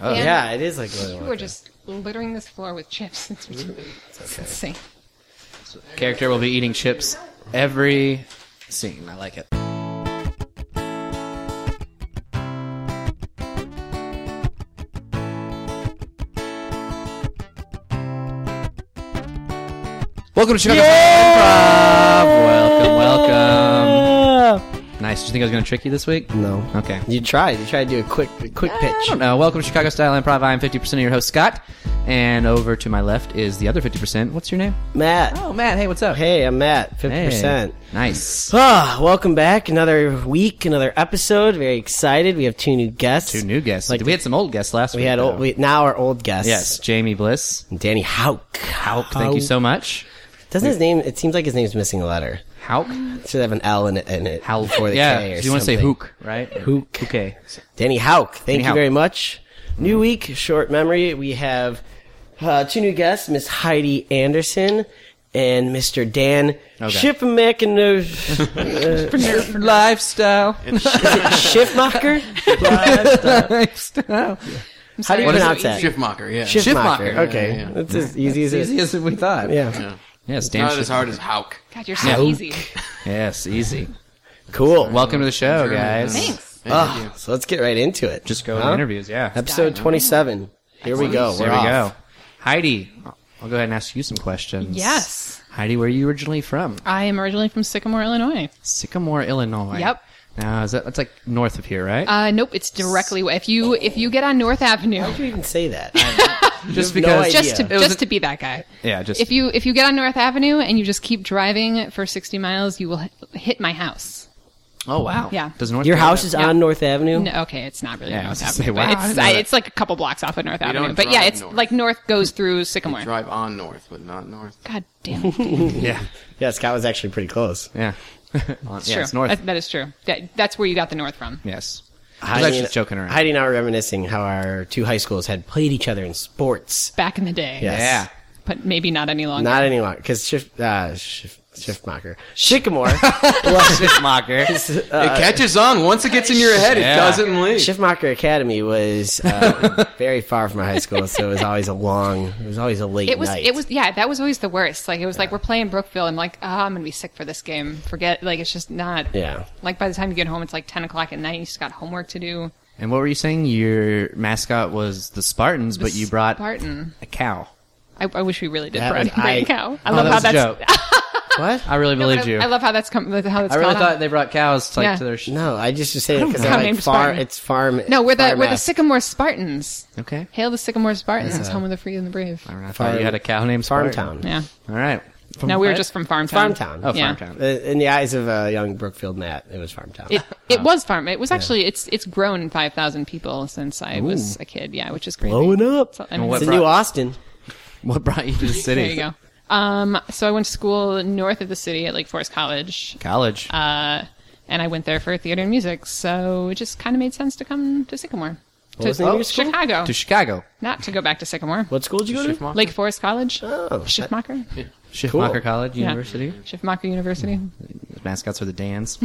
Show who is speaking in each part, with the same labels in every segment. Speaker 1: Oh
Speaker 2: And-
Speaker 1: yeah, it is like Willy
Speaker 2: You are
Speaker 1: Wonka.
Speaker 2: just littering this floor with chips. It's ridiculous. It's insane.
Speaker 1: Character will be eating chips every scene. I like it. Welcome to Chicago Improv. Welcome, welcome. Nice. Did you think I was going to trick you this week?
Speaker 3: No.
Speaker 1: Okay.
Speaker 3: You tried. You tried to do a quick, a quick
Speaker 1: I
Speaker 3: pitch.
Speaker 1: don't know. Welcome to Chicago Style Improv. I am 50% of your host, Scott. And over to my left is the other 50%. What's your name?
Speaker 3: Matt.
Speaker 1: Oh, Matt. Hey, what's up?
Speaker 3: Hey, I'm Matt. Fifty
Speaker 1: Hey.
Speaker 3: percent.
Speaker 1: Nice.
Speaker 3: Ah, welcome back. Another week, another episode. Very excited. We have two new guests.
Speaker 1: Two new guests.
Speaker 3: Like-
Speaker 1: we had some old guests last
Speaker 3: We
Speaker 1: week.
Speaker 3: had old,
Speaker 1: though.
Speaker 3: we, now our old guests.
Speaker 1: yes, Jamie Bliss.
Speaker 3: Danny Hauk. Hauk.
Speaker 1: Thank you so much.
Speaker 3: Doesn't his name? It seems like his name's missing a letter.
Speaker 1: Hauk.
Speaker 3: It should have an L in it. In it
Speaker 1: Hauk.
Speaker 3: before the
Speaker 1: yeah,
Speaker 3: K or
Speaker 1: if you want to say
Speaker 3: something.
Speaker 1: Hook, right?
Speaker 3: Hook.
Speaker 1: Okay.
Speaker 3: Danny Hauk. Thank
Speaker 1: Danny
Speaker 3: you
Speaker 1: Hauk.
Speaker 3: very much. New week, short memory. We have uh, two new guests, Miss Heidi Anderson and Mr. Dan
Speaker 1: Okay.
Speaker 3: Schiffmack and uh,
Speaker 1: Lifestyle.
Speaker 3: Schiffmacher.
Speaker 1: Lifestyle.
Speaker 3: How do you
Speaker 1: What is it?
Speaker 3: pronounce that?
Speaker 4: Schiffmacher, yeah.
Speaker 1: Schiffmacher.
Speaker 3: Okay,
Speaker 4: Yeah, yeah.
Speaker 3: that's as easy as it.
Speaker 1: Easy as we thought.
Speaker 3: Yeah.
Speaker 4: yeah.
Speaker 1: Yes, Dan.
Speaker 4: Not as hard as Hauk.
Speaker 2: God, you're so
Speaker 1: Yeah.
Speaker 2: easy.
Speaker 1: Yes, easy.
Speaker 3: cool. Well,
Speaker 1: Welcome to the show, guys.
Speaker 2: Thanks.
Speaker 4: Thank you.
Speaker 3: so let's get right into it.
Speaker 1: Just go to
Speaker 3: Huh?
Speaker 1: the interviews. Yeah.
Speaker 3: Episode twenty-seven. Here we go.
Speaker 1: There
Speaker 3: We're
Speaker 1: we
Speaker 3: off.
Speaker 1: go. Heidi, I'll go ahead and ask you some questions.
Speaker 2: Yes.
Speaker 1: Heidi, where are you originally from?
Speaker 2: I am originally from Sycamore, Illinois.
Speaker 1: Sycamore, Illinois.
Speaker 2: Yep.
Speaker 1: Now, is that that's like north of here, right?
Speaker 2: Uh, nope, it's directly if you if you get on North Avenue,
Speaker 3: How did you even say that?
Speaker 1: just
Speaker 3: you have no
Speaker 1: because.
Speaker 3: idea.
Speaker 2: just to
Speaker 3: It
Speaker 1: was
Speaker 2: just
Speaker 1: a-
Speaker 2: to be that guy.
Speaker 1: yeah, just
Speaker 2: If you if you get on North Avenue and you just keep driving for sixty miles, you will h- hit my house.
Speaker 1: Oh wow.
Speaker 2: Yeah.
Speaker 1: Does North
Speaker 3: Your
Speaker 1: Dakota-
Speaker 3: house is on North Avenue.
Speaker 2: No, okay, it's not really
Speaker 1: Yeah, I was
Speaker 2: North
Speaker 1: gonna
Speaker 2: Avenue.
Speaker 1: say, wow,
Speaker 2: but
Speaker 1: I
Speaker 2: it's
Speaker 1: didn't know
Speaker 2: I-
Speaker 1: that.
Speaker 2: it's like a couple blocks off of North Avenue.
Speaker 4: don't
Speaker 2: But yeah,
Speaker 4: drive
Speaker 2: it's
Speaker 4: north.
Speaker 2: like North goes through Sycamore.
Speaker 4: Drive on north, but not north.
Speaker 2: God damn, it.
Speaker 1: Yeah.
Speaker 3: Yeah, Scott was actually pretty close.
Speaker 1: Yeah.
Speaker 2: it's
Speaker 1: yeah,
Speaker 2: true.
Speaker 1: it's north.
Speaker 2: That- that is true. That, that's where you got the north from.
Speaker 1: yes. I was
Speaker 3: Heidi
Speaker 1: actually
Speaker 3: and-
Speaker 1: just joking around.
Speaker 3: Heidi and I were reminiscing how our two high schools had played each other in sports.
Speaker 2: back in the day.
Speaker 3: Yes.
Speaker 1: Yeah.
Speaker 2: But maybe not any longer.
Speaker 3: Not any longer, because Schiff, uh, Schiff, Schiffmacher. Sycamore. was-
Speaker 1: Schiffmacher.
Speaker 3: Uh,
Speaker 4: it catches on once it gets in your head.
Speaker 1: Yeah.
Speaker 4: It doesn't leave.
Speaker 3: Schiffmacher Academy was uh, very far from my high school, so it was always a long, it was always a late
Speaker 2: it was.
Speaker 3: night.
Speaker 2: It was. Yeah, that was always the worst. Like it was like we're playing Brookville. and like, oh, I'm gonna be sick for this game. Forget. Like it's just not.
Speaker 3: Yeah.
Speaker 2: Like by the time you get home, it's like ten o'clock at night. You just got homework to do.
Speaker 1: and what were you saying? Your mascot was the Spartans, but you brought
Speaker 2: Spartan.
Speaker 1: a cow.
Speaker 2: I, I wish we really did
Speaker 3: That
Speaker 2: bring,
Speaker 3: was-
Speaker 2: bring
Speaker 3: I-
Speaker 2: a cow. I
Speaker 1: oh,
Speaker 2: love
Speaker 1: that
Speaker 2: how
Speaker 1: was a
Speaker 2: that's.
Speaker 1: joke.
Speaker 3: What?
Speaker 1: I really believed
Speaker 2: I,
Speaker 1: you.
Speaker 2: I love how that's come. How it's
Speaker 1: I really
Speaker 2: called
Speaker 1: thought
Speaker 2: out.
Speaker 1: they brought cows like
Speaker 2: Yeah.
Speaker 1: to their. Sh-
Speaker 3: No, I just was saying because
Speaker 2: know.
Speaker 3: I like
Speaker 2: Named
Speaker 3: farm.
Speaker 2: Spartan.
Speaker 3: It's farm.
Speaker 2: No, we're the
Speaker 3: farm
Speaker 2: we're the
Speaker 3: ass-
Speaker 2: Sycamore Spartans.
Speaker 1: Okay.
Speaker 2: Hail the Sycamore Spartans, home of the free and the brave.
Speaker 1: I thought
Speaker 3: Farm-
Speaker 1: you had a cow named
Speaker 3: farm
Speaker 1: Spartan.
Speaker 3: town.
Speaker 2: Yeah.
Speaker 1: All right. From
Speaker 2: No, we were
Speaker 1: what?
Speaker 2: just from Farm
Speaker 3: Farm
Speaker 2: Town.
Speaker 1: Oh,
Speaker 3: town.
Speaker 2: Yeah.
Speaker 1: farm town.
Speaker 3: Uh, In the eyes of uh, young Brookfield Matt, it was farm town.
Speaker 2: It it
Speaker 3: Ah.
Speaker 2: was farm. It was actually it's it's grown five thousand people since I was a kid. Yeah, which is crazy.
Speaker 3: Blowing up.
Speaker 2: So, I mean,
Speaker 1: what
Speaker 3: it's a
Speaker 1: brought-
Speaker 3: new Austin.
Speaker 1: What brought you to the city?
Speaker 2: there you go. Um, so I went to school north of the city at Lake Forest College,
Speaker 1: College.
Speaker 2: uh, and I went there for theater and music. So it just kind of made sense to come to Sycamore, to
Speaker 3: was the name of your school?
Speaker 2: Chicago,
Speaker 1: to Chicago.
Speaker 2: not to go back to Sycamore.
Speaker 3: What school did you go to?
Speaker 4: Schiffmacher?
Speaker 2: Lake Forest College,
Speaker 3: Oh,
Speaker 2: Schiffmacher,
Speaker 1: Schiffmacher College
Speaker 2: Yeah.
Speaker 1: University.
Speaker 2: Schiffmacher University.
Speaker 3: Mm.
Speaker 1: Mascots are the Dans.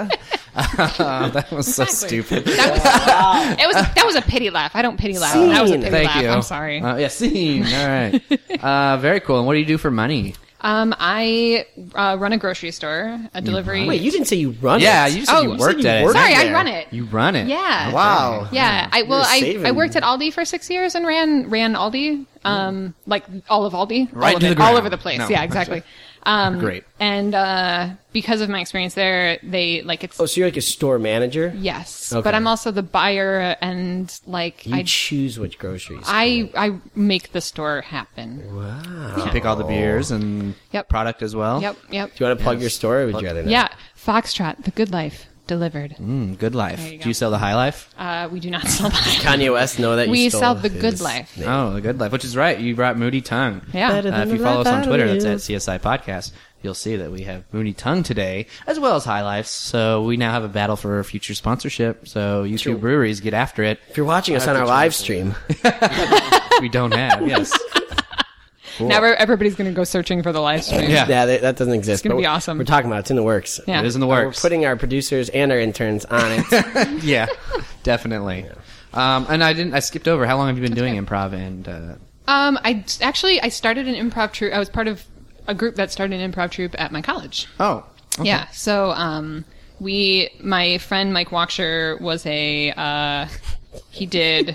Speaker 1: Uh, that was so
Speaker 2: Exactly.
Speaker 1: stupid.
Speaker 2: That was, it was that was a pity laugh. I don't pity laugh. That was a
Speaker 3: Scene.
Speaker 2: pity
Speaker 1: Thank
Speaker 2: laugh.
Speaker 1: you.
Speaker 2: I'm sorry.
Speaker 1: Uh, yeah, scene. All right. Uh, very cool. And what do you do for money?
Speaker 2: Um, I uh, run a grocery store, a delivery.
Speaker 3: Wait, you didn't say you run
Speaker 1: Yeah,
Speaker 3: it.
Speaker 1: you just said
Speaker 2: Oh,
Speaker 1: you
Speaker 2: you
Speaker 1: worked
Speaker 3: said you
Speaker 1: at it.
Speaker 3: worked
Speaker 2: Sorry, I
Speaker 3: there.
Speaker 2: run it.
Speaker 1: You run it.
Speaker 2: Yeah.
Speaker 1: Okay.
Speaker 3: Wow.
Speaker 2: Yeah, I well,
Speaker 3: You're
Speaker 2: I,
Speaker 3: saving-
Speaker 2: I worked at Aldi for six years and ran ran Aldi, um, like all of Aldi,
Speaker 1: Right
Speaker 2: all, of
Speaker 1: to the
Speaker 2: it, all
Speaker 1: ground.
Speaker 2: over the place.
Speaker 1: No.
Speaker 2: Yeah, exactly. Um,
Speaker 1: Great.
Speaker 2: And uh, because of my experience there, they like it's
Speaker 3: Oh, so you're like a store manager?
Speaker 2: yes,
Speaker 3: Okay.
Speaker 2: but I'm also the buyer and like
Speaker 3: You
Speaker 2: I
Speaker 3: choose which groceries.
Speaker 2: I I make the store happen.
Speaker 3: wow.
Speaker 1: You pick all the beers and
Speaker 2: Yep.
Speaker 1: product as well.
Speaker 2: Yep, yep.
Speaker 3: Do you want to plug
Speaker 1: Yes.
Speaker 3: your store or would you rather not?
Speaker 2: Yeah, Foxtrot, the good life delivered.
Speaker 1: Mm, good life.
Speaker 2: There you
Speaker 1: do
Speaker 2: go.
Speaker 1: you sell the high life?
Speaker 2: Uh, we do not sell that.
Speaker 3: Kanye West, know that you
Speaker 2: we
Speaker 3: stole
Speaker 2: sell the good
Speaker 3: his-
Speaker 2: life.
Speaker 1: Oh, the good life, which is right. You brought Moody Tongue.
Speaker 2: Yeah.
Speaker 3: Better
Speaker 1: Uh,
Speaker 3: than
Speaker 1: if you
Speaker 3: the
Speaker 1: follow us
Speaker 3: life
Speaker 1: on
Speaker 3: I
Speaker 1: Twitter, that's
Speaker 3: live.
Speaker 1: at CSI Podcast. You'll see that we have Moody Tongue today, as well as High Lifes. So we now have a battle for future sponsorship. So you two breweries get after it.
Speaker 3: If you're watching us on our live stream,
Speaker 1: We don't have yes.
Speaker 2: Now everybody's going to go searching for the live stream.
Speaker 1: Yeah.
Speaker 3: yeah, that, that doesn't exist. It's
Speaker 2: gonna
Speaker 3: but
Speaker 2: be
Speaker 3: we're-
Speaker 2: awesome.
Speaker 3: We're talking about it. it's in the works.
Speaker 2: Yeah.
Speaker 1: It is in the
Speaker 3: We're
Speaker 1: works.
Speaker 3: putting our producers and our interns on it.
Speaker 1: yeah, definitely. Um, and I didn't. I skipped over. How long have you been doing improv? And uh,
Speaker 2: Um, I d- actually I started an improv troupe. I was part of a group that started an improv troupe at my college.
Speaker 1: oh, okay.
Speaker 2: Yeah. So um, we, my friend Mike Walksher was a uh, he did.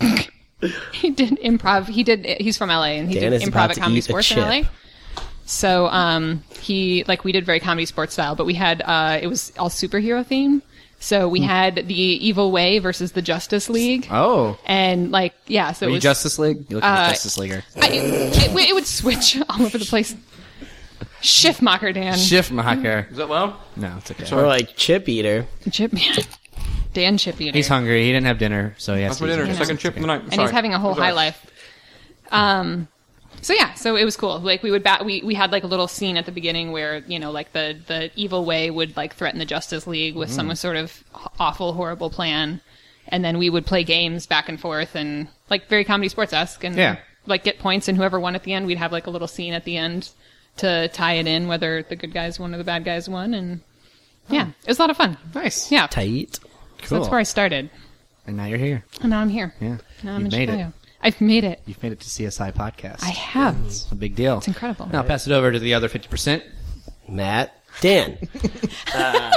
Speaker 2: He did improv. He did. He's from LA, and he
Speaker 3: Dan
Speaker 2: did
Speaker 3: is
Speaker 2: improv
Speaker 3: about
Speaker 2: at
Speaker 3: to
Speaker 2: Comedy
Speaker 3: eat a
Speaker 2: Sports in
Speaker 3: chip.
Speaker 2: LA. So um, he like we did very comedy sports style, but we had uh, it was all superhero theme. So
Speaker 3: Hmm.
Speaker 2: we had the Evil Way versus the Justice League.
Speaker 1: Oh,
Speaker 2: and like yeah, so
Speaker 1: were
Speaker 2: it
Speaker 1: you
Speaker 2: was
Speaker 1: Justice League? You look like
Speaker 2: uh,
Speaker 1: a Justice Leaguer.
Speaker 2: I, it, it would switch all over the place. Schiffmacher Dan.
Speaker 1: Shift Macher.
Speaker 4: Is that loud?
Speaker 1: No, it's okay.
Speaker 3: Or like chip eater.
Speaker 2: Chip man. Dan Chip Eater.
Speaker 1: He's hungry. He didn't have dinner, so he has
Speaker 4: That's my
Speaker 1: to
Speaker 4: dinner.
Speaker 1: use it.
Speaker 4: Second chip of the night.
Speaker 2: and he's having a whole high life. Um, so yeah, so it was cool. Like we would bat, we we had like a little scene at the beginning where you know like the the evil way would like threaten the Justice League with
Speaker 1: Mm.
Speaker 2: some sort of h- awful, horrible plan, and then we would play games back and forth and like very comedy sports esque and
Speaker 1: Yeah.
Speaker 2: like get points and whoever won at the end we'd have like a little scene at the end to tie it in whether the good guys won or the bad guys won and yeah it was a lot of fun
Speaker 1: Nice.
Speaker 2: yeah
Speaker 3: Tight.
Speaker 1: Cool.
Speaker 2: so that's where I started
Speaker 1: and now you're here.
Speaker 2: and now I'm here
Speaker 1: Yeah.
Speaker 2: now I'm
Speaker 1: You've
Speaker 2: in
Speaker 1: made
Speaker 2: Chicago
Speaker 1: it.
Speaker 2: I've made it
Speaker 1: You've made it to CSI podcast.
Speaker 2: I have.
Speaker 1: It's a big deal. It's
Speaker 2: incredible.
Speaker 1: Now I'll pass it over to the other fifty percent.
Speaker 3: Matt. Dan. uh,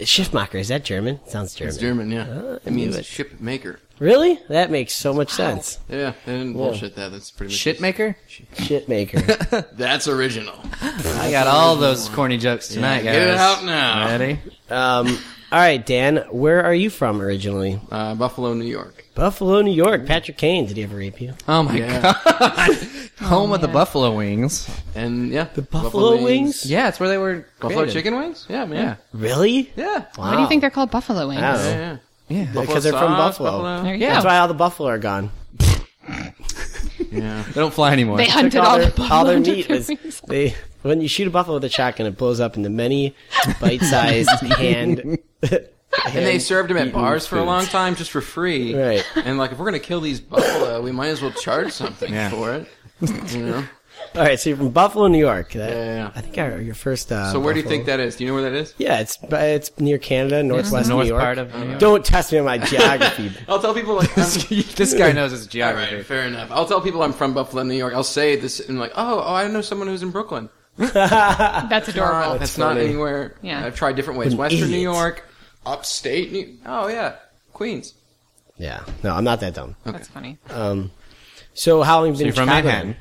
Speaker 3: Schiffmacher, is that German? Sounds German.
Speaker 4: It's German, yeah.
Speaker 3: Uh,
Speaker 4: it means chip maker.
Speaker 3: Really? That makes so much sense.
Speaker 4: Yeah, they didn't bullshit that. That's pretty much
Speaker 1: Shit maker.
Speaker 3: Shit maker.
Speaker 4: That's original.
Speaker 1: I got all those corny jokes tonight,
Speaker 4: Yeah,
Speaker 1: guys.
Speaker 4: get it out now.
Speaker 1: Ready?
Speaker 3: um, all right, Dan, where are you from originally?
Speaker 4: Uh, Buffalo, New York.
Speaker 3: Buffalo, New York. Patrick Kane, did he ever rape you?
Speaker 1: Oh my
Speaker 4: Yeah.
Speaker 1: god! Home of the
Speaker 2: man.
Speaker 1: buffalo wings.
Speaker 4: And yeah, the
Speaker 3: Buffalo wings?
Speaker 1: Yeah, it's where they were.
Speaker 4: Buffalo
Speaker 1: created.
Speaker 4: chicken wings? Yeah, man.
Speaker 3: Really?
Speaker 4: Yeah.
Speaker 2: Why do you think they're called buffalo wings?
Speaker 3: Wow.
Speaker 4: Yeah, yeah.
Speaker 1: Yeah.
Speaker 3: Because they're from
Speaker 4: sauce,
Speaker 3: Buffalo.
Speaker 2: There you
Speaker 1: Yeah.
Speaker 3: That's
Speaker 2: go.
Speaker 3: why all the buffalo are gone.
Speaker 4: Yeah.
Speaker 1: They don't fly anymore.
Speaker 2: They
Speaker 3: Took
Speaker 2: hunted all,
Speaker 3: all,
Speaker 2: the
Speaker 3: their,
Speaker 2: buffalo
Speaker 3: all their
Speaker 2: and took
Speaker 3: meat.
Speaker 2: their
Speaker 3: Was,
Speaker 2: wings.
Speaker 3: they, when you shoot a buffalo with a shotgun, it blows up into many bite-sized hand.
Speaker 4: And they served them at bars for a long time just for free.
Speaker 3: Right.
Speaker 4: And like, if we're gonna kill these buffalo, we might as well charge something
Speaker 1: Yeah.
Speaker 4: for it. You know.
Speaker 3: All right, so you're from Buffalo, New York. That-
Speaker 4: Yeah, yeah, yeah.
Speaker 3: I think our, your first. Uh,
Speaker 4: So where do you
Speaker 3: Buffalo-
Speaker 4: think that is? Do you know where that is?
Speaker 3: Yeah, it's it's near Canada, northwest
Speaker 1: north
Speaker 3: New York.
Speaker 1: part of New York.
Speaker 3: Don't test me on my geography.
Speaker 4: I'll tell people like. I'm-
Speaker 1: this guy knows his
Speaker 4: All
Speaker 1: geography.
Speaker 4: right, fair enough. I'll tell people I'm from Buffalo, New York. I'll say this and like, oh, oh, I know someone who's in Brooklyn.
Speaker 2: That's adorable.
Speaker 4: that's
Speaker 3: funny.
Speaker 4: not anywhere.
Speaker 2: Yeah.
Speaker 4: I've tried different ways.
Speaker 3: An
Speaker 4: Western New
Speaker 3: idiot.
Speaker 4: York, upstate New. Oh yeah, Queens.
Speaker 3: yeah, no, I'm not that dumb. Um,
Speaker 2: That's funny.
Speaker 3: So how long have you
Speaker 1: You're
Speaker 3: been
Speaker 1: from
Speaker 3: in Chicago?
Speaker 1: Manhattan.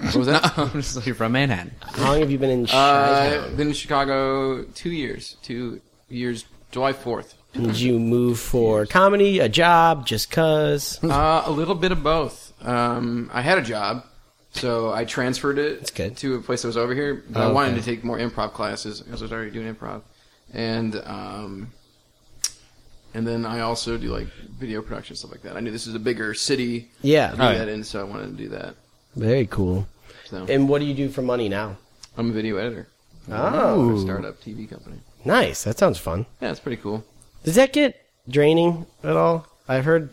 Speaker 4: What was that?
Speaker 1: No, I'm just- you're from Manhattan.
Speaker 3: How long have you been in
Speaker 4: Uh,
Speaker 3: Chi-town?
Speaker 4: been in Chicago two years. Two years. July fourth.
Speaker 3: Did you move for comedy, a job, just cause?
Speaker 4: Uh, a little bit of both. Um, I had a job, so I transferred it
Speaker 3: good.
Speaker 4: to a place that was over here. But I
Speaker 3: Oh,
Speaker 4: wanted
Speaker 3: okay.
Speaker 4: to take more improv classes because I was already doing improv, and um, and then I also do like video production stuff like that. I knew this is a bigger city
Speaker 3: Yeah,
Speaker 4: to do
Speaker 1: Oh, yeah.
Speaker 4: that in, so I wanted to do that.
Speaker 3: very cool.
Speaker 4: So
Speaker 3: And what do you do for money now?
Speaker 4: I'm a video editor for a
Speaker 3: Oh,
Speaker 4: startup TV company.
Speaker 3: nice. That sounds fun.
Speaker 4: Yeah, it's pretty cool.
Speaker 3: Does that get draining at all? I've heard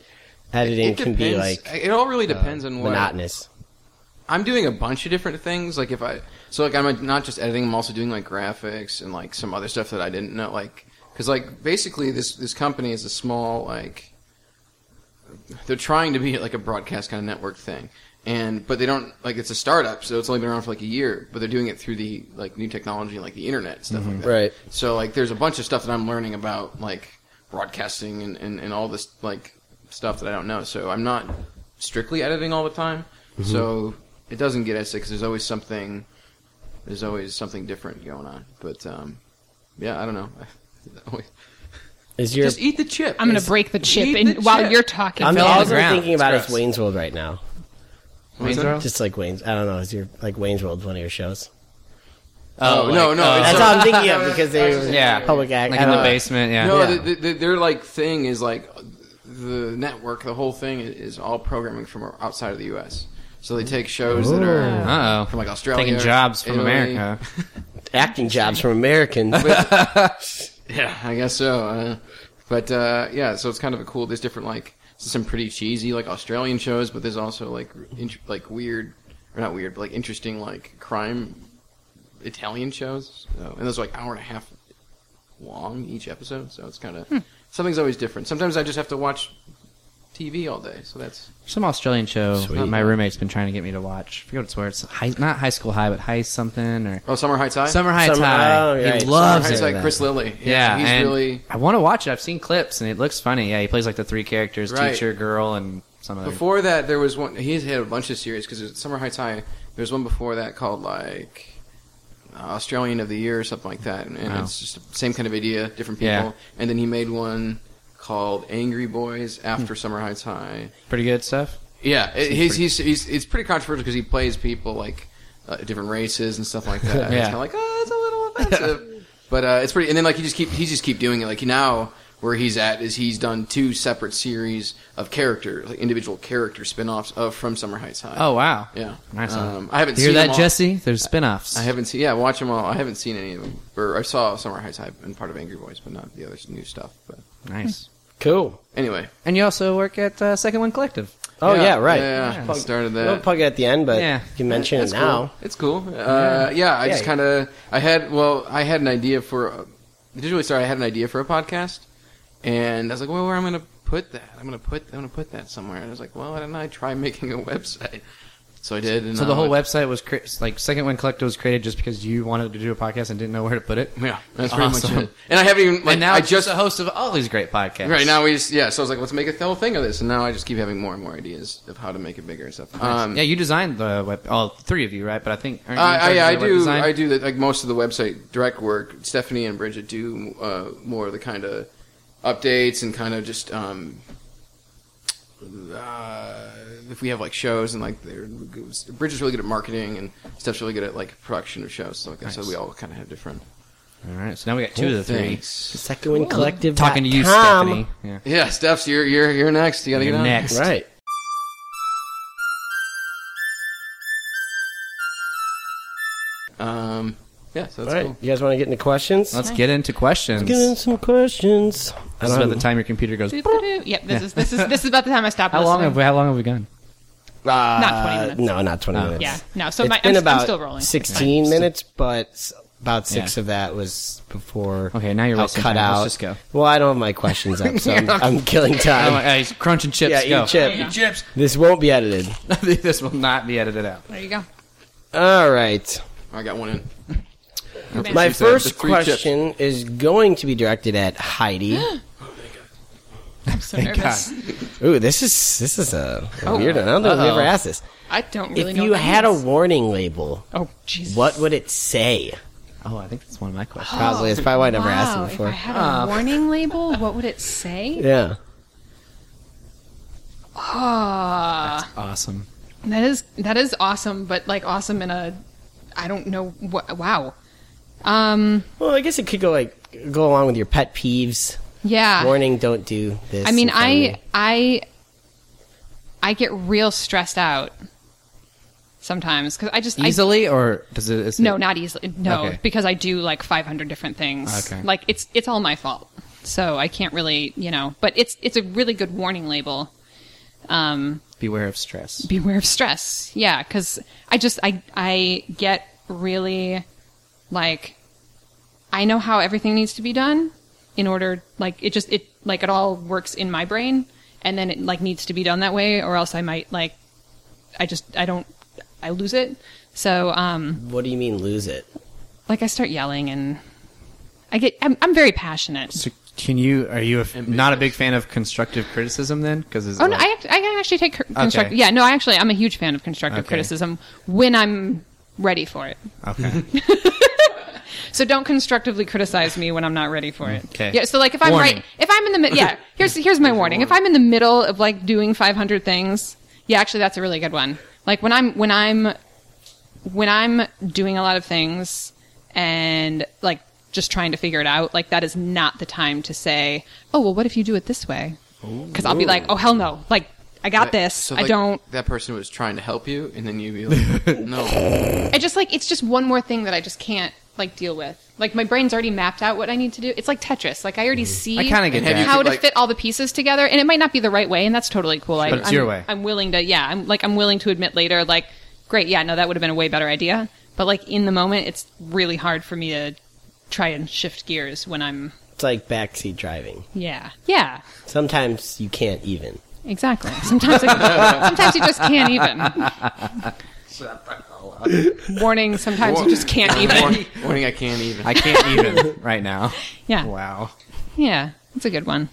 Speaker 3: editing can be like
Speaker 4: it all really depends on what
Speaker 3: monotonous.
Speaker 4: I'm doing a bunch of different things. Like if I, so like I'm like, not just editing. I'm also doing like graphics and like some other stuff that I didn't know. Like because like basically this this company is a small like they're trying to be like a broadcast kind of network thing, and but they don't like it's a startup, so it's only been around for like a year. But they're doing it through the like new technology and like the internet and stuff like that.
Speaker 3: Mm-hmm. Right.
Speaker 4: So like there's a bunch of stuff that I'm learning about like broadcasting and, and, and all this like stuff that I don't know. So I'm not strictly editing all the time.
Speaker 3: Mm-hmm.
Speaker 4: So it doesn't get as sick 'cause there's always something there's always something different going on. But um, yeah, I don't know.
Speaker 3: Is your
Speaker 4: Just eat the chip.
Speaker 2: I'm going to
Speaker 4: It's-
Speaker 2: break the chip
Speaker 4: eat
Speaker 2: in,
Speaker 4: the
Speaker 2: while
Speaker 4: chip.
Speaker 2: you're talking.
Speaker 3: I'm
Speaker 1: fell on the
Speaker 3: also
Speaker 1: ground.
Speaker 3: thinking about
Speaker 1: It's
Speaker 3: is
Speaker 1: gross.
Speaker 3: Wayne's World right now.
Speaker 4: What was that?
Speaker 1: Wayne's World?
Speaker 3: Just like Wayne's, I don't know. Is your like Wayne's World one of your shows?
Speaker 4: Oh,
Speaker 1: like,
Speaker 4: no, no.
Speaker 1: uh,
Speaker 4: it's
Speaker 3: That's
Speaker 4: a-
Speaker 3: all I'm thinking of because they were
Speaker 1: Yeah.
Speaker 3: public act. uh,
Speaker 1: Like
Speaker 3: I
Speaker 1: in
Speaker 3: don't
Speaker 1: the
Speaker 3: know.
Speaker 1: basement. Yeah.
Speaker 4: No,
Speaker 3: Yeah.
Speaker 4: the, the, their like thing is like the network, the whole thing is, is all programming from outside of the U.S. So they take shows that are
Speaker 1: Uh oh.
Speaker 4: from like Australia,
Speaker 1: Taking jobs from
Speaker 4: Italy.
Speaker 1: America.
Speaker 3: acting jobs from Americans.
Speaker 4: Yeah, I guess so. Uh, but uh, yeah, so it's kind of a cool. There's different like some pretty cheesy like Australian shows, but there's also like int- like weird or not weird, but like interesting like crime
Speaker 1: Hmm.
Speaker 4: Italian shows. So, and those are like hour and a half long each episode, so it's kind of something's always different. Sometimes I just have to watch TV all day, so that's
Speaker 1: Some Australian show
Speaker 4: Sweet.
Speaker 1: that my roommate's been trying to get me to watch. I forget what it's where. It's high, not High School High, but High something or
Speaker 4: oh, Summer Heights High.
Speaker 1: Summer High
Speaker 3: Summer-
Speaker 1: Tie.
Speaker 3: oh, right.
Speaker 1: He
Speaker 3: Summer
Speaker 1: loves
Speaker 4: Heights
Speaker 1: it.
Speaker 4: High,
Speaker 1: then.
Speaker 4: Chris Lilly.
Speaker 1: Yeah,
Speaker 4: he's
Speaker 1: and
Speaker 4: really
Speaker 1: I want to watch it. I've seen clips and it looks funny. Yeah, he plays like the three characters:
Speaker 4: Right.
Speaker 1: teacher, girl, and some other.
Speaker 4: Before that, there was one. He's had a bunch of series because Summer Heights High. There was one before that called like uh, Australian of the Year or something like that, and, and
Speaker 1: Wow.
Speaker 4: it's just the same kind of idea, different people.
Speaker 1: Yeah.
Speaker 4: And then he made one called Angry Boys after
Speaker 1: Hmm.
Speaker 4: Summer Heights High.
Speaker 1: pretty good stuff.
Speaker 4: Yeah, it, he's,
Speaker 1: pretty-
Speaker 4: he's he's it's pretty controversial because he plays people like uh, different races and stuff like that.
Speaker 1: Yeah.
Speaker 4: It's kind of like oh, it's a little offensive, but uh, it's pretty. And then like he just keep he just keep doing it. Like now where he's at is he's done two separate series of character, like individual character spin-offs of from Summer Heights High.
Speaker 1: Oh wow,
Speaker 4: yeah,
Speaker 1: nice.
Speaker 4: Um, I haven't
Speaker 1: You hear
Speaker 4: seen
Speaker 1: that,
Speaker 4: them all.
Speaker 1: Jesse? There's spin-offs.
Speaker 4: I haven't seen. Yeah, watch them all. I haven't seen any of them. Or I saw Summer Heights High and part of Angry Boys, but not the other new stuff. But
Speaker 1: nice.
Speaker 3: Cool.
Speaker 4: anyway,
Speaker 1: And you also work at uh, Second One Collective.
Speaker 3: Oh yeah, right.
Speaker 4: Yeah, yeah. I started that.
Speaker 3: We'll plug it at the end, but
Speaker 1: Yeah.
Speaker 3: you can mention
Speaker 4: That's
Speaker 3: it now.
Speaker 4: Cool. It's cool. Uh, yeah, I
Speaker 3: Yeah,
Speaker 4: just
Speaker 3: yeah.
Speaker 4: kind of I had well, I had an idea for. a- It didn't really start. I had an idea for a podcast, and I was like, well, where am I going to put that? I'm going to put I'm going to put that somewhere. And I was like, well, why don't I try making a website? So I did. And
Speaker 1: So the whole
Speaker 4: website.
Speaker 1: website was cre- like Second One Collective was created just because you wanted to do a podcast and didn't know where to put it.
Speaker 4: Yeah, that's pretty
Speaker 1: Awesome.
Speaker 4: much it. And I haven't even like
Speaker 1: and now
Speaker 4: I
Speaker 1: it's just
Speaker 4: just
Speaker 1: a host of all these great podcasts.
Speaker 4: Right now we just yeah. So I was like, let's make a whole thing of this, and now I just keep having more and more ideas of how to make it bigger and stuff. Um,
Speaker 1: yeah, you designed the web. All three of you, right? But I think aren't you in
Speaker 4: I,
Speaker 1: charge
Speaker 4: I, I
Speaker 1: of the web
Speaker 4: do.
Speaker 1: design?
Speaker 4: I do that. Like most of the website direct work, Stephanie and Bridget do uh, more of the kind of updates and kind of just um, uh, if we have like shows and like they're, Bridget's really good at marketing and Steph's really good at like production of shows stuff like that.
Speaker 1: Nice.
Speaker 4: So we all kind of have different
Speaker 1: All right, so now we got two of the three.
Speaker 4: things.
Speaker 3: Second one collective.
Speaker 1: Talking to you, Stephanie. Yeah.
Speaker 4: Yeah, Steph's you're you're you're next. You gotta
Speaker 1: You're
Speaker 4: get on.
Speaker 1: next.
Speaker 3: Right.
Speaker 4: Um, yeah, so
Speaker 3: All
Speaker 4: that's
Speaker 3: right.
Speaker 4: cool.
Speaker 3: You guys want to get into questions?
Speaker 1: Let's get into questions.
Speaker 3: get in some questions.
Speaker 1: This is about the time your computer goes.
Speaker 2: Doo, doo, doo. Yep, this is this is this is about the time I stopped.
Speaker 1: How long
Speaker 2: listening.
Speaker 1: have we? How long have we gone? Ah.
Speaker 2: Not 20 minutes.
Speaker 3: No, not 20
Speaker 1: Oh.
Speaker 3: minutes.
Speaker 2: Yeah, no. So
Speaker 3: It's
Speaker 2: my,
Speaker 3: been
Speaker 2: I'm,
Speaker 3: about
Speaker 2: I'm still rolling.
Speaker 3: 16 minutes, but s- about six
Speaker 1: Yeah.
Speaker 3: of that was before.
Speaker 1: Okay, now you're
Speaker 3: I
Speaker 1: wasting
Speaker 3: cut
Speaker 1: time.
Speaker 3: out.
Speaker 1: Let's just go.
Speaker 3: Well, I don't have my questions up, so I'm, I'm killing
Speaker 1: Oh my
Speaker 3: time.
Speaker 1: God, he's crunching chips.
Speaker 3: Yeah, eat
Speaker 1: go.
Speaker 3: chip.
Speaker 2: Eat
Speaker 1: chips.
Speaker 3: This won't be edited.
Speaker 1: this will not be edited out.
Speaker 2: There you go.
Speaker 3: All right.
Speaker 4: I got one in.
Speaker 3: My
Speaker 4: She said the
Speaker 3: first
Speaker 4: three chips.
Speaker 3: question is going to be directed at Heidi.
Speaker 2: I'm so
Speaker 1: Thank
Speaker 2: nervous.
Speaker 3: Ooh, this is this is a, a weird one. I don't know if we
Speaker 1: Uh-oh.
Speaker 3: ever asked this.
Speaker 2: I don't Oh, really
Speaker 3: If
Speaker 2: know.
Speaker 3: you
Speaker 2: what that
Speaker 3: had a
Speaker 2: means.
Speaker 3: warning label,
Speaker 2: oh Jesus,
Speaker 3: what would it say?
Speaker 1: Oh, I think that's one of my questions.
Speaker 3: Probably. That's probably why I never asked
Speaker 2: Wow,
Speaker 3: it before.
Speaker 2: If I had a warning label, what would it say?
Speaker 3: Uh, yeah.
Speaker 2: Ah,
Speaker 1: Awesome.
Speaker 2: that is that is awesome, but like awesome in a I don't know what. Wow. Um.
Speaker 3: Well, I guess it could go like go along with your pet peeves.
Speaker 2: Yeah.
Speaker 3: Warning: Don't do this.
Speaker 2: Ah. I mean,
Speaker 3: in front
Speaker 2: I
Speaker 3: of me.
Speaker 2: I I get real stressed out sometimes because I just I
Speaker 1: Easily or does it? Is
Speaker 2: No,
Speaker 1: it-
Speaker 2: not easily. No,
Speaker 1: Okay.
Speaker 2: because I do like 500 different things.
Speaker 1: Okay.
Speaker 2: Like it's it's all my fault. So I can't really, you know, but it's it's a really good warning label. Um
Speaker 1: Beware of stress.
Speaker 2: beware of stress. Yeah, cuz I just I I get really like I know how everything needs to be done in order like it just it like it all works in my brain and then it like needs to be done that way or else I might like I just I don't I lose it. So um
Speaker 3: What do you mean lose it?
Speaker 2: like I start yelling and I get I'm, I'm very passionate.
Speaker 1: So can you? Are you a f not a big fan of constructive criticism then? Because
Speaker 2: Oh no, I, act- I can actually take constructive.
Speaker 1: Okay.
Speaker 2: Yeah, no, I actually I'm a huge fan of constructive
Speaker 1: Okay.
Speaker 2: criticism when I'm ready for it.
Speaker 1: okay.
Speaker 2: So don't constructively criticize me when I'm not ready for it.
Speaker 1: Okay.
Speaker 2: Yeah. So like if I'm
Speaker 1: Warning.
Speaker 2: right, if I'm in the mid, yeah. Here's here's my warning. If I'm in the middle of like doing 500 things, yeah, actually that's a really good one. Like when I'm when I'm when I'm doing a lot of things and like just trying to figure it out, like that is not the time to say, oh well, what if you do it this way? Because I'll be like, oh hell no, like I got this.
Speaker 4: So,
Speaker 2: I
Speaker 4: like,
Speaker 2: don't.
Speaker 4: That person was trying to help you, and then you'd be like, "No,
Speaker 2: I just like it's just one more thing that I just can't like deal with. Like my brain's already mapped out what I need to do. It's like Tetris. Like I already see.
Speaker 1: I kinda get
Speaker 4: And have that. you
Speaker 2: how
Speaker 4: could,
Speaker 2: to
Speaker 4: like-
Speaker 2: fit all the pieces together, and it might not be the right way, and that's totally cool. I,
Speaker 1: But it's
Speaker 2: I'm,
Speaker 1: your way.
Speaker 2: I'm willing to. Yeah, I'm like I'm willing to admit later. Like, great. Yeah, no, that would have been a way better idea. But like in the moment, it's really hard for me to try and shift gears when I'm
Speaker 3: It's like backseat driving.
Speaker 2: Yeah. Yeah.
Speaker 3: Sometimes you can't even.
Speaker 2: Exactly. Sometimes, like, sometimes you just can't even. Warning. Sometimes you just can't even.
Speaker 4: Warning, warning, I can't even.
Speaker 1: I can't even right now.
Speaker 2: Yeah.
Speaker 1: Wow.
Speaker 2: Yeah. It's a good one.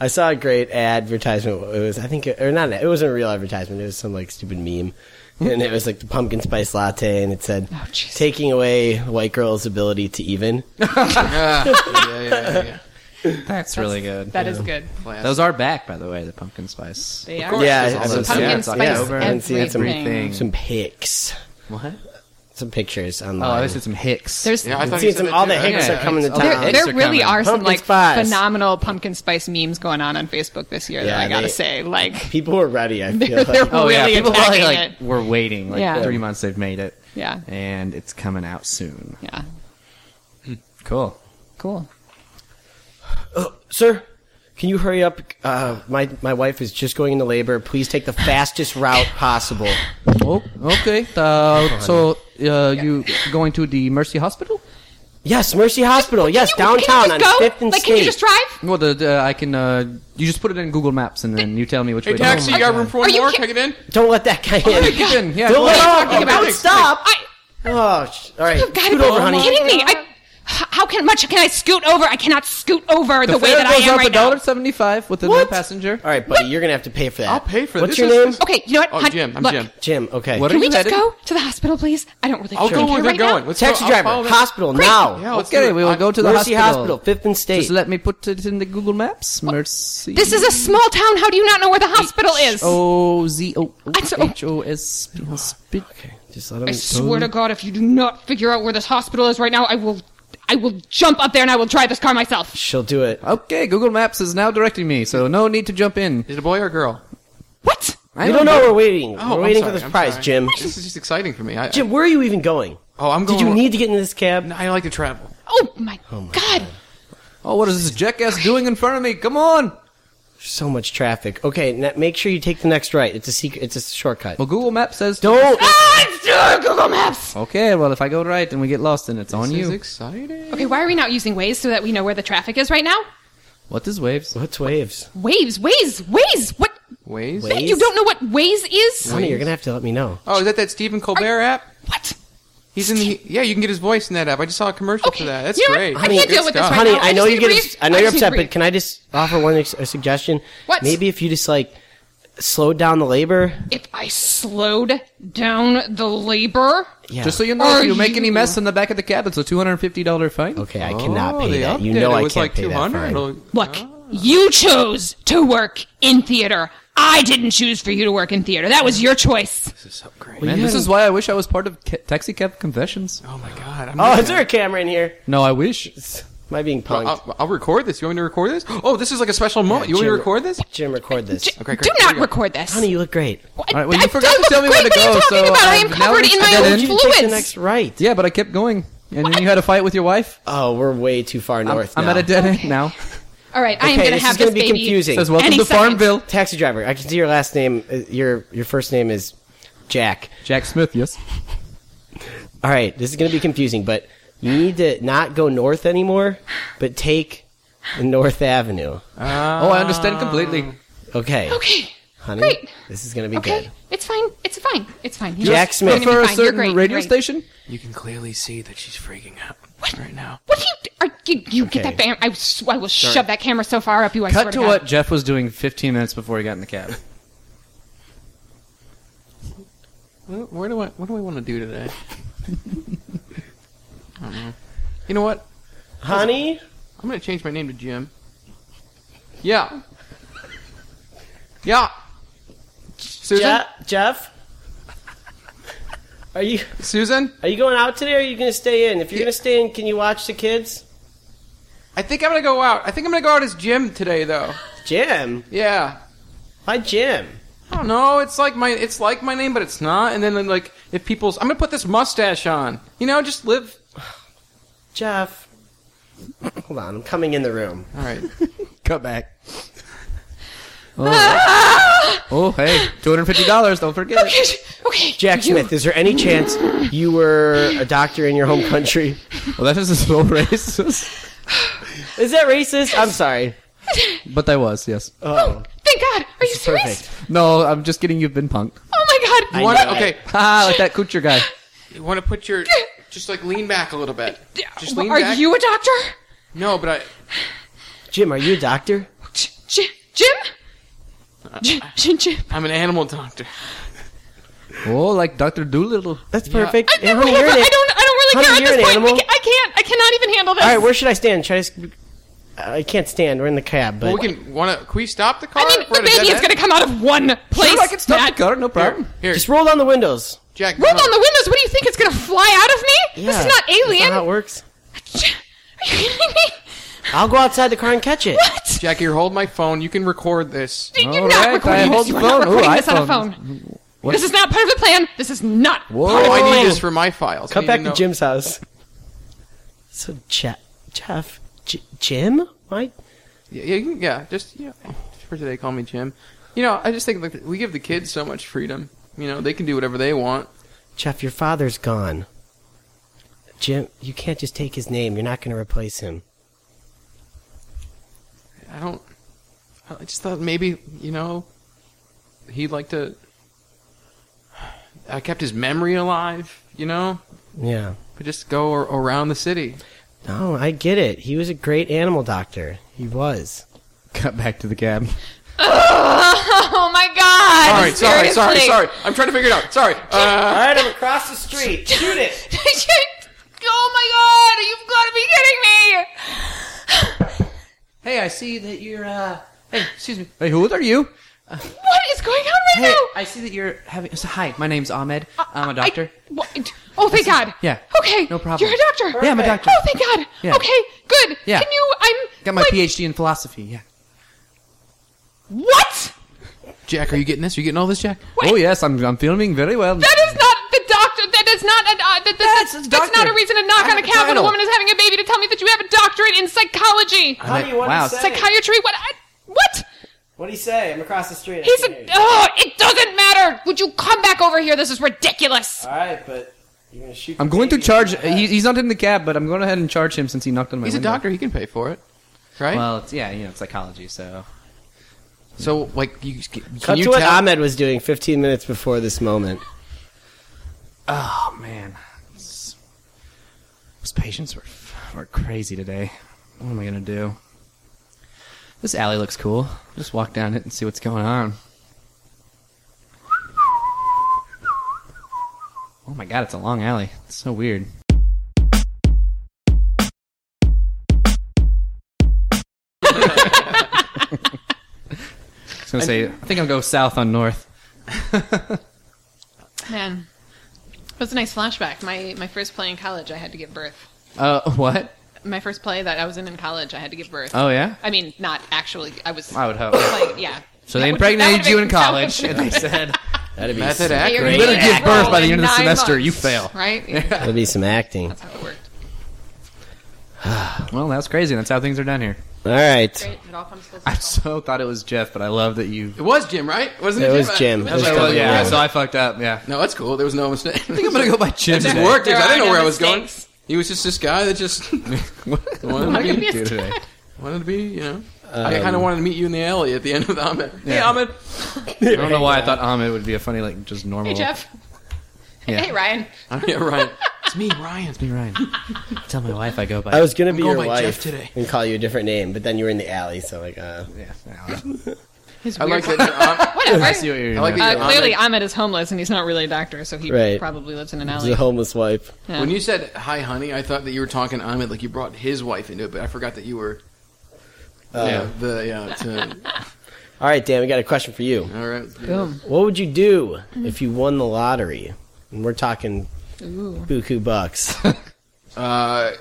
Speaker 3: I saw a great advertisement. It was, I think, or not. It wasn't a real advertisement. It was some like stupid meme, and it was like the pumpkin spice latte, and it said,
Speaker 2: Oh, jeez.
Speaker 3: "Taking away white girls' ability to even."
Speaker 4: Ah, yeah, yeah, yeah, yeah.
Speaker 1: That's really good.
Speaker 2: That is good.
Speaker 4: Classic.
Speaker 1: Those are back, by the way, the pumpkin spice.
Speaker 2: They
Speaker 4: Of
Speaker 2: are.
Speaker 4: course.
Speaker 3: Yeah,
Speaker 4: there's
Speaker 3: I-
Speaker 4: all
Speaker 3: I
Speaker 4: those-
Speaker 3: was-
Speaker 2: Pumpkin
Speaker 3: yeah,
Speaker 2: spice
Speaker 3: yeah, over
Speaker 1: and see
Speaker 2: everything.
Speaker 1: everything.
Speaker 3: some pics,
Speaker 1: What?
Speaker 3: some pictures
Speaker 1: Oh,
Speaker 3: online.
Speaker 1: I said some hicks.
Speaker 2: There's
Speaker 4: Yeah, I thought
Speaker 3: See,
Speaker 4: you said
Speaker 3: some-
Speaker 4: that
Speaker 3: all
Speaker 4: too.
Speaker 3: the hicks
Speaker 4: Yeah,
Speaker 3: are coming
Speaker 4: it's
Speaker 3: to
Speaker 1: all
Speaker 3: town.
Speaker 1: the
Speaker 2: there
Speaker 1: hicks
Speaker 2: really
Speaker 1: coming.
Speaker 2: are some
Speaker 3: Pumpkin
Speaker 2: like
Speaker 3: spice.
Speaker 2: phenomenal pumpkin spice memes going on on Facebook this year
Speaker 3: Yeah,
Speaker 2: that I gotta
Speaker 3: they-
Speaker 2: say, like,
Speaker 3: People were ready. I feel
Speaker 2: they're,
Speaker 3: like.
Speaker 1: Oh yeah,
Speaker 2: really
Speaker 1: people probably
Speaker 2: attacking
Speaker 1: like
Speaker 2: it.
Speaker 1: were waiting like
Speaker 2: Yeah.
Speaker 1: three months. They've made it,
Speaker 2: Yeah,
Speaker 1: and it's coming out soon.
Speaker 2: yeah,
Speaker 1: Cool.
Speaker 2: cool.
Speaker 3: sir can you hurry up uh, my, my wife is just going into labor please take the fastest route possible
Speaker 1: Oh, okay. Uh, so uh, you going to the Mercy Hospital?
Speaker 3: yes mercy hospital yes
Speaker 2: Can you-
Speaker 3: downtown
Speaker 2: can you just
Speaker 3: on
Speaker 2: go?
Speaker 3: fifth and
Speaker 2: like,
Speaker 3: state
Speaker 2: can you just drive?
Speaker 1: Well, the, the I can. Uh, you just put it in Google Maps, and then you tell me which
Speaker 4: Hey,
Speaker 1: way.
Speaker 4: taxi, you got room for
Speaker 2: Are
Speaker 4: one
Speaker 2: you
Speaker 4: more?
Speaker 2: ki-
Speaker 4: Can I get in?
Speaker 3: don't let that guy in
Speaker 1: to go. In. Yeah.
Speaker 3: don't
Speaker 1: go
Speaker 3: let
Speaker 1: in.
Speaker 3: him in.
Speaker 4: about?
Speaker 3: don't stop
Speaker 2: I
Speaker 3: oh sh- all right
Speaker 2: you've got to
Speaker 3: scoot
Speaker 2: be
Speaker 3: over honey
Speaker 2: kidding me. I, how can much can I scoot over? I cannot scoot over the, way
Speaker 1: fare
Speaker 2: that I
Speaker 1: goes
Speaker 2: am
Speaker 1: up
Speaker 2: right now.
Speaker 1: $1.75 with a no
Speaker 3: What?
Speaker 1: passenger.
Speaker 3: all right buddy you're gonna have to pay for that
Speaker 4: I'll pay for
Speaker 3: what's
Speaker 4: this.
Speaker 3: your name
Speaker 4: This is-
Speaker 2: Okay, you know what?
Speaker 4: Oh,
Speaker 2: hon,
Speaker 4: Jim, I'm
Speaker 2: look,
Speaker 4: Jim.
Speaker 3: jim okay
Speaker 1: What are
Speaker 2: Can we
Speaker 1: you
Speaker 2: just
Speaker 1: headed?
Speaker 2: go to the hospital, please? I don't really.
Speaker 4: I'll
Speaker 2: care
Speaker 4: go where they're
Speaker 2: right now.
Speaker 4: going. Let's
Speaker 3: taxi
Speaker 4: go. I'll follow
Speaker 3: driver
Speaker 4: them.
Speaker 3: hospital
Speaker 2: Great.
Speaker 3: now
Speaker 4: Yeah, let's do
Speaker 1: Okay,
Speaker 4: it.
Speaker 1: we will
Speaker 4: I-
Speaker 1: go to the
Speaker 3: mercy hospital.
Speaker 1: hospital.
Speaker 3: fifth and state
Speaker 1: Just let me put it in the Google Maps. Mercy.
Speaker 2: This is a small town. How do you not know where the hospital is?
Speaker 1: O Z O
Speaker 2: I'm so-
Speaker 1: H O S P- hospital.
Speaker 3: okay just let him
Speaker 2: I swear to God, if you do not figure out where this hospital is right now, I will, I will jump up there and I will drive this car myself.
Speaker 3: she'll do it
Speaker 1: Okay, Google Maps is now directing me, so no need to jump in.
Speaker 4: Is it a boy or a girl?
Speaker 2: What?
Speaker 1: I
Speaker 3: we don't know we're waiting
Speaker 4: Oh,
Speaker 3: we're
Speaker 4: I'm
Speaker 3: waiting for
Speaker 4: sorry,
Speaker 3: this
Speaker 4: I'm
Speaker 3: prize
Speaker 4: sorry.
Speaker 3: jim
Speaker 4: This is just exciting for me. I,
Speaker 3: jim where are you even going
Speaker 4: oh, I'm going.
Speaker 3: did you need to get in this cab
Speaker 4: I like to travel.
Speaker 2: Oh my, God!
Speaker 1: Oh, what is this jackass doing in front of me? Come on!
Speaker 3: So much traffic. Okay, na make sure you take the next right. It's a secret. It's a shortcut.
Speaker 1: Well, Google Maps says
Speaker 3: Don't.
Speaker 2: Ah, it's uh, Google Maps.
Speaker 1: Okay, well, if I go right and we get lost, then it's on
Speaker 4: This is
Speaker 1: you.
Speaker 4: exciting.
Speaker 2: Okay, why are we not using Waze so that we know where the traffic is right now?
Speaker 1: What is waves?
Speaker 3: What's waves?
Speaker 2: Waves, Waze, Waze. What?
Speaker 4: Ways.
Speaker 3: Waze?
Speaker 2: You don't know what Waze is?
Speaker 3: Honey, you're gonna have to let me know.
Speaker 4: Oh, is that that Stephen Colbert app?
Speaker 2: What?
Speaker 4: He's in the yeah. You can get his voice in that app. I just saw a commercial for that. That's
Speaker 2: you know what?
Speaker 4: great.
Speaker 2: I can't
Speaker 4: Good
Speaker 2: deal with this
Speaker 4: stuff.
Speaker 2: right
Speaker 3: Honey,
Speaker 2: now, I
Speaker 3: I know
Speaker 2: just need
Speaker 3: you
Speaker 2: to
Speaker 3: get.
Speaker 2: breathe.
Speaker 3: I know
Speaker 2: I
Speaker 3: you're
Speaker 2: just need to
Speaker 3: upset,
Speaker 2: breathe.
Speaker 3: but can I just offer one ex- a suggestion?
Speaker 2: What?
Speaker 3: Maybe if you just like slowed down the labor.
Speaker 2: If I slowed down the labor,
Speaker 3: Yeah.
Speaker 1: Just so you know,
Speaker 2: Are
Speaker 1: if you make any
Speaker 2: you-
Speaker 1: mess in the back of the cab, it's a two hundred and fifty dollar fine.
Speaker 3: Okay, I cannot
Speaker 4: Oh,
Speaker 3: pay
Speaker 4: they
Speaker 3: that. You
Speaker 4: upped it.
Speaker 3: know
Speaker 4: It
Speaker 3: I
Speaker 4: was
Speaker 3: can't
Speaker 4: like
Speaker 3: pay that
Speaker 4: 200.
Speaker 3: fine.
Speaker 2: look, you chose to work in theater. I didn't choose for you to work in theater. That was your choice.
Speaker 4: This is so great.
Speaker 1: Man, this is why I wish I was part of ca- Taxi Cab Confessions.
Speaker 4: Oh my god. I'm
Speaker 3: Oh,
Speaker 4: gonna-
Speaker 3: is there a camera in here?
Speaker 1: No, I wish.
Speaker 3: Am I being punked?
Speaker 4: I'll, I'll record this. You want me to record this? Oh, this is like a special moment. Uh, You want me to
Speaker 3: Jim-
Speaker 4: record this?
Speaker 3: Jim, record this.
Speaker 2: J-
Speaker 4: Okay, great.
Speaker 2: Do
Speaker 4: Here we
Speaker 2: not
Speaker 4: go.
Speaker 2: record this.
Speaker 3: Honey, you look great.
Speaker 1: All right, well, you forgot to tell me where to
Speaker 2: What are
Speaker 1: go,
Speaker 2: you talking
Speaker 1: so
Speaker 2: about? I
Speaker 1: I've
Speaker 2: am
Speaker 1: now
Speaker 2: covered in my
Speaker 1: decided-
Speaker 2: own
Speaker 1: Did
Speaker 3: You didn't take the
Speaker 2: fluids.
Speaker 3: next right.
Speaker 1: Yeah, but I kept going, and then you had a fight with your wife.
Speaker 3: Oh, we're way too far north.
Speaker 1: I'm
Speaker 3: now.
Speaker 1: at a dead end now.
Speaker 2: All right, I am
Speaker 3: Okay,
Speaker 2: going to
Speaker 3: this
Speaker 2: have
Speaker 3: is gonna
Speaker 2: this
Speaker 3: be
Speaker 2: baby.
Speaker 3: confusing.
Speaker 1: It says welcome
Speaker 2: Any
Speaker 1: to
Speaker 2: second.
Speaker 1: Farmville.
Speaker 3: Taxi driver. I can see your last name. uh, Your your first name is Jack.
Speaker 1: Jack Smith, yes.
Speaker 3: All right, this is going to be confusing, but you need to not go north anymore, but take North Avenue.
Speaker 1: oh, I understand completely.
Speaker 3: Okay,
Speaker 2: Okay,
Speaker 3: honey,
Speaker 2: great.
Speaker 3: this is going to be
Speaker 2: okay,
Speaker 3: good.
Speaker 2: it's fine. It's fine. It's fine. You
Speaker 3: Jack
Speaker 2: know, it's
Speaker 3: Smith.
Speaker 1: For
Speaker 2: gonna be
Speaker 1: a
Speaker 2: fine. You're
Speaker 1: certain
Speaker 2: great.
Speaker 1: radio
Speaker 2: You're great.
Speaker 1: station.
Speaker 4: You can clearly see that she's freaking out right now.
Speaker 2: What do you? Are, you you get
Speaker 3: Okay.
Speaker 2: that camera? I, sw- I will shove that camera so far up you. I swear
Speaker 1: Cut to
Speaker 2: God.
Speaker 1: what Jeff was doing 15 minutes before he got in the cab.
Speaker 4: Where, where do I? What do I want to do today? I don't know. You know what?
Speaker 3: Honey,
Speaker 4: I'm gonna change my name to Jim. Yeah. Yeah. Susan.
Speaker 3: Je- Jeff, are you
Speaker 4: Susan.
Speaker 3: are you going out today? or Are you going to stay in? If you're going to stay in, can you watch the kids?
Speaker 4: I think I'm gonna go out. I think I'm gonna go out as Jim today, though.
Speaker 3: Jim,
Speaker 4: Yeah.
Speaker 3: hi Jim.
Speaker 4: I don't know. It's like my it's like my name, but it's not. And then like if people's, I'm gonna put this mustache on. You know, just live.
Speaker 3: Jeff, hold on, I'm coming in the room.
Speaker 4: All right.
Speaker 1: Cut back. Oh, oh hey, two hundred fifty dollars. Don't forget.
Speaker 2: Okay, okay.
Speaker 3: Jack
Speaker 2: you-
Speaker 3: Smith, is there any chance you were a doctor in your home country?
Speaker 1: Well, that is so racist.
Speaker 3: Is that racist? I'm sorry.
Speaker 1: But I was, yes.
Speaker 3: Oh,
Speaker 2: Thank God. Are you serious?
Speaker 3: perfect.
Speaker 1: No, I'm just kidding. You've been punked.
Speaker 2: Oh my God.
Speaker 4: You wanna,
Speaker 3: know it.
Speaker 4: okay,
Speaker 1: Ah, like that Kucher guy.
Speaker 4: you want to put your just like lean back a little bit. Just lean
Speaker 2: Are
Speaker 4: back.
Speaker 2: you a doctor?
Speaker 4: No, but I.
Speaker 3: Jim, are you a doctor?
Speaker 2: J- J- Jim? J- Jim? Jim?
Speaker 4: I'm an animal doctor.
Speaker 1: Oh, like Doctor Doolittle.
Speaker 3: That's perfect.
Speaker 2: I've
Speaker 3: Yeah,
Speaker 2: never
Speaker 3: honey,
Speaker 2: had
Speaker 3: you're
Speaker 2: I
Speaker 3: an
Speaker 2: don't.
Speaker 3: a-
Speaker 2: I don't really
Speaker 3: Honey,
Speaker 2: care at
Speaker 3: you're
Speaker 2: this
Speaker 3: an
Speaker 2: point.
Speaker 3: animal.
Speaker 2: We ca- I can't. I cannot even handle this.
Speaker 3: All right, where should I stand? Should I? Just, I can't stand. We're in the cab, but
Speaker 4: Well, we can. Want to? Can we stop the car?
Speaker 2: I mean,
Speaker 4: if
Speaker 2: the
Speaker 4: we're at a dead
Speaker 2: baby is
Speaker 4: end?
Speaker 2: going to come out of one place.
Speaker 1: Sure, I can stop
Speaker 2: Matt.
Speaker 1: the car, no problem.
Speaker 4: Here,
Speaker 3: just roll down the windows.
Speaker 4: Jack.
Speaker 2: Roll
Speaker 4: come
Speaker 2: down the windows. What do you think? It's going to fly out of me? This is not
Speaker 3: that's
Speaker 2: alien.
Speaker 3: how it works.
Speaker 2: Are you kidding me?
Speaker 3: I'll go outside the car and catch it.
Speaker 2: What?
Speaker 4: Jack, here, hold my phone. You can record this.
Speaker 2: You're
Speaker 1: All
Speaker 2: not
Speaker 1: right, I
Speaker 2: recording
Speaker 1: hold
Speaker 2: this.
Speaker 1: the
Speaker 2: You're not
Speaker 1: phone. Ooh,
Speaker 2: recording this on a
Speaker 1: iPhone.
Speaker 2: phone. This is not part of the plan. This is not part
Speaker 4: Oh,
Speaker 2: of the
Speaker 4: I need
Speaker 2: plan.
Speaker 4: this for my files. I
Speaker 3: Come
Speaker 4: need
Speaker 3: back
Speaker 4: know-
Speaker 3: to Jim's house. So Jeff, Jeff, J- Jim, why?
Speaker 4: Yeah, yeah, you can- yeah, just yeah. For today, call me Jim. You know, I just think like we give the kids so much freedom. You know, they can do whatever they want.
Speaker 3: Jeff, your father's gone. Jim, you can't just take his name. You're not going to replace him.
Speaker 4: I don't. I just thought maybe you know, he'd like to. I kept his memory alive. You know,
Speaker 3: Yeah.
Speaker 4: but just go ar- around the city.
Speaker 3: No, I get it. He was a great animal doctor. He was.
Speaker 1: Cut back to the cab.
Speaker 2: Oh my God.
Speaker 4: All right, sorry, sorry,
Speaker 2: seriously.
Speaker 4: sorry. I'm trying to figure it out. Sorry. Uh,
Speaker 3: All right, I'm across the street. Shoot it.
Speaker 2: oh my God. You've got to be kidding me.
Speaker 1: Hey, I see that you're. uh... Hey, excuse me. Hey, who are you?
Speaker 2: What is going on right
Speaker 1: Hey,
Speaker 2: now?
Speaker 1: I see that you're having. So, hi, my name's Ahmed. I'm a doctor.
Speaker 2: Uh, I- what? Oh, thank God.
Speaker 1: yeah.
Speaker 2: Okay.
Speaker 1: No problem.
Speaker 2: You're a doctor.
Speaker 1: Yeah, I'm a doctor.
Speaker 2: Oh, thank God.
Speaker 1: Yeah.
Speaker 2: Okay. Good.
Speaker 1: Yeah.
Speaker 2: Can you? I'm.
Speaker 1: Got my
Speaker 2: like,
Speaker 1: PhD in philosophy. Yeah.
Speaker 2: What?
Speaker 4: Jack, are you getting this? Are you getting all this, Jack?
Speaker 2: Wait.
Speaker 1: Oh yes, I'm I'm feeling very well.
Speaker 2: That is not the doctor. That is not a. Uh, that, that's,
Speaker 1: That's a
Speaker 2: that's
Speaker 1: doctor.
Speaker 2: not a reason to knock
Speaker 1: I
Speaker 2: on a
Speaker 1: have a
Speaker 2: cab when a
Speaker 1: title.
Speaker 2: woman is having a baby to tell me that you have a doctorate in psychology,
Speaker 3: How do you want
Speaker 1: Wow.
Speaker 3: to say?
Speaker 2: psychiatry. What? I, what?
Speaker 3: what do you say? I'm across the street. I
Speaker 2: He's
Speaker 3: can't
Speaker 2: a.
Speaker 3: hear you.
Speaker 2: Oh, it doesn't matter. Would you come back over here? This is ridiculous.
Speaker 3: All right, but you're going to shoot.
Speaker 1: I'm
Speaker 3: the
Speaker 1: going to
Speaker 3: baby.
Speaker 1: charge. He, he's not in the cab, but I'm going ahead and charge him since he knocked on my.
Speaker 4: He's a
Speaker 1: window.
Speaker 4: doctor. He can pay for it, right?
Speaker 1: Well, it's, yeah, you know, psychology. So
Speaker 4: so, like, you can
Speaker 3: Cut
Speaker 4: you
Speaker 3: to what
Speaker 4: tell?
Speaker 3: Ahmed was doing 15 minutes before this moment.
Speaker 1: Oh man, It's- those patients were were crazy today. What am I gonna do? This alley looks cool. Just walk down it and see what's going on. Oh my god, it's a long alley. It's so weird. I was gonna say, I think I'll go south on north.
Speaker 2: Man, that was a nice flashback. My my first play in college, I had to give birth.
Speaker 1: Uh, what?
Speaker 2: My first play that I was in in college, I had to give birth.
Speaker 1: Oh yeah.
Speaker 2: I mean, not actually. I was
Speaker 1: I would hope.
Speaker 2: playing. Yeah.
Speaker 1: So
Speaker 2: That
Speaker 1: they
Speaker 2: would- that
Speaker 1: impregnated
Speaker 2: would've
Speaker 1: you
Speaker 2: been
Speaker 1: in college,
Speaker 2: so-
Speaker 1: and they said,
Speaker 3: That'd be
Speaker 4: Method
Speaker 3: some,
Speaker 2: Hey,
Speaker 4: actor.
Speaker 2: you're
Speaker 1: You
Speaker 2: gonna
Speaker 1: better give
Speaker 2: get rolled
Speaker 1: birth by the
Speaker 2: in
Speaker 1: end of the
Speaker 2: nine
Speaker 1: semester,
Speaker 2: months,
Speaker 1: you fail.
Speaker 2: Right? Yeah.
Speaker 3: that'd be some acting.
Speaker 2: That's how it worked.
Speaker 1: "Well, that's crazy. That's how things are done here."
Speaker 3: All right.
Speaker 2: Great. It all comes full
Speaker 1: I
Speaker 2: circle.
Speaker 1: so thought it was Jeff, but I love that you.
Speaker 4: It was Jim, right? Wasn't it?
Speaker 3: It was Jim.
Speaker 4: That's
Speaker 3: It was
Speaker 4: what I was-
Speaker 3: Jim.
Speaker 4: yeah.
Speaker 1: yeah,
Speaker 3: Yeah.
Speaker 1: so I fucked up. Yeah,
Speaker 4: No, that's cool. There was no mistake.
Speaker 1: I
Speaker 4: I
Speaker 1: think I'm gonna go by Jim.
Speaker 4: It
Speaker 1: today.
Speaker 4: worked.
Speaker 2: There
Speaker 4: I
Speaker 2: are
Speaker 4: didn't know
Speaker 2: no
Speaker 4: where I was going.
Speaker 2: mistakes.
Speaker 4: He was just this guy that just
Speaker 1: what
Speaker 4: am
Speaker 1: am
Speaker 4: I
Speaker 1: I
Speaker 4: gonna
Speaker 1: gonna
Speaker 2: be
Speaker 1: do
Speaker 2: a
Speaker 1: today?
Speaker 4: wanted to be, you know. I kind of wanted to meet you in the alley at the end of the Ahmed. Hey,
Speaker 1: Yeah.
Speaker 4: Ahmed.
Speaker 1: I don't know why I thought Ahmed would be a funny, like, just normal.
Speaker 2: Hey, Jeff.
Speaker 1: Yeah.
Speaker 2: Hey, Ryan.
Speaker 4: Oh, yeah, Ryan. It's me, Ryan.
Speaker 1: It's me, Ryan. Tell my wife I go by.
Speaker 3: I was gonna be
Speaker 4: going
Speaker 3: your
Speaker 4: by Jeff
Speaker 3: wife
Speaker 4: today.
Speaker 3: and call you a different name, but then you were in the alley, so like, uh,
Speaker 1: Yeah, I
Speaker 2: His
Speaker 4: I
Speaker 2: weird
Speaker 4: like that. Your Ahmed,
Speaker 2: Whatever.
Speaker 1: see what you're
Speaker 4: I like
Speaker 1: doing.
Speaker 4: that
Speaker 2: Uh,
Speaker 4: your
Speaker 2: clearly, Ahmed is homeless and he's not really a doctor, so he
Speaker 3: Right.
Speaker 2: probably lives in an
Speaker 3: she's a
Speaker 2: alley.
Speaker 3: homeless wife.
Speaker 2: Yeah.
Speaker 4: When you said "Hi, honey," I thought that you were talking Ahmed like you brought his wife into it, but I forgot that you were. yeah. The yeah. To,
Speaker 3: All right, Dan, we got a question for you.
Speaker 4: all right.
Speaker 2: Boom.
Speaker 3: What would you do if you won the lottery? And we're talking
Speaker 2: Ooh.
Speaker 3: buku bucks,
Speaker 4: Uh,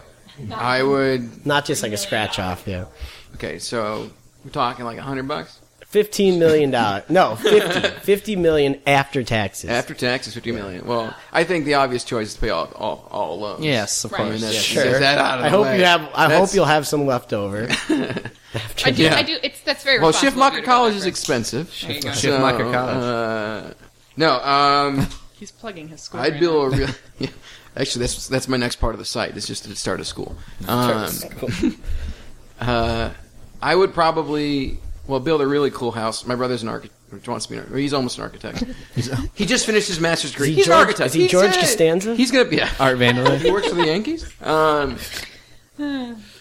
Speaker 4: I would.
Speaker 3: not just like a scratch off. Yeah,
Speaker 4: Okay, so we're talking like a hundred bucks
Speaker 3: fifteen million dollars. No, 50, 50 million after taxes.
Speaker 4: after taxes, fifty million. Well, I think the obvious choice is to pay all all, all loans.
Speaker 1: Yes, of
Speaker 2: Right.
Speaker 1: course.
Speaker 4: that's-
Speaker 1: Yeah.
Speaker 4: Get that out of
Speaker 3: I
Speaker 4: the
Speaker 3: hope
Speaker 4: way.
Speaker 3: you have. I
Speaker 4: That's-
Speaker 3: hope you'll have some left over.
Speaker 2: I do.
Speaker 4: Yeah.
Speaker 2: I do. It's that's very.
Speaker 4: Well,
Speaker 2: responsible of you
Speaker 4: Schiffmacher
Speaker 2: to go
Speaker 4: College
Speaker 2: back,
Speaker 4: is
Speaker 2: Ryan.
Speaker 4: expensive.
Speaker 2: There you go.
Speaker 1: Schiff- Schiffmacher
Speaker 4: So,
Speaker 1: College.
Speaker 4: Uh, no, um,
Speaker 2: He's plugging his school.
Speaker 4: I'd
Speaker 2: right
Speaker 4: build
Speaker 2: now.
Speaker 4: a real. Yeah, actually, that's that's my next part of the site. It's just to start a school. Um, Uh, I would probably well build a really cool house. My brother's an architect. Wants to be an architect. He's almost an architect. he just finished his master's degree.
Speaker 3: he
Speaker 4: he's
Speaker 3: George-
Speaker 4: an architect.
Speaker 3: is he
Speaker 4: He's
Speaker 3: George
Speaker 4: it.
Speaker 3: Costanza?
Speaker 4: He's gonna be. Yeah. Uh,
Speaker 1: Art vandalism.
Speaker 4: he works for the Yankees. Um,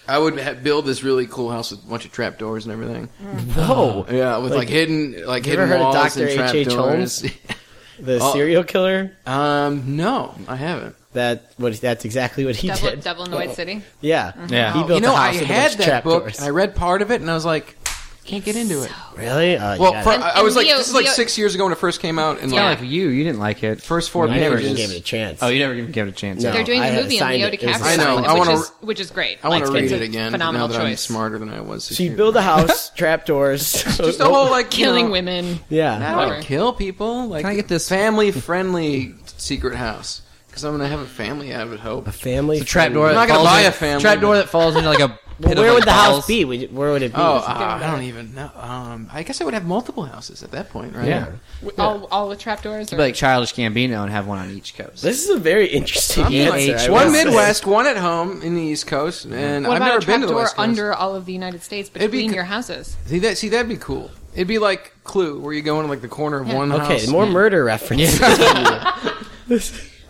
Speaker 4: I would ha- build this really cool house with a bunch of trapdoors and everything.
Speaker 3: Whoa,
Speaker 4: Yeah, with like,
Speaker 3: Like-
Speaker 4: hidden, like
Speaker 3: You ever
Speaker 4: hidden
Speaker 3: heard of
Speaker 4: walls
Speaker 3: Dr.
Speaker 4: and
Speaker 3: H.H.
Speaker 4: trapdoors.
Speaker 3: the
Speaker 4: Oh.
Speaker 3: serial killer.
Speaker 4: um, no, I haven't.
Speaker 3: That what? That's exactly what he
Speaker 2: Devil,
Speaker 3: did.
Speaker 2: Devil in the White City.
Speaker 3: Yeah,
Speaker 1: Yeah.
Speaker 3: He
Speaker 1: Oh,
Speaker 3: built
Speaker 4: you know,
Speaker 3: a house
Speaker 4: I
Speaker 3: with a
Speaker 4: had
Speaker 3: bunch of
Speaker 4: that book.
Speaker 3: trapdoors.
Speaker 4: And I read part of it, and I was like, can't get into it.
Speaker 3: Really? Uh, you
Speaker 4: Well,
Speaker 3: gotta-
Speaker 4: for,
Speaker 2: And-
Speaker 4: I I was
Speaker 2: and
Speaker 4: like,
Speaker 2: Leo-
Speaker 4: this is like
Speaker 2: Leo-
Speaker 4: six years ago when it first came out, and
Speaker 1: Yeah,
Speaker 4: like
Speaker 1: like you, you didn't like it.
Speaker 4: first four
Speaker 3: I never
Speaker 4: pages.
Speaker 3: even gave it a chance.
Speaker 1: Oh, you never even gave it a chance.
Speaker 3: No.
Speaker 2: They're doing
Speaker 3: I
Speaker 2: a
Speaker 3: had
Speaker 2: movie
Speaker 3: it
Speaker 2: on Leo
Speaker 3: signed. It was
Speaker 2: DiCaprio,
Speaker 4: signed. I know. I
Speaker 2: which,
Speaker 4: wanna-
Speaker 2: is, which is great.
Speaker 4: I want to
Speaker 2: Like,
Speaker 4: read
Speaker 2: it's
Speaker 4: it
Speaker 2: a
Speaker 4: again.
Speaker 2: Phenomenal
Speaker 4: now that I'm
Speaker 2: choice.
Speaker 4: smarter than I was. six
Speaker 3: So you
Speaker 4: years
Speaker 3: build Oh. a
Speaker 4: ago.
Speaker 3: house, trapdoors.
Speaker 4: just a whole like you
Speaker 2: Killing
Speaker 4: know,
Speaker 2: women.
Speaker 4: I
Speaker 3: Yeah.
Speaker 4: don't
Speaker 2: Whatever.
Speaker 4: kill people. Like,
Speaker 1: Can I get this-
Speaker 4: family friendly secret house? Because I'm gonna have a family. I would hope.
Speaker 3: A family.
Speaker 1: It's a trapdoor.
Speaker 4: I'm
Speaker 1: that
Speaker 4: not gonna
Speaker 1: falls
Speaker 4: buy
Speaker 1: in-
Speaker 4: a family,
Speaker 1: Trapdoor
Speaker 4: but-
Speaker 1: that falls into like a pit
Speaker 3: Well,
Speaker 1: of,
Speaker 3: where
Speaker 1: like,
Speaker 3: would the
Speaker 1: balls.
Speaker 3: house be? Would you- Where would it be?
Speaker 4: Oh,
Speaker 3: Is it-
Speaker 4: uh, I don't even know. Um, I guess I would have multiple houses at that point, right?
Speaker 1: Yeah.
Speaker 2: All, all with trapdoors.
Speaker 1: It'd
Speaker 2: Or,
Speaker 1: be like childish Gambino and have one on each coast.
Speaker 3: this is a very interesting
Speaker 4: I'm
Speaker 1: Yeah,
Speaker 3: answer.
Speaker 4: like,
Speaker 1: H-
Speaker 3: I
Speaker 4: one
Speaker 3: will say.
Speaker 4: Midwest, one at home in the East Coast, and
Speaker 2: what
Speaker 4: I've
Speaker 2: about
Speaker 4: never
Speaker 2: a
Speaker 4: been to the
Speaker 2: trapdoor
Speaker 4: West Coast.
Speaker 2: under all of the United States
Speaker 4: It'd be
Speaker 2: between
Speaker 4: co-
Speaker 2: your houses?
Speaker 4: See that? See that'd be cool. It'd be like Clue, where you go into like the corner of
Speaker 2: Yeah.
Speaker 4: one
Speaker 3: Okay,
Speaker 4: house.
Speaker 3: more murder references.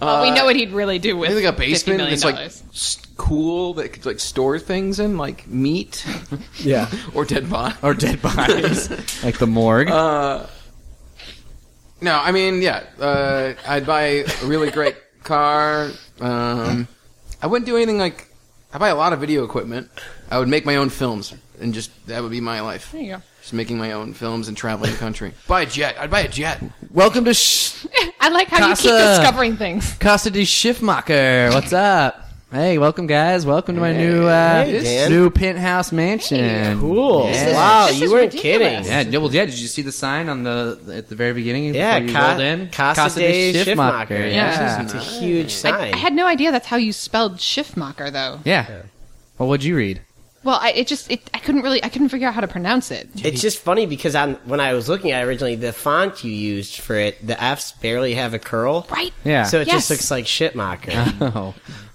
Speaker 2: well, we know what he'd really do with
Speaker 4: I think Uh, a
Speaker 2: $50
Speaker 4: basement
Speaker 2: million.
Speaker 4: that's like s- cool that could like store things in, like meat
Speaker 3: yeah.
Speaker 4: or dead body.
Speaker 1: or dead bodies, like the morgue.
Speaker 4: Uh, No, I mean, yeah, uh, I'd buy a really great car. Um, I wouldn't do anything like I buy a lot of video equipment. I would make my own films, and just that would be my life.
Speaker 2: there you go.
Speaker 4: Just making my own films and traveling the country. buy a jet. I'd buy a jet.
Speaker 1: Welcome to Sh-
Speaker 2: I like how you keep
Speaker 1: Casa.
Speaker 2: discovering things.
Speaker 1: Costa de Schiffmacher. What's up? Hey, welcome guys. Welcome to my new uh,
Speaker 3: Hey, Dan.
Speaker 1: new penthouse mansion.
Speaker 3: Cool.
Speaker 1: Yeah.
Speaker 3: Wow,
Speaker 2: this
Speaker 3: you
Speaker 2: is
Speaker 3: weren't
Speaker 2: ridiculous.
Speaker 3: kidding.
Speaker 1: Yeah, yeah, well, yeah. Did you see the sign on the at the very beginning?
Speaker 3: Yeah,
Speaker 1: before you
Speaker 3: Ca-
Speaker 1: rolled in?
Speaker 3: Casa de Schiffmacher.
Speaker 1: Yeah,
Speaker 3: It's a huge
Speaker 2: I,
Speaker 3: sign.
Speaker 2: I had no idea that's how you spelled Schiffmacher, though.
Speaker 1: yeah. Well, what'd you read?
Speaker 2: Well, I, it just it, I couldn't really I couldn't figure out how to pronounce it.
Speaker 3: It's just funny because on, when I was looking at it originally, the font you used for it, the F's barely have a curl.
Speaker 2: Right?
Speaker 1: Yeah.
Speaker 3: So it
Speaker 2: Yes.
Speaker 3: just looks like shitmocker.
Speaker 1: Oh,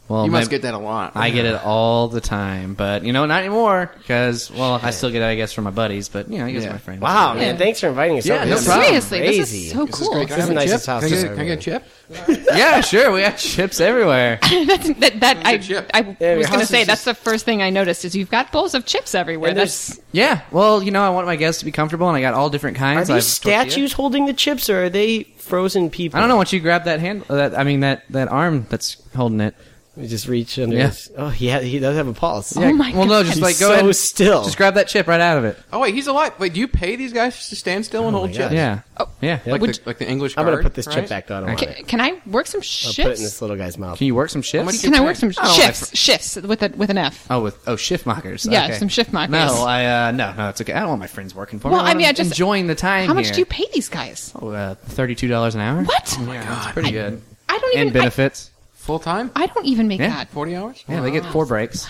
Speaker 1: well,
Speaker 4: You
Speaker 1: my-
Speaker 4: must get that a lot.
Speaker 1: I get it all the time, but you know, not anymore because well, I still get it, I guess, from my buddies. But you know, you guys
Speaker 4: Yeah.
Speaker 1: are my friends.
Speaker 3: wow,
Speaker 2: Yeah.
Speaker 3: man. Thanks for inviting us.
Speaker 1: Yeah,
Speaker 3: over.
Speaker 1: no
Speaker 3: This is
Speaker 1: problem.
Speaker 2: Seriously, this
Speaker 3: crazy.
Speaker 2: is so
Speaker 4: This is
Speaker 2: cool.
Speaker 4: great. Can I
Speaker 3: This is
Speaker 4: have a
Speaker 3: the
Speaker 4: chip?
Speaker 3: nicest house
Speaker 4: Can I get-
Speaker 3: I've
Speaker 4: can I get a
Speaker 3: ever
Speaker 4: chip?
Speaker 1: yeah, sure, we got chips everywhere.
Speaker 2: That's- that that I,
Speaker 4: Good chip.
Speaker 2: I
Speaker 3: Yeah,
Speaker 2: was
Speaker 3: your
Speaker 2: going to
Speaker 3: house
Speaker 2: say
Speaker 3: is
Speaker 2: that's the first thing I noticed is you've got bowls of chips everywhere.
Speaker 3: And there's-
Speaker 2: That's
Speaker 1: Yeah, well, you know, I want my guests to be comfortable, and I got all different
Speaker 3: Are
Speaker 1: kinds. I
Speaker 3: these
Speaker 1: have tortilla.
Speaker 3: statues holding the chips, or are they frozen people?
Speaker 1: I don't know. Once you grab that hand, uh, that I mean that that arm that's holding it.
Speaker 3: We just reach under.
Speaker 1: Yeah.
Speaker 3: His, oh, he ha- he does have a pulse.
Speaker 2: Oh my
Speaker 1: Well, no,
Speaker 2: God.
Speaker 1: just
Speaker 3: He's
Speaker 1: like go
Speaker 3: so
Speaker 1: ahead. and-
Speaker 3: still.
Speaker 1: Just grab that chip right out of it.
Speaker 4: Oh wait, he's alive. Wait, do you pay these guys to stand still and hold
Speaker 3: my
Speaker 4: chips?
Speaker 3: God.
Speaker 1: Yeah,
Speaker 2: Oh.
Speaker 1: yeah.
Speaker 4: Like,
Speaker 2: Would-
Speaker 4: the, like the English
Speaker 3: I'm
Speaker 4: going
Speaker 3: gonna
Speaker 4: to
Speaker 3: put this chip back though. I don't want
Speaker 2: Can,
Speaker 3: it.
Speaker 2: can I work some
Speaker 3: I'll
Speaker 2: shifts?
Speaker 3: put it in this little guy's mouth.
Speaker 1: can you work some
Speaker 4: much
Speaker 1: shifts?
Speaker 4: do
Speaker 2: Can
Speaker 4: you
Speaker 2: I
Speaker 4: Chips,
Speaker 2: work some
Speaker 1: right? Oh, I
Speaker 2: shifts? shifts with a with an F.
Speaker 1: Oh, with oh shift mockers.
Speaker 2: Yeah,
Speaker 1: okay.
Speaker 2: some shift mockers.
Speaker 1: No, I uh, no, no, it's okay. I don't want my friends working for me.
Speaker 2: Well, I
Speaker 1: want
Speaker 2: mean,
Speaker 1: them
Speaker 2: I just-
Speaker 1: enjoying the time.
Speaker 2: How much
Speaker 1: here.
Speaker 2: do you pay these guys?
Speaker 1: Oh, uh, thirty-two dollars an hour.
Speaker 2: What?
Speaker 1: Yeah, it's pretty good.
Speaker 2: I don't even
Speaker 1: And benefits.
Speaker 4: full time,
Speaker 2: I, I don't even make
Speaker 1: Yeah.
Speaker 2: that.
Speaker 4: forty hours.
Speaker 1: yeah, they get four breaks.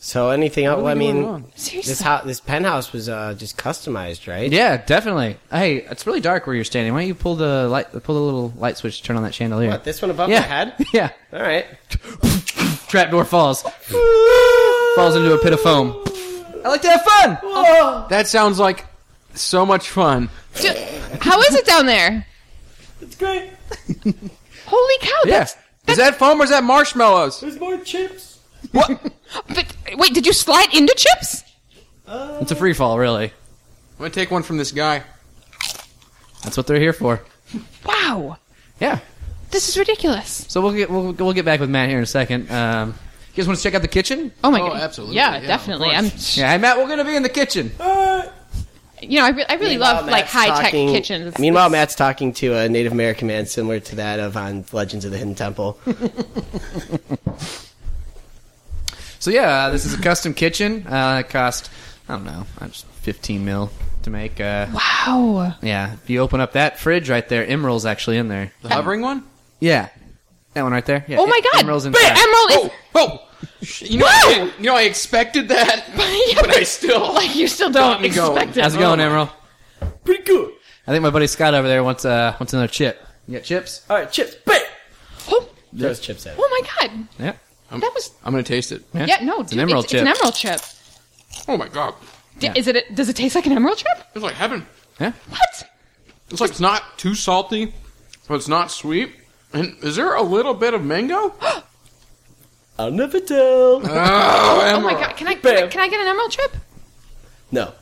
Speaker 3: So anything else?
Speaker 4: What
Speaker 3: Well,
Speaker 4: are
Speaker 3: I
Speaker 4: we doing
Speaker 3: mean,
Speaker 4: wrong?
Speaker 2: Seriously.
Speaker 3: this house, this penthouse was uh, just customized, right?
Speaker 1: Yeah, definitely. Hey, it's really dark where you're standing. Why don't you pull the light, pull the little light switch to turn on that chandelier?
Speaker 3: What, this one above
Speaker 1: yeah,
Speaker 3: my head?
Speaker 1: yeah.
Speaker 3: All right.
Speaker 1: Trapdoor falls, falls into a pit of foam. I like to have fun.
Speaker 4: That sounds like so much fun.
Speaker 2: Do- How is it down there?
Speaker 3: It's great.
Speaker 2: Holy cow!
Speaker 4: Yeah.
Speaker 2: That's,
Speaker 4: Is that foam or is that marshmallows?
Speaker 3: There's more chips.
Speaker 2: but wait, did you slide into chips?
Speaker 1: It's a free fall, really.
Speaker 4: I'm gonna take one from this guy.
Speaker 1: That's what they're here for.
Speaker 2: Wow,
Speaker 1: Yeah.
Speaker 2: this is ridiculous.
Speaker 1: So we'll get we'll, we'll get back with Matt here in a second. Um, you guys want to check out the kitchen?
Speaker 2: Oh my
Speaker 4: Oh,
Speaker 2: god!
Speaker 4: absolutely.
Speaker 2: Yeah,
Speaker 4: Yeah, of
Speaker 2: definitely. I'm.
Speaker 1: Yeah, hey Matt, we're gonna be in the kitchen.
Speaker 2: You know, I, re- I really love like high tech kitchens. It's-
Speaker 3: Meanwhile,
Speaker 2: it's-
Speaker 3: Matt's talking to a Native American man similar to that of on Legends of the Hidden Temple.
Speaker 1: So yeah, uh, this is a custom kitchen. Uh, it cost I don't know, uh, just fifteen mil to make. Uh,
Speaker 2: Wow.
Speaker 1: yeah, if you open up that fridge right there, Emerald's actually in there.
Speaker 4: The hovering one.
Speaker 1: Yeah, that one right there. Yeah,
Speaker 2: Oh my
Speaker 1: E-
Speaker 2: god!
Speaker 1: Emerald's
Speaker 2: but
Speaker 1: inside.
Speaker 2: Emerald is.
Speaker 4: Oh, oh! You know,
Speaker 2: Whoa!
Speaker 4: you know, I expected that,
Speaker 2: Yeah,
Speaker 4: but I still.
Speaker 2: like you still
Speaker 4: Got
Speaker 2: don't
Speaker 4: me going.
Speaker 2: expect it.
Speaker 1: How's it going, Emerald?
Speaker 3: Pretty cool.
Speaker 1: I think my buddy Scott over there wants uh wants another chip. You got chips?
Speaker 3: All right, chips. Bam!
Speaker 2: Oh,
Speaker 3: Those chips out.
Speaker 2: oh my god!
Speaker 1: Yeah.
Speaker 2: That was
Speaker 4: I'm gonna taste it.
Speaker 2: yeah. No, dude,
Speaker 1: an emerald
Speaker 2: it's, it's an
Speaker 1: chip.
Speaker 2: emerald chip.
Speaker 4: Oh my god,
Speaker 2: D-
Speaker 1: Yeah.
Speaker 2: Is it? A, does it taste like an emerald chip?
Speaker 4: it's like heaven.
Speaker 1: Yeah.
Speaker 2: What?
Speaker 4: It's like it's not too salty, but it's not sweet. And is there a little bit of mango?
Speaker 3: I'll never tell.
Speaker 2: Oh my god! Can I can, I
Speaker 3: Bam.
Speaker 2: can I get an emerald chip?
Speaker 3: no.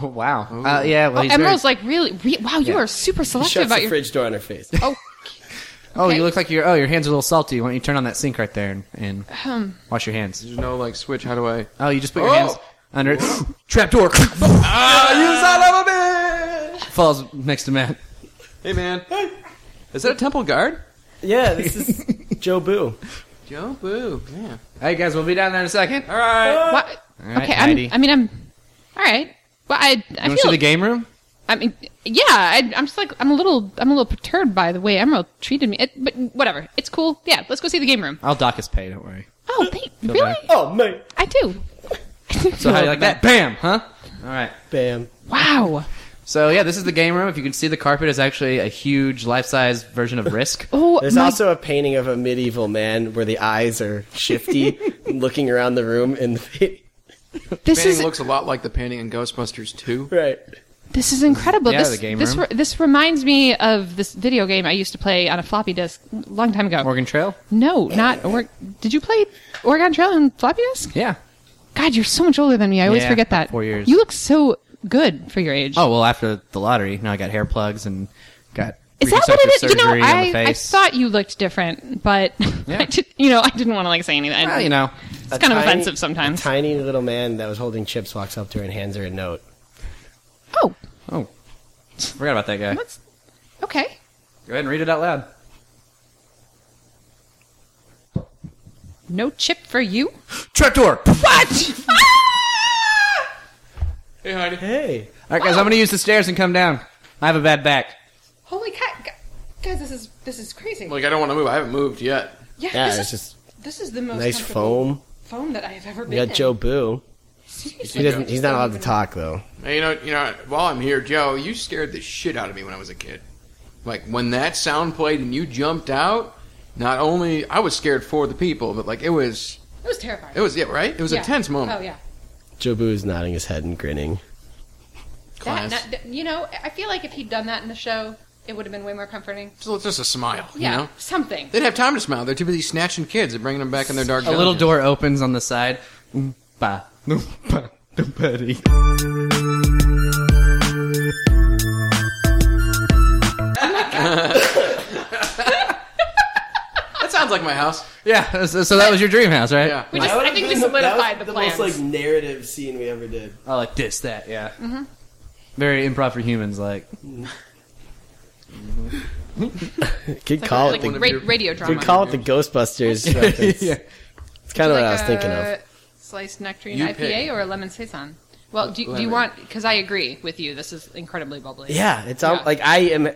Speaker 1: Oh, wow. Uh, yeah. Well,
Speaker 2: Oh,
Speaker 1: he's very-
Speaker 2: Emerald's like really. Re- wow, you
Speaker 1: Yeah.
Speaker 2: are super
Speaker 3: He
Speaker 2: selective
Speaker 3: shuts the
Speaker 2: about your.
Speaker 3: fridge door on her face.
Speaker 2: Oh,
Speaker 1: Oh,
Speaker 2: Okay.
Speaker 1: you look like your oh your hands are a little salty. Why don't you turn on that sink right there and, and
Speaker 2: Um.
Speaker 1: wash your hands?
Speaker 4: There's no like switch. How do I?
Speaker 1: Oh, you just put your
Speaker 4: Oh.
Speaker 1: hands under it. Trap door
Speaker 4: Ah!
Speaker 1: falls next to Matt.
Speaker 4: Hey man, is that a temple guard?
Speaker 3: yeah, this is Joe Boo.
Speaker 4: Joe Boo. Yeah.
Speaker 1: Hey guys, we'll be down there in a second.
Speaker 4: All right.
Speaker 2: what?
Speaker 1: right,
Speaker 2: okay,
Speaker 1: Heidi.
Speaker 2: I'm, I mean, I'm. All right. Well, I I
Speaker 1: You want to see
Speaker 2: feel.
Speaker 1: the game room?
Speaker 2: I mean, yeah. I, I'm just like I'm a little I'm a little perturbed by the way Emerald treated me. It, but whatever, it's cool. Yeah, let's go see the game room.
Speaker 1: I'll dock his pay. Don't worry.
Speaker 2: Oh, thank, really?
Speaker 1: bad.
Speaker 3: Oh, man.
Speaker 2: I do.
Speaker 1: So how do you like that? Bam, huh? All right.
Speaker 3: Bam.
Speaker 2: Wow.
Speaker 1: So yeah, this is the game room. If you can see, the carpet is actually a huge life-size version of Risk.
Speaker 2: Oh,
Speaker 3: There's
Speaker 2: my-
Speaker 3: also a painting of a medieval man where the eyes are shifty, looking around the room, and the
Speaker 2: this
Speaker 4: Painting
Speaker 2: is
Speaker 4: looks a lot like the painting in Ghostbusters 2.
Speaker 3: right.
Speaker 2: This is incredible.
Speaker 1: Yeah,
Speaker 2: this
Speaker 1: the game
Speaker 2: this
Speaker 1: room.
Speaker 2: re- this reminds me of this video game I used to play on a floppy disk a long time ago.
Speaker 1: Morgan Trail.
Speaker 2: No, not or- did you play Oregon Trail on floppy disk?
Speaker 1: Yeah.
Speaker 2: God, you're so much older than me. I always
Speaker 1: Yeah,
Speaker 2: forget that.
Speaker 1: about four years.
Speaker 2: You look so good for your age.
Speaker 1: Oh well, after the lottery, now I got hair plugs and got
Speaker 2: is that what it is? You
Speaker 1: reconstructive
Speaker 2: know,
Speaker 1: surgery on the
Speaker 2: I, I
Speaker 1: face.
Speaker 2: thought you looked different, but
Speaker 1: Yeah.
Speaker 2: I did, you know, I didn't want to like say anything. I-
Speaker 1: Well, you know,
Speaker 2: it's kind of offensive sometimes.
Speaker 3: tiny little man that was holding chips walks up to her and hands her a note.
Speaker 2: Oh,
Speaker 1: Oh, forgot about that guy. Go
Speaker 2: what's okay?
Speaker 1: ahead and read it out loud.
Speaker 2: No chip for you.
Speaker 1: Trapdoor.
Speaker 2: What? Ah!
Speaker 4: Hey Heidi.
Speaker 3: Hey,
Speaker 1: All right, guys, I'm going to use the stairs and come down. I have a bad back.
Speaker 2: Holy cat, guys! This is this is crazy.
Speaker 4: Like I don't want to move. I haven't moved yet.
Speaker 2: Yeah,
Speaker 3: yeah,
Speaker 2: this,
Speaker 3: it's
Speaker 2: is,
Speaker 3: just
Speaker 2: this is the most
Speaker 3: nice
Speaker 2: comfortable
Speaker 3: foam.
Speaker 2: foam that I have ever
Speaker 3: We
Speaker 2: been.
Speaker 3: got Joe Boo. He doesn't. He's not allowed to talk though.
Speaker 4: Hey, you know, you know. While I'm here, Joe, you scared the shit out of me when I was a kid. Like when that sound played and you jumped out. Not only I was scared for the people, but like it was,
Speaker 2: It was terrifying.
Speaker 4: it was it right. It was a tense moment.
Speaker 2: Oh yeah.
Speaker 3: Joe Boo is nodding his head and grinning.
Speaker 4: Class.
Speaker 2: That, that- you know, I feel like if he'd done that in the show, it would have been way more comforting.
Speaker 4: So it's just a smile.
Speaker 2: Yeah,
Speaker 4: You know?
Speaker 2: something.
Speaker 4: They'd have time to smile. They're too busy snatching kids and bringing them back in their dark.
Speaker 1: A little
Speaker 4: dungeons.
Speaker 1: door opens on the side. Oompa, oompa, nobody.
Speaker 4: That sounds like my house.
Speaker 1: Yeah, so, so that was your dream house, right?
Speaker 4: Yeah.
Speaker 2: We just, I think we solidified the, plans.
Speaker 3: narrative scene we ever did.
Speaker 1: Oh, like this, that, yeah. Mm-hmm. Very improv for humans, like.
Speaker 3: Good call.
Speaker 2: like
Speaker 3: it the,
Speaker 4: of
Speaker 2: ra-
Speaker 4: your-
Speaker 2: radio drama.
Speaker 3: good call. It the Ghostbusters. reference. It's kind of what I was thinking of.
Speaker 2: uh, Sliced nectarine
Speaker 4: You
Speaker 2: IPA
Speaker 4: pick.
Speaker 2: or a lemon saison. Well, do, do you
Speaker 4: Lemon.
Speaker 2: want? Because I agree with you. This is incredibly bubbly.
Speaker 3: Yeah, it's all
Speaker 2: Yeah.
Speaker 3: like I am.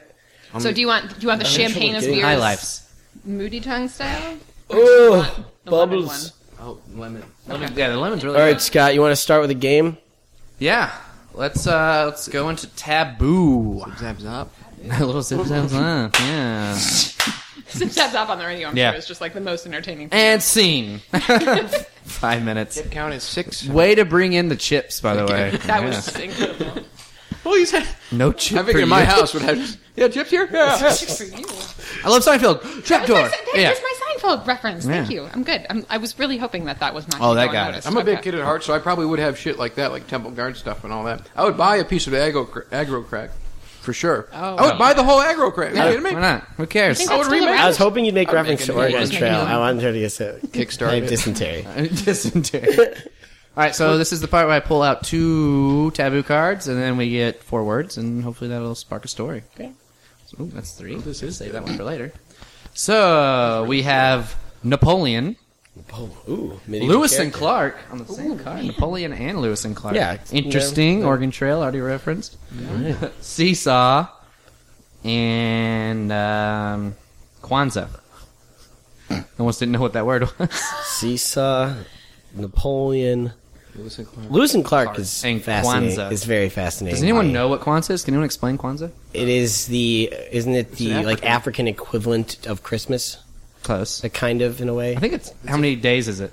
Speaker 2: So do you want? Do you want the
Speaker 3: having
Speaker 2: champagne
Speaker 3: trouble
Speaker 2: as
Speaker 3: getting
Speaker 2: beers?
Speaker 1: High lifes.
Speaker 2: Moody tongue style.
Speaker 3: Oh,
Speaker 2: The lemon
Speaker 3: bubbles.
Speaker 4: Oh, lemon.
Speaker 1: Lemon, yeah, the lemon's really
Speaker 3: All right, Scott, you want to start with a game?
Speaker 1: Yeah. Let's uh let's go into taboo.
Speaker 4: Zap zap.
Speaker 1: a little zip zap zap. Yeah.
Speaker 2: Zip zap zap on the radio. I'm
Speaker 1: Yeah.
Speaker 2: sure it's just like the most entertaining. thing.
Speaker 1: And scene. Five minutes.
Speaker 4: Tip count is six.
Speaker 1: Way to bring in the chips, by the way.
Speaker 2: That
Speaker 1: Yeah.
Speaker 2: was incredible.
Speaker 4: Please. I
Speaker 1: no chip.
Speaker 4: think
Speaker 1: for
Speaker 4: in my
Speaker 1: you.
Speaker 4: house would have. Yeah, chips here. Yeah.
Speaker 2: Good for you.
Speaker 1: I love Seinfeld. Trapdoor.
Speaker 2: That's my, Se-
Speaker 1: Yeah.
Speaker 2: There's my Seinfeld reference. Thank
Speaker 1: Yeah.
Speaker 2: you. I'm good. I'm, I was really hoping that that was not.
Speaker 1: Oh,
Speaker 2: gonna
Speaker 1: that
Speaker 2: go
Speaker 1: got it.
Speaker 2: unnoticed.
Speaker 4: I'm a big
Speaker 2: Okay.
Speaker 4: kid at heart, so I probably would have shit like that, like Temple Guard stuff and all that. I would buy a piece of aggro, cr- aggro crack, for sure.
Speaker 2: Oh.
Speaker 4: I would buy the whole aggro crack. Are you kidding
Speaker 1: Why
Speaker 4: me?
Speaker 1: not? Who cares?
Speaker 2: think
Speaker 4: I would
Speaker 2: That's still
Speaker 4: remake
Speaker 2: around?
Speaker 3: I was hoping you'd make
Speaker 4: I'm
Speaker 3: reference
Speaker 4: making
Speaker 3: to
Speaker 4: it.
Speaker 3: Oregon
Speaker 4: Just
Speaker 2: making
Speaker 3: Trail.
Speaker 2: it.
Speaker 3: I wanted her to get so
Speaker 4: Kickstart
Speaker 3: I have
Speaker 4: it.
Speaker 3: dysentery.
Speaker 1: Dysentery. All right, so this is the part where I pull out two taboo cards, and then we get four words, and hopefully that'll spark a story. Okay. So, ooh, that's three. this is save that one for later. So we have Napoleon,
Speaker 3: Oh, ooh, medieval
Speaker 1: Lewis and
Speaker 3: character.
Speaker 1: Clark on the same card. Napoleon and Lewis and Clark.
Speaker 3: Yeah.
Speaker 1: interesting.
Speaker 3: Yeah.
Speaker 1: Oregon Trail already referenced. Seesaw and um, Kwanzaa.
Speaker 3: Hmm.
Speaker 1: Almost didn't know what that word was.
Speaker 3: Seesaw, Napoleon.
Speaker 4: Lewis and Clark.
Speaker 3: Lewis and Clark is
Speaker 1: And
Speaker 3: fascinating.
Speaker 1: Kwanzaa.
Speaker 3: Is very fascinating.
Speaker 1: Does anyone know what Kwanzaa is? Can anyone explain Kwanzaa?
Speaker 3: It is the isn't it the
Speaker 4: an
Speaker 3: like African equivalent of Christmas,
Speaker 1: Close.
Speaker 3: a kind of in a way.
Speaker 1: I think it's how many days is it?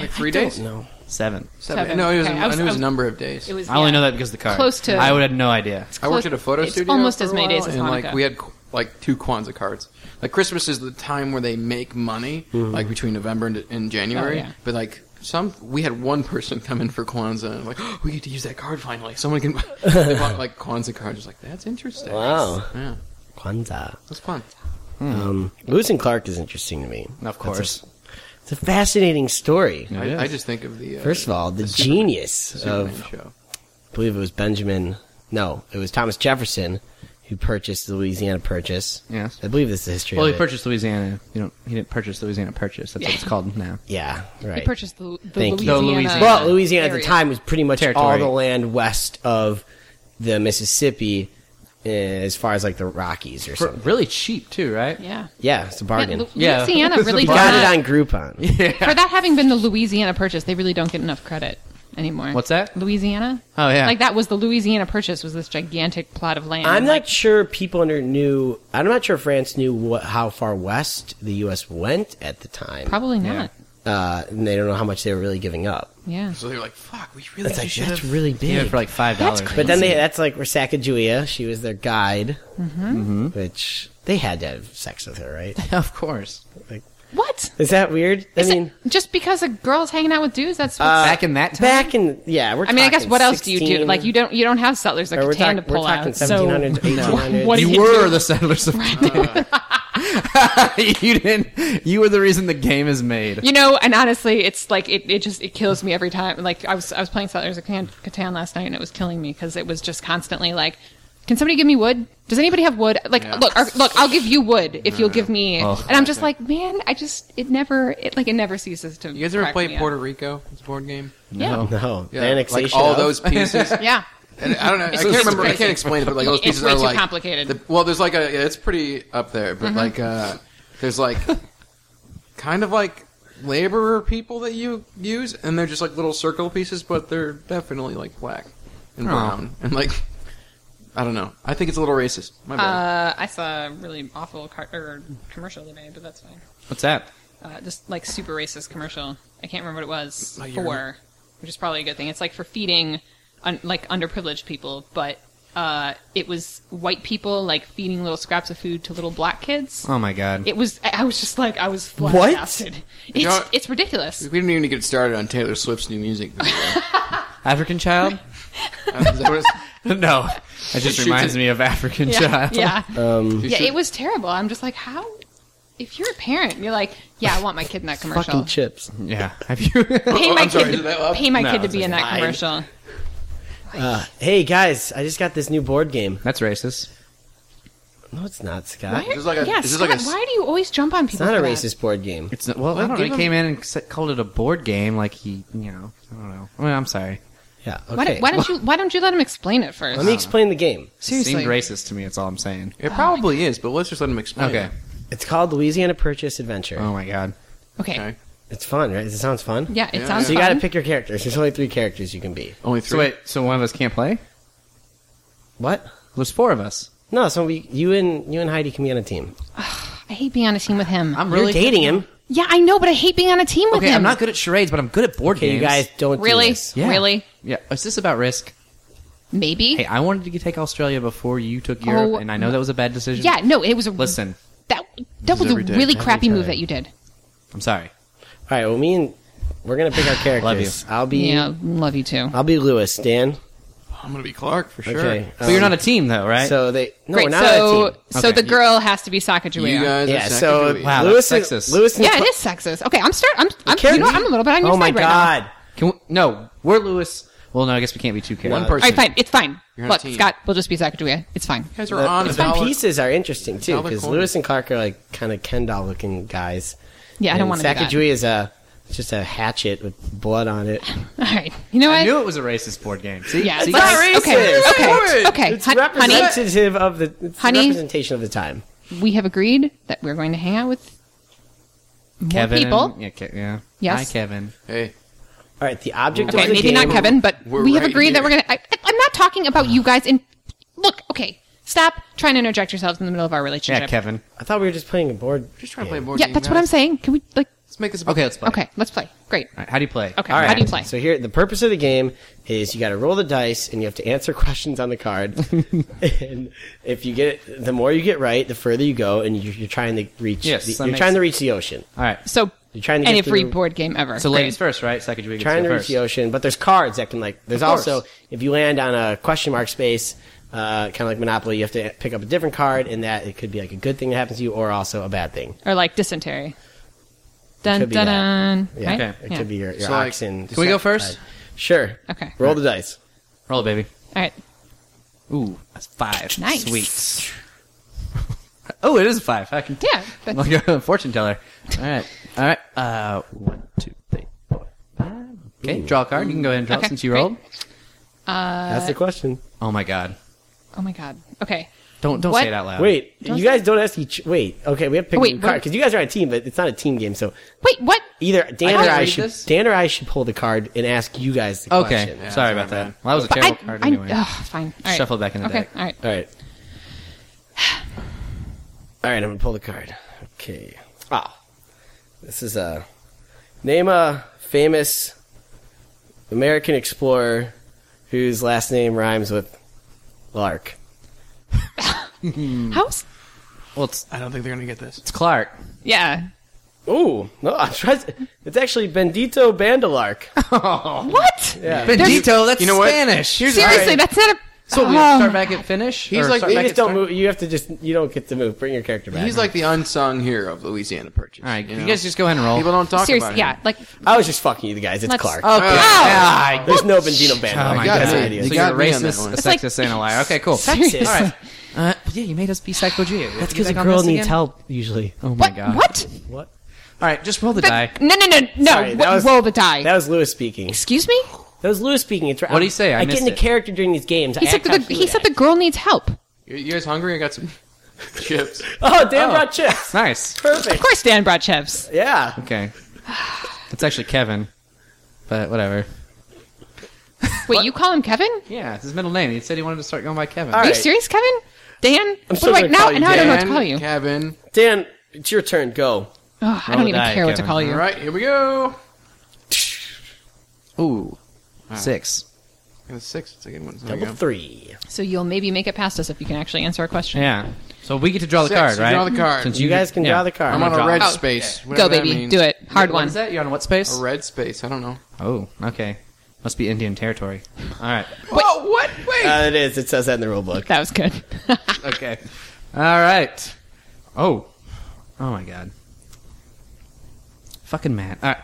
Speaker 4: Like three days.
Speaker 3: No,
Speaker 1: Seven.
Speaker 4: Seven.
Speaker 2: Seven.
Speaker 4: No, it was,
Speaker 2: Okay,
Speaker 4: I,
Speaker 2: I was-
Speaker 4: knew it
Speaker 2: I
Speaker 4: was
Speaker 2: was-
Speaker 4: a number of days.
Speaker 2: It was
Speaker 1: I only
Speaker 2: yeah.
Speaker 1: know that because of the car.
Speaker 2: Close to-
Speaker 1: I would have no idea.
Speaker 4: I worked
Speaker 2: close-
Speaker 4: at a photo
Speaker 2: it's
Speaker 4: studio.
Speaker 2: almost
Speaker 4: for a
Speaker 2: as many days
Speaker 4: while,
Speaker 2: as
Speaker 4: and like
Speaker 2: Hanukkah.
Speaker 4: we had like two Kwanzaa cards. Like Christmas is the time where they make money, like between November and, and January.
Speaker 2: Oh, yeah.
Speaker 4: But like some, we had one person come in for Kwanzaa, and like "Oh, we get to use that card finally. Someone can they bought, like Kwanzaa cards. Just like that's interesting.
Speaker 3: Wow.
Speaker 4: yeah,
Speaker 3: Kwanzaa.
Speaker 4: that's fun.
Speaker 3: Um, Lewis and Clark is interesting to me.
Speaker 1: Hmm. Of course.
Speaker 3: It's a fascinating story.
Speaker 1: It
Speaker 4: I,
Speaker 1: is.
Speaker 4: I just think of the uh,
Speaker 3: First of all, the,
Speaker 4: Superman-
Speaker 3: genius
Speaker 4: Superman
Speaker 3: of
Speaker 4: show.
Speaker 3: I believe it was Benjamin. No, it was Thomas Jefferson who purchased the Louisiana Purchase.
Speaker 1: Yes.
Speaker 3: I believe this is the history.
Speaker 1: Well,
Speaker 3: of
Speaker 1: he
Speaker 3: it.
Speaker 1: purchased Louisiana. You know, he didn't purchase Louisiana Purchase. That's what it's called now.
Speaker 3: Yeah, right.
Speaker 2: He purchased the, the
Speaker 3: Thank you.
Speaker 2: Louisiana.
Speaker 1: The Louisiana-
Speaker 3: well, Louisiana at
Speaker 2: area.
Speaker 3: the time was pretty much all
Speaker 1: Territory.
Speaker 3: the land west of the Mississippi, eh, as far as like the Rockies or
Speaker 1: For
Speaker 3: something.
Speaker 1: really cheap too, right?
Speaker 2: Yeah.
Speaker 3: Yeah, it's a bargain.
Speaker 2: Lu-
Speaker 1: Yeah.
Speaker 2: Louisiana
Speaker 1: It's a
Speaker 2: really
Speaker 3: you
Speaker 2: does
Speaker 3: got it
Speaker 2: not-
Speaker 3: on Groupon.
Speaker 2: for that having been the Louisiana Purchase, they really don't get enough credit anymore.
Speaker 1: What's that?
Speaker 2: Louisiana.
Speaker 1: Oh, yeah.
Speaker 2: Like that was the Louisiana Purchase was this gigantic plot of land.
Speaker 3: I'm
Speaker 2: Like,
Speaker 3: not sure people under knew. I'm not sure France knew what, how far west the U.S. went at the time.
Speaker 2: probably not.
Speaker 3: uh, and they don't know how much they were really giving up.
Speaker 2: Yeah.
Speaker 4: So they're like, "Fuck, we really
Speaker 3: It's like
Speaker 4: should
Speaker 3: that's
Speaker 4: have."
Speaker 3: really big.
Speaker 1: Yeah, for like five dollars.
Speaker 3: But then they, that's like Julia. She was their guide,
Speaker 2: Mm-hmm.
Speaker 4: Mm-hmm.
Speaker 3: which they had to have sex with her, right?
Speaker 1: of course,
Speaker 2: What?
Speaker 3: Is that weird? I
Speaker 2: Is it-
Speaker 3: mean,
Speaker 2: just because a girl's hanging out with dudes, that's.
Speaker 3: uh,
Speaker 1: back in that time?
Speaker 3: back in yeah. We're
Speaker 2: I mean, I guess
Speaker 3: talking
Speaker 2: what else do you do?
Speaker 3: 16
Speaker 2: Like you don't you don't have settlers like
Speaker 3: or we're,
Speaker 2: Catan
Speaker 3: talk-
Speaker 2: to pull
Speaker 3: we're talking
Speaker 2: out. So
Speaker 3: 1700s, 1800s.
Speaker 2: What do
Speaker 1: you
Speaker 2: you
Speaker 1: were
Speaker 2: do?
Speaker 1: the settlers of you didn't. You were the reason the game is made.
Speaker 2: you know, and honestly, it's like it, it just it kills me every time. Like I was I was playing Settlers of Catan, Catan last night, and it was killing me because it was just constantly like, can somebody give me wood? Does anybody have wood? Like
Speaker 4: Yeah.
Speaker 2: look, or, look, I'll give you wood if you'll give me.
Speaker 1: Oh.
Speaker 2: And I'm just like, man, I just it never it like it never ceases to.
Speaker 4: You guys ever
Speaker 2: crack me
Speaker 4: play
Speaker 2: up.
Speaker 4: Puerto Rico? It's a board game.
Speaker 2: Yeah.
Speaker 3: No,
Speaker 4: Yeah,
Speaker 3: the annexation.
Speaker 4: like all
Speaker 3: of-
Speaker 4: those pieces.
Speaker 2: Yeah.
Speaker 4: And I don't know. I
Speaker 2: It's
Speaker 4: can't
Speaker 2: just
Speaker 4: remember. I
Speaker 2: crazy.
Speaker 4: can't explain it, but like those
Speaker 2: It's
Speaker 4: pieces
Speaker 2: way
Speaker 4: are
Speaker 2: too
Speaker 4: like
Speaker 2: complicated. Mm-hmm.
Speaker 4: the- well, there's like a. yeah, It's pretty up there, but like uh, there's like kind of like laborer people that you use, and they're just like little circle pieces, but they're definitely like black and
Speaker 1: Aw.
Speaker 4: brown and like I don't know. I think it's a little racist. My bad.
Speaker 2: Uh, I saw a really awful car- or commercial today, but that's fine.
Speaker 1: What's that?
Speaker 2: uh, this like super racist commercial. I can't remember what it was
Speaker 4: Oh, you're-
Speaker 2: for, which is probably a good thing. It's like for feeding un- like underprivileged people, but uh, it was white people like feeding little scraps of food to little black kids.
Speaker 1: Oh my god.
Speaker 2: It was. I I was just like, I was
Speaker 3: What?
Speaker 2: flabbergasted. It's
Speaker 4: know-
Speaker 2: it's ridiculous.
Speaker 4: we didn't even get started on Taylor Swift's new music. Video.
Speaker 1: African child?
Speaker 4: Uh, is that what it's-
Speaker 1: no. That just
Speaker 4: Shoots
Speaker 1: reminds
Speaker 4: it.
Speaker 1: me of African
Speaker 2: Yeah,
Speaker 1: child.
Speaker 2: yeah,
Speaker 3: Um,
Speaker 4: you
Speaker 2: yeah.
Speaker 4: should-
Speaker 2: It was terrible. I'm just like, how? If you're a parent, you're like, yeah, I want my kid in that commercial.
Speaker 3: fucking chips.
Speaker 1: Yeah. Have you?
Speaker 2: Pay
Speaker 4: Oh,
Speaker 2: my
Speaker 4: I'm sorry,
Speaker 2: kid.
Speaker 4: is that
Speaker 2: To,
Speaker 4: loud?
Speaker 2: pay my
Speaker 1: No,
Speaker 2: kid to
Speaker 1: it's
Speaker 2: be in that
Speaker 3: okay.
Speaker 2: commercial.
Speaker 3: Uh, hey guys, I just got this new board game.
Speaker 1: That's racist.
Speaker 3: No, it's not, Scott.
Speaker 2: Why,
Speaker 4: Is this like a-
Speaker 2: yeah,
Speaker 4: is this like a-
Speaker 2: Scott, why do you always jump on
Speaker 3: It's
Speaker 2: people?
Speaker 3: not a
Speaker 2: for that?
Speaker 3: racist board game.
Speaker 1: It's not, well, I don't know. He came in and s- called it a board game, like he, you know, I don't know. I mean, I'm sorry.
Speaker 3: Yeah.
Speaker 2: Why,
Speaker 3: Okay.
Speaker 2: don't, why don't you why don't you let him explain it first?
Speaker 3: Let me explain the game.
Speaker 2: Seriously.
Speaker 1: It seemed racist to me. That's all I'm saying.
Speaker 4: It probably is, but let's just let him explain.
Speaker 1: Okay.
Speaker 4: it.
Speaker 3: It's called Louisiana Purchase Adventure.
Speaker 1: Oh my god.
Speaker 2: okay.
Speaker 4: Okay.
Speaker 3: It's fun, right? It sounds fun.
Speaker 2: Yeah, it
Speaker 4: Yeah.
Speaker 2: sounds
Speaker 3: So you got to
Speaker 2: fun.
Speaker 3: pick your characters. There's only three characters you can be.
Speaker 4: Only three.
Speaker 1: So wait, so one of us can't play?
Speaker 3: What?
Speaker 1: There's four of us.
Speaker 3: No, so we, you and you and Heidi can be on a team.
Speaker 2: I hate being on a team with him.
Speaker 1: I'm really
Speaker 3: You're dating him.
Speaker 2: yeah, I know, but I hate being on a team with
Speaker 1: Okay,
Speaker 2: him.
Speaker 1: I'm not good at charades, but I'm good at board
Speaker 3: Okay,
Speaker 1: games.
Speaker 3: you guys don't do
Speaker 2: really,
Speaker 3: this.
Speaker 1: Yeah.
Speaker 2: really,
Speaker 1: Yeah. Is this about risk?
Speaker 2: maybe.
Speaker 1: Hey, I wanted to take Australia before you took Europe,
Speaker 2: Oh,
Speaker 1: and I know that was a bad decision.
Speaker 2: yeah, no, it was a
Speaker 1: Listen,
Speaker 2: That that was a
Speaker 4: every day.
Speaker 2: really
Speaker 4: Every
Speaker 2: crappy move
Speaker 3: time.
Speaker 2: that you did.
Speaker 1: I'm sorry.
Speaker 3: All right. Well, me and we're gonna pick our characters.
Speaker 1: Love you.
Speaker 3: I'll be Uh,
Speaker 2: Yeah, love you too.
Speaker 3: I'll be Lewis. Dan.
Speaker 4: I'm gonna be Clark for sure.
Speaker 3: Okay. um,
Speaker 1: But you're not a team, though, right?
Speaker 3: So they no,
Speaker 2: Great.
Speaker 3: we're not
Speaker 2: so
Speaker 3: on a team.
Speaker 2: so
Speaker 1: Okay.
Speaker 2: the girl has to be
Speaker 4: You
Speaker 2: Sacagawea.
Speaker 4: guys. are
Speaker 3: Yeah. So
Speaker 4: Sacagawea.
Speaker 1: Wow,
Speaker 3: Lewis
Speaker 1: that's
Speaker 3: is
Speaker 1: sexist.
Speaker 3: Lewis. And
Speaker 2: Yeah,
Speaker 3: Cla-
Speaker 2: it is sexist. Okay, I'm start. I'm, I'm you
Speaker 3: Character-
Speaker 2: know what? I'm a little bit on your
Speaker 3: oh my
Speaker 2: side right now.
Speaker 3: god.
Speaker 1: Can we, no, we're Lewis. Well, no, I guess we can't be two characters.
Speaker 4: One
Speaker 1: person.
Speaker 2: All right, fine. It's fine.
Speaker 4: You're on a
Speaker 2: Look,
Speaker 4: team.
Speaker 2: Scott, we'll just be Sacagawea. It's fine.
Speaker 4: You guys are on
Speaker 3: The
Speaker 4: a dollar.
Speaker 3: pieces are interesting too
Speaker 4: Dollar
Speaker 3: because
Speaker 4: coin.
Speaker 3: Lewis and Clark are like kind of Ken doll looking guys.
Speaker 2: Yeah, I don't want to do that.
Speaker 3: Sacagawea is a just a hatchet with blood on it.
Speaker 2: All right, you know what?
Speaker 1: I knew it was a racist board game. See?
Speaker 2: Yeah,
Speaker 1: See,
Speaker 2: it's
Speaker 1: guys?
Speaker 2: not
Speaker 3: racist.
Speaker 2: Okay, okay, okay.
Speaker 3: It's
Speaker 2: Hon- honey,
Speaker 3: representative of the it's
Speaker 2: Honey?
Speaker 3: representation of the time.
Speaker 2: we have agreed that we're going to hang out with more
Speaker 1: Kevin.
Speaker 2: people.
Speaker 1: Yeah, Ke- yeah.
Speaker 2: Yes.
Speaker 1: Hi, Kevin.
Speaker 4: Hey,
Speaker 3: All right, the object
Speaker 2: Okay,
Speaker 3: of the
Speaker 2: maybe
Speaker 3: game.
Speaker 2: not Kevin, but
Speaker 4: We're
Speaker 2: we have
Speaker 4: right
Speaker 2: agreed that
Speaker 4: here.
Speaker 2: we're going to. I'm not talking about you guys. And look, okay, stop trying to interject yourselves in the middle of our relationship.
Speaker 1: Yeah, Kevin.
Speaker 3: I thought we were just playing a board.
Speaker 4: just trying to play a board
Speaker 2: Yeah,
Speaker 4: game,
Speaker 2: that's what
Speaker 4: guys.
Speaker 2: I'm saying. Can we like
Speaker 4: Let's make this. a-
Speaker 1: Okay, let's play.
Speaker 2: Okay, let's play. Great.
Speaker 1: All right, how do you play?
Speaker 2: Okay,
Speaker 3: All right.
Speaker 2: how do you play?
Speaker 3: So here, the purpose of the game is you got to roll the dice and you have to answer questions on the card. and if you get it, the more you get right, the further you go, and you're, you're trying to reach.
Speaker 1: Yes,
Speaker 3: the,
Speaker 1: that
Speaker 3: you're
Speaker 1: makes-
Speaker 3: trying to reach the ocean.
Speaker 1: All right.
Speaker 2: So,
Speaker 3: You're trying to
Speaker 2: any
Speaker 3: get
Speaker 2: free
Speaker 3: through-
Speaker 2: board game ever.
Speaker 1: So
Speaker 2: Great.
Speaker 1: ladies first, right? Second, you
Speaker 3: trying to reach
Speaker 1: first.
Speaker 3: the ocean, but there's cards that can like. There's
Speaker 1: Of course.
Speaker 3: also if you land on a question mark space, uh, kind of like Monopoly, you have to pick up a different card, and that it could be like a good thing that happens to you, or also a bad thing.
Speaker 2: or like dysentery. Dun
Speaker 3: could be
Speaker 2: dun
Speaker 3: that.
Speaker 2: dun.
Speaker 3: Yeah,
Speaker 2: right?
Speaker 1: okay.
Speaker 3: it
Speaker 2: Yeah.
Speaker 3: could be your, your
Speaker 4: So, like,
Speaker 3: oxen.
Speaker 1: Can we go first?
Speaker 3: Right. Sure.
Speaker 2: Okay.
Speaker 3: Roll the dice.
Speaker 1: Roll it, baby.
Speaker 2: All right.
Speaker 1: Ooh, that's five.
Speaker 2: Nice.
Speaker 1: Sweet. oh, it is a five. I can.
Speaker 2: Yeah, that's-
Speaker 1: Like a fortune teller. All right. All right. Uh, one, two, three, four, five. Okay. Draw a card. You can go ahead and draw it
Speaker 2: Okay,
Speaker 1: since you
Speaker 2: great.
Speaker 1: rolled.
Speaker 3: That's the question.
Speaker 1: Oh my God.
Speaker 2: Oh my god. Okay.
Speaker 1: Don't don't
Speaker 2: What?
Speaker 1: say it out loud.
Speaker 3: Wait,
Speaker 2: Does
Speaker 3: you guys don't ask each. Wait, okay, we have to pick
Speaker 2: Wait,
Speaker 3: a card
Speaker 2: what-
Speaker 3: because you guys are on a team, but it's not a team game. So
Speaker 2: Wait, what?
Speaker 3: either Dan
Speaker 1: can't
Speaker 3: or I
Speaker 1: read
Speaker 3: should
Speaker 1: this.
Speaker 3: Dan or I should pull the card and ask you guys the
Speaker 1: Okay.
Speaker 3: question.
Speaker 4: Yeah,
Speaker 1: sorry
Speaker 4: sorry,
Speaker 1: about
Speaker 4: man.
Speaker 1: that. Well, that was a
Speaker 2: But
Speaker 1: terrible card
Speaker 2: I,
Speaker 1: anyway.
Speaker 2: ugh, fine. All right.
Speaker 1: Shuffle it back in the
Speaker 2: okay.
Speaker 1: deck.
Speaker 2: All right.
Speaker 3: All right, all right, I'm gonna pull the card. Okay. Ah, this is a name a famous American explorer whose last name rhymes with Lark.
Speaker 2: House?
Speaker 1: Well, it's,
Speaker 4: I don't think they're gonna get this.
Speaker 1: it's Clark.
Speaker 2: Yeah.
Speaker 3: Ooh, no, I tried. It's actually Bendito Bandalark.
Speaker 2: What?
Speaker 3: Yeah.
Speaker 1: Bendito. That's
Speaker 4: You know what?
Speaker 1: Spanish. Here's
Speaker 2: Seriously, that's not a.
Speaker 1: So we
Speaker 2: Oh.
Speaker 1: have to start back at finish.
Speaker 4: He's
Speaker 1: Or
Speaker 4: like-
Speaker 1: start
Speaker 3: You
Speaker 1: back
Speaker 3: just
Speaker 1: at
Speaker 3: don't
Speaker 1: start?
Speaker 3: move. You have to just. You don't get to move. Bring your character back.
Speaker 4: He's like the unsung hero of Louisiana Purchase.
Speaker 1: All right. You,
Speaker 4: know?
Speaker 1: guys just Oh. go ahead and roll.
Speaker 4: people don't talk
Speaker 2: Seriously,
Speaker 4: about him.
Speaker 2: yeah. Like,
Speaker 1: Oh
Speaker 3: I was just fucking you guys. It's
Speaker 2: Let's-
Speaker 3: Clark.
Speaker 1: Okay.
Speaker 2: Ow.
Speaker 3: There's no Bendito Band.
Speaker 1: Oh my
Speaker 4: got
Speaker 1: god!
Speaker 4: me.
Speaker 1: So
Speaker 4: You
Speaker 1: you're
Speaker 4: got
Speaker 1: a
Speaker 4: me on that
Speaker 1: racist,
Speaker 4: one.
Speaker 1: a
Speaker 2: It's like-
Speaker 1: sexist, and a liar. Okay, cool.
Speaker 2: Sexist.
Speaker 1: All right. Uh, yeah, you made us be Psycho Geo.
Speaker 3: That's because a girl needs help usually.
Speaker 1: Oh my
Speaker 2: what?
Speaker 1: god!
Speaker 2: What?
Speaker 3: What?
Speaker 1: All right, just roll the die.
Speaker 2: No, no, no, no.
Speaker 3: Sorry, that
Speaker 2: Wh-
Speaker 3: was-
Speaker 2: roll the die.
Speaker 3: That was Lewis speaking.
Speaker 2: Excuse me?
Speaker 3: That was Lewis speaking. It's right.
Speaker 1: What'd he say? I
Speaker 3: I get
Speaker 1: missed
Speaker 3: into
Speaker 1: it.
Speaker 3: character during these games.
Speaker 2: He
Speaker 3: I
Speaker 2: said,
Speaker 3: act
Speaker 2: the,
Speaker 3: how
Speaker 2: he
Speaker 3: Steven
Speaker 2: said the girl needs help. Of
Speaker 4: You, you guys hungry? I got some chips.
Speaker 3: acts. Oh, damn, brought chips.
Speaker 1: Nice.
Speaker 3: Perfect.
Speaker 2: course, Dan brought chips.
Speaker 3: Yeah.
Speaker 1: Okay. It's actually Kevin, but whatever.
Speaker 2: Wait, you call him Kevin?
Speaker 1: Yeah, it's his middle name. He said he wanted to start going by Kevin.
Speaker 3: All
Speaker 2: Are you
Speaker 3: right.
Speaker 2: serious, Kevin? Dan? I'm
Speaker 3: still
Speaker 2: what do I,
Speaker 3: gonna
Speaker 2: now,
Speaker 3: call you
Speaker 2: now I don't know what to
Speaker 4: Dan,
Speaker 2: call you.
Speaker 4: Kevin.
Speaker 1: Mm-hmm.
Speaker 3: Dan, it's your turn. Go.
Speaker 2: Ugh, I
Speaker 1: Roll
Speaker 2: don't
Speaker 1: the
Speaker 2: even
Speaker 1: die,
Speaker 2: care what to
Speaker 1: Kevin.
Speaker 2: call
Speaker 4: All
Speaker 2: you.
Speaker 4: right, here we go.
Speaker 1: Ooh, six.
Speaker 4: And a six. It's a good one. There we
Speaker 3: Double
Speaker 4: go.
Speaker 3: three.
Speaker 2: So you'll maybe make it past us if you can actually answer our question.
Speaker 1: Yeah. So we get to draw the
Speaker 4: Six,
Speaker 1: card,
Speaker 4: you
Speaker 1: right?
Speaker 4: draw the card.
Speaker 1: Since
Speaker 3: You guys can
Speaker 1: yeah.
Speaker 3: draw the card.
Speaker 4: I'm on a
Speaker 1: Draw.
Speaker 4: red
Speaker 1: Oh,
Speaker 4: space.
Speaker 2: Go,
Speaker 4: whatever that
Speaker 2: baby.
Speaker 4: means.
Speaker 2: Do it. Hard
Speaker 1: What
Speaker 2: one.
Speaker 1: is that? You're on what space?
Speaker 4: A red space. I don't know.
Speaker 1: Oh, okay. Must be Indian territory. All right.
Speaker 4: Whoa! What? Wait.
Speaker 3: Uh, it is. It says that in the rule book.
Speaker 2: That was good.
Speaker 1: okay. All right. Oh. Oh my god. Fucking man. All right.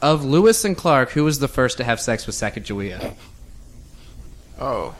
Speaker 1: Of Lewis and Clark, who was the first to have sex with Sacagawea?
Speaker 4: oh.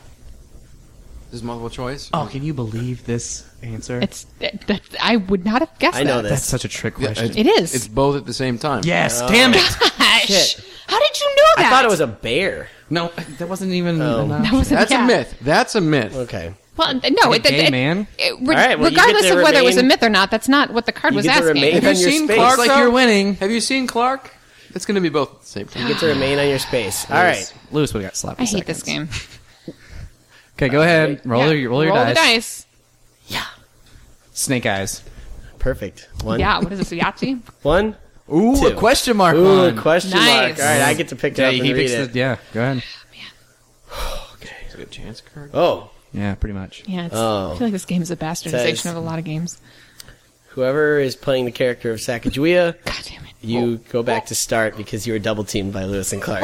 Speaker 4: This is multiple choice.
Speaker 1: Oh, can you believe this answer?
Speaker 2: it's that, that, I would not have guessed
Speaker 3: I know
Speaker 2: that.
Speaker 1: That's
Speaker 3: this.
Speaker 1: such a trick
Speaker 4: Yeah,
Speaker 1: question.
Speaker 2: It is.
Speaker 4: It's both at the same time.
Speaker 1: yes, damn it.
Speaker 2: Gosh.
Speaker 3: Shit.
Speaker 2: How did you know that?
Speaker 3: I thought it was a bear.
Speaker 1: No, that wasn't even.
Speaker 3: Oh.
Speaker 1: enough.
Speaker 2: That was
Speaker 4: That's
Speaker 2: yeah.
Speaker 4: a myth. That's a myth.
Speaker 3: Okay.
Speaker 2: Well, no,
Speaker 1: a
Speaker 2: it, it,
Speaker 1: gay
Speaker 2: it-
Speaker 1: man?
Speaker 2: it- re-
Speaker 3: All right, well, you get
Speaker 2: regardless
Speaker 3: to
Speaker 2: of whether it was a
Speaker 3: remain-
Speaker 2: myth or not, that's not what the card
Speaker 3: You
Speaker 2: was
Speaker 3: get to
Speaker 2: asking.
Speaker 3: remain-
Speaker 4: Have
Speaker 3: on
Speaker 4: you
Speaker 3: your
Speaker 4: seen
Speaker 3: space.
Speaker 4: Clark?
Speaker 1: It's like
Speaker 4: though?
Speaker 1: you're winning.
Speaker 4: Have you seen Clark? It's going to be both at the same
Speaker 3: You
Speaker 4: time.
Speaker 3: get to remain on your space. All right.
Speaker 1: Lewis would have got slapped.
Speaker 2: I
Speaker 1: in
Speaker 2: hate this
Speaker 1: seconds.
Speaker 2: game.
Speaker 1: Okay, go ahead. Roll
Speaker 2: Yeah.
Speaker 1: your roll your dice.
Speaker 2: the dice.
Speaker 1: Snake eyes.
Speaker 3: Perfect. One.
Speaker 2: Yeah, what is this, a Yahtzee?
Speaker 3: One.
Speaker 1: Ooh,
Speaker 3: Two.
Speaker 1: a question mark.
Speaker 3: Ooh,
Speaker 1: on.
Speaker 3: question
Speaker 2: Nice.
Speaker 3: mark. All right, I get to pick it
Speaker 1: Yeah,
Speaker 3: up and
Speaker 1: he
Speaker 3: read
Speaker 1: picks
Speaker 3: it.
Speaker 1: the. Yeah, go ahead.
Speaker 4: Is it a chance card?
Speaker 3: oh,
Speaker 1: Yeah, pretty much.
Speaker 2: Yeah, it's,
Speaker 3: Oh.
Speaker 2: I feel like this game is a bastardization
Speaker 3: Says-
Speaker 2: of a lot of games.
Speaker 3: whoever is playing the character of Sacagawea,
Speaker 2: God damn it.
Speaker 3: you go back to start because you were double teamed by Lewis and Clark.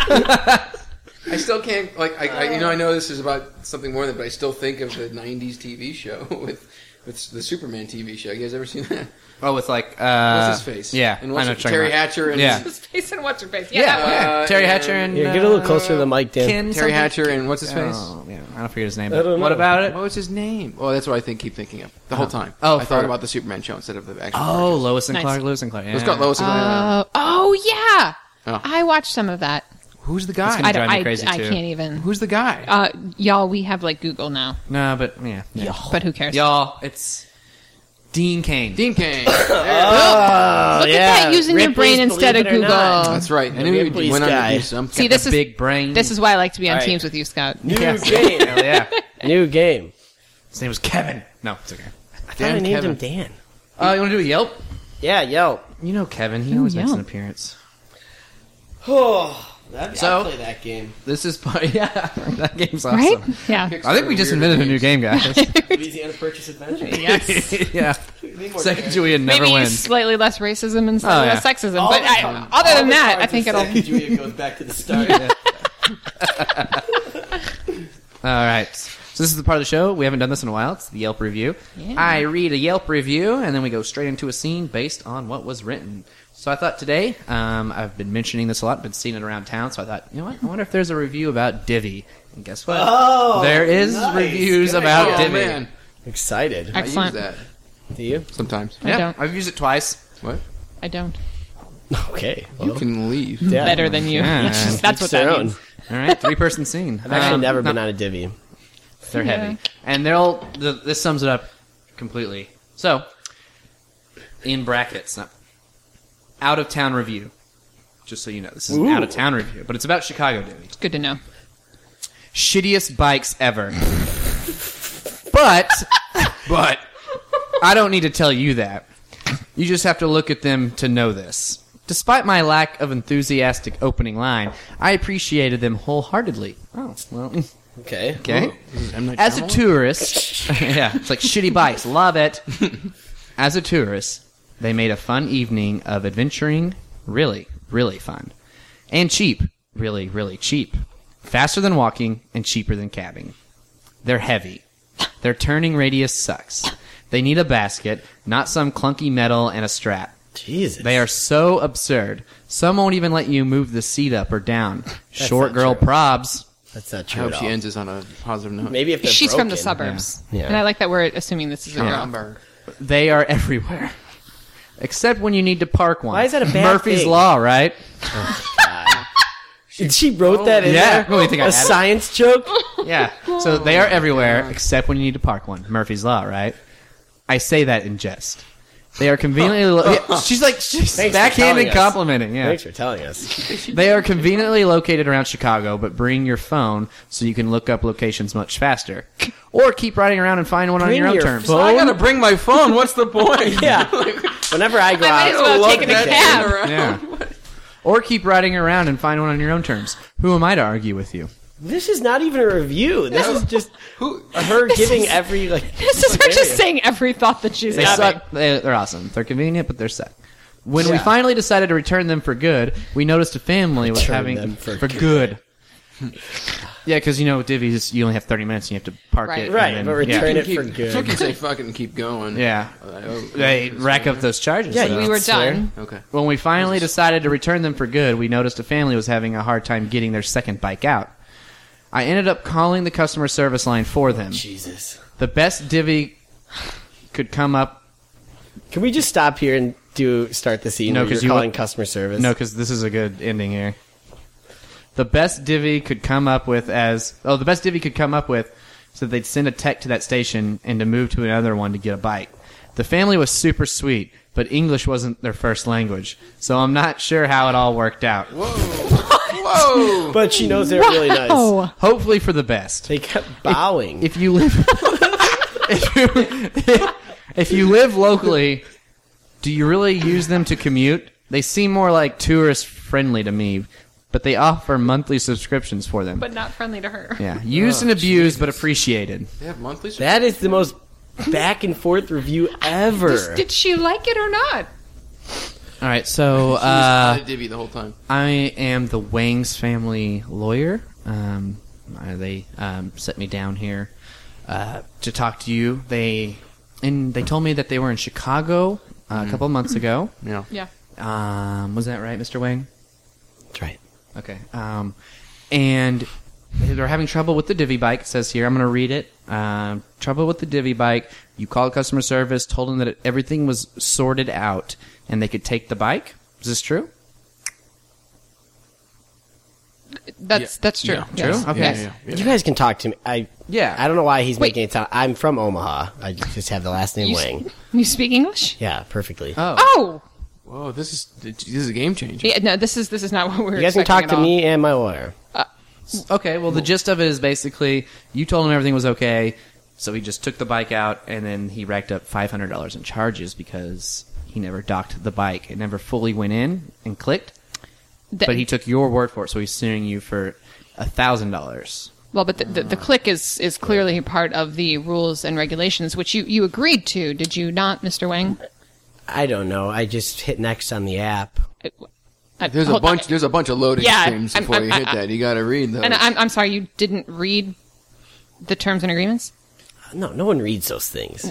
Speaker 4: I still can't like I, I you know I know this is about something more than but I still think of the '90s TV show with with the Superman TV show. You guys ever seen that?
Speaker 1: Oh, with like uh,
Speaker 4: what's his face?
Speaker 1: Yeah,
Speaker 4: and what's
Speaker 1: I know
Speaker 4: it-
Speaker 1: what you're
Speaker 4: Terry
Speaker 1: talking about.
Speaker 4: Hatcher and
Speaker 1: Yeah.
Speaker 2: Face and what's your face?
Speaker 1: Yeah, yeah.
Speaker 4: Uh,
Speaker 1: Terry
Speaker 4: and-
Speaker 1: Hatcher and
Speaker 3: Yeah, get a little closer to the mic, Dan.
Speaker 1: Ken
Speaker 4: Terry
Speaker 1: something?
Speaker 4: Hatcher and what's his face?
Speaker 1: Oh, yeah, I don't forget his name.
Speaker 3: I don't
Speaker 1: What
Speaker 3: know.
Speaker 1: about it?
Speaker 4: What was his name? Oh, that's what I think. Keep thinking of the whole time.
Speaker 1: Oh,
Speaker 4: I thought
Speaker 1: for-
Speaker 4: about the Superman show instead of the actual.
Speaker 1: Oh, Lois and
Speaker 2: Nice.
Speaker 1: Clark. Lois and Clark. Yeah.
Speaker 4: Let's go, Lois. and Clark.
Speaker 2: Uh, oh, yeah.
Speaker 4: Oh.
Speaker 2: I watched some of that.
Speaker 4: Who's the
Speaker 1: It's gonna
Speaker 4: guy?
Speaker 2: I, don't,
Speaker 1: drive me
Speaker 2: I,
Speaker 1: crazy,
Speaker 2: I
Speaker 1: too.
Speaker 2: can't even.
Speaker 4: Who's the guy?
Speaker 2: Uh, y'all, we have like Google now,
Speaker 1: No, but yeah, yeah.
Speaker 2: but who cares?
Speaker 1: y'all, it's Dean Kane.
Speaker 4: Dean Kane.
Speaker 2: Look
Speaker 3: yeah.
Speaker 2: at that using your
Speaker 3: Ripley's
Speaker 2: brain instead of
Speaker 3: Believe It or
Speaker 2: Google.
Speaker 3: Not.
Speaker 4: That's right. I knew you
Speaker 3: Ripley's
Speaker 4: went on
Speaker 3: guy.
Speaker 4: to do something.
Speaker 2: See, this is
Speaker 1: big brain.
Speaker 2: this is why I like to be on
Speaker 3: Alright.
Speaker 2: teams with you, Scott.
Speaker 3: New
Speaker 1: Yes.
Speaker 3: game.
Speaker 1: Hell yeah.
Speaker 3: New game.
Speaker 1: His name was Kevin. No, it's okay.
Speaker 3: I thought
Speaker 4: Dan
Speaker 3: I named
Speaker 4: Kevin.
Speaker 3: him Dan.
Speaker 1: Uh, you want to do a Yelp?
Speaker 3: Yeah, Yelp.
Speaker 1: You know Kevin. He always makes
Speaker 2: Yelp.
Speaker 1: an appearance.
Speaker 3: Oh, that,
Speaker 4: So-
Speaker 3: play that game.
Speaker 1: This is yeah. That game's awesome.
Speaker 2: Right? Yeah.
Speaker 1: I think we just invented a new game, guys.
Speaker 3: Louisiana Purchase Adventure.
Speaker 2: Yes.
Speaker 1: yeah. Julian never
Speaker 2: Maybe
Speaker 1: wins.
Speaker 2: slightly less racism and slightly
Speaker 1: Oh, yeah.
Speaker 2: less sexism. but I, other than that, I think it'll.
Speaker 3: Julia goes back to the start.
Speaker 1: All right. So this is the part of the show we haven't done this in a while. It's the Yelp review.
Speaker 2: Yeah.
Speaker 1: I read a Yelp review and then we go straight into a scene based on what was written. So I thought today, um, I've been mentioning this a lot, been seeing it around town. So I thought, you know what? I wonder if there's a review about Divi. And guess what?
Speaker 3: Oh,
Speaker 1: there is
Speaker 3: nice.
Speaker 1: reviews
Speaker 3: Good
Speaker 1: about
Speaker 4: Oh,
Speaker 1: Divi.
Speaker 4: man.
Speaker 3: Excited.
Speaker 4: I use
Speaker 2: Excellent.
Speaker 4: that
Speaker 3: Do you?
Speaker 4: sometimes.
Speaker 2: I
Speaker 1: Yeah,
Speaker 2: don't.
Speaker 1: I've used it twice.
Speaker 4: What?
Speaker 2: I don't.
Speaker 3: Okay.
Speaker 4: You can leave.
Speaker 3: Yeah.
Speaker 2: Better than you.
Speaker 1: Oh. Yeah.
Speaker 2: That's what that means.
Speaker 1: All right, three person scene.
Speaker 3: I've actually
Speaker 1: Um,
Speaker 3: never
Speaker 1: no,
Speaker 3: been on a divvy.
Speaker 1: They're
Speaker 2: Yeah.
Speaker 1: heavy, and they're all. The, this sums it up completely. So, in brackets, not out of town review. Just so you know, this is an
Speaker 3: Ooh.
Speaker 1: out of town review, but it's about Chicago Diddy.
Speaker 2: Good to know.
Speaker 1: Shittiest bikes ever. but, but I don't need to tell you that. You just have to look at them to know this. Despite my lack of enthusiastic opening line, I appreciated them wholeheartedly. Oh well.
Speaker 3: Okay.
Speaker 1: Okay.
Speaker 4: This is M. Night
Speaker 1: As a
Speaker 4: Shyamalan?
Speaker 1: tourist, yeah, it's like shitty bikes. Love it. As a tourist, they made a fun evening of adventuring. Really, really fun. And cheap. Really, really cheap. Faster than walking and cheaper than cabbing. They're heavy. Their turning radius sucks. They need a basket, not some clunky metal and a strap.
Speaker 3: Jesus.
Speaker 1: They are so absurd. Some won't even let you move the seat up or down. Short
Speaker 3: not
Speaker 1: girl
Speaker 3: true.
Speaker 1: probs.
Speaker 3: That's not
Speaker 4: I
Speaker 3: true.
Speaker 4: hope
Speaker 3: at
Speaker 4: she
Speaker 3: all.
Speaker 4: ends this on a positive note.
Speaker 3: Maybe if they're
Speaker 2: She's from the
Speaker 3: broken.
Speaker 2: suburbs.
Speaker 3: Yeah. Yeah.
Speaker 2: And I like that we're assuming this is a girl.
Speaker 4: Remember.
Speaker 1: They are everywhere. Except when you need to park one.
Speaker 3: Why is that a bad
Speaker 1: Murphy's
Speaker 3: thing?
Speaker 1: Law, right?
Speaker 3: Did she wrote that in
Speaker 1: Yeah.
Speaker 3: there?
Speaker 1: What do you think I
Speaker 3: a
Speaker 1: added?
Speaker 3: science joke?
Speaker 1: Yeah. So they are everywhere except when you need to park one. Murphy's Law, right? I say that in jest. They are conveniently lo- Yeah, she's like she's
Speaker 3: for telling
Speaker 1: backhanded
Speaker 3: us.
Speaker 1: complimenting. Yeah.
Speaker 3: Thanks for telling us.
Speaker 1: They are conveniently located around Chicago, but bring your phone so you can look up locations much faster. Or keep riding around and find one on
Speaker 3: Bring
Speaker 1: your own
Speaker 3: your
Speaker 1: terms.
Speaker 3: phone?
Speaker 4: I gotta bring my phone. What's the point?
Speaker 3: Yeah. Whenever I go
Speaker 2: I might
Speaker 3: out,
Speaker 2: as well
Speaker 3: love
Speaker 2: take it a
Speaker 3: that
Speaker 2: cab.
Speaker 4: Around.
Speaker 1: Yeah. Or keep riding around and find one on your own terms. Who am I to argue with you?
Speaker 3: This is not even a review. This is just
Speaker 4: Who?
Speaker 3: her giving every like.
Speaker 2: This is her just saying every thought that she's
Speaker 1: They
Speaker 2: having.
Speaker 1: suck. They, they're awesome. They're convenient, but they're suck. When we
Speaker 3: Yeah.
Speaker 1: finally decided to return them for good, we noticed a family was
Speaker 3: Return
Speaker 1: having
Speaker 3: them
Speaker 1: for,
Speaker 3: for
Speaker 1: good. yeah, because you know with divvies, you only have thirty minutes, and you have to park
Speaker 2: Right.
Speaker 1: it. and
Speaker 3: Right,
Speaker 1: then-
Speaker 3: but
Speaker 1: yeah.
Speaker 3: return it
Speaker 4: Keep,
Speaker 3: for
Speaker 4: She
Speaker 3: good.
Speaker 4: can say fucking keep going.
Speaker 1: Yeah,
Speaker 4: Oh,
Speaker 1: they rack up those charges.
Speaker 3: Yeah,
Speaker 1: though.
Speaker 2: We were
Speaker 3: Swear.
Speaker 2: done.
Speaker 4: Okay.
Speaker 1: When we finally decided to return them for good, we noticed a family was having a hard time getting their second bike out. I ended up calling the customer service line for them.
Speaker 3: Jesus.
Speaker 1: The best divvy could come up
Speaker 3: Can we just stop here and do start the scene?
Speaker 1: No,
Speaker 3: No, because
Speaker 1: 'cause you
Speaker 3: calling
Speaker 1: want-
Speaker 3: customer service.
Speaker 1: No, because this is a good ending here. The best divvy could come up with as oh, the best divvy could come up with so they'd send a tech to that station and to move to another one to get a bike. The family was super sweet, but English wasn't their first language, so I'm not sure how it all worked out.
Speaker 4: Whoa.
Speaker 3: but she knows they're really nice.
Speaker 2: Oh,
Speaker 1: Hopefully for the best.
Speaker 3: They kept bowing.
Speaker 1: If you live, if you, if you live locally, do you really use them to commute? They seem more like tourist friendly to me, but they offer monthly subscriptions for them.
Speaker 2: but not friendly to her.
Speaker 1: Yeah, used and abused, but appreciated.
Speaker 4: They have monthly.
Speaker 3: that is the most back and forth review ever.
Speaker 2: Did she like it or not?
Speaker 1: All right, so
Speaker 4: I
Speaker 1: uh,
Speaker 4: divvy the whole time.
Speaker 1: I am the Wangs family lawyer. Um, uh, they um, set me down here uh, to talk to you. They and they told me that they were in Chicago uh, a couple of months ago.
Speaker 4: Yeah.
Speaker 2: Yeah.
Speaker 1: Um, was that right, Mr. Wang?
Speaker 3: That's right.
Speaker 1: Okay. Um, and they're having trouble with the divvy bike. It says here, I'm going to read it. Um, trouble with the divvy bike. You called customer service, told them that it, everything was sorted out, and they could take the bike. Is this true?
Speaker 2: That's
Speaker 4: Yeah.
Speaker 2: that's true.
Speaker 4: Yeah.
Speaker 2: Yes.
Speaker 1: True? Okay.
Speaker 2: Yes.
Speaker 4: Yeah, yeah,
Speaker 3: You guys can talk to me. I
Speaker 1: Yeah.
Speaker 3: I don't know why he's
Speaker 2: Wait.
Speaker 3: making it sound. I'm from Omaha. I just have the last name
Speaker 2: You,
Speaker 3: Wang.
Speaker 2: s- you speak English?
Speaker 3: Yeah, perfectly.
Speaker 1: Oh.
Speaker 2: Oh,
Speaker 4: Whoa, this is this is a game changer.
Speaker 2: yeah, no. This is this is not what we're.
Speaker 3: you guys can
Speaker 2: expecting
Speaker 3: talk
Speaker 2: at
Speaker 3: to
Speaker 2: all.
Speaker 3: me and my lawyer.
Speaker 1: Oh, Okay, well, the gist of it is basically you told him everything was okay, so he just took the bike out, and then he racked up $500 in charges because he never docked the bike. It never fully went in and clicked,
Speaker 2: The-
Speaker 1: but he took your word for it, so he's suing you for $1,000.
Speaker 2: well, but the, the, the click is is clearly part of the rules and regulations, which you you agreed to, did you not, Mister Wang?
Speaker 3: I don't know. I just hit next on the app.
Speaker 2: I- I-
Speaker 4: There's a
Speaker 2: hold
Speaker 4: bunch.
Speaker 2: on.
Speaker 4: There's a bunch of loading
Speaker 2: Yeah,
Speaker 4: screens
Speaker 2: I'm-
Speaker 4: before
Speaker 2: I'm-
Speaker 4: you hit
Speaker 2: I-
Speaker 4: that. You got to read those.
Speaker 2: And I'm I'm sorry, you didn't read the terms and agreements.
Speaker 3: No, no one reads those things.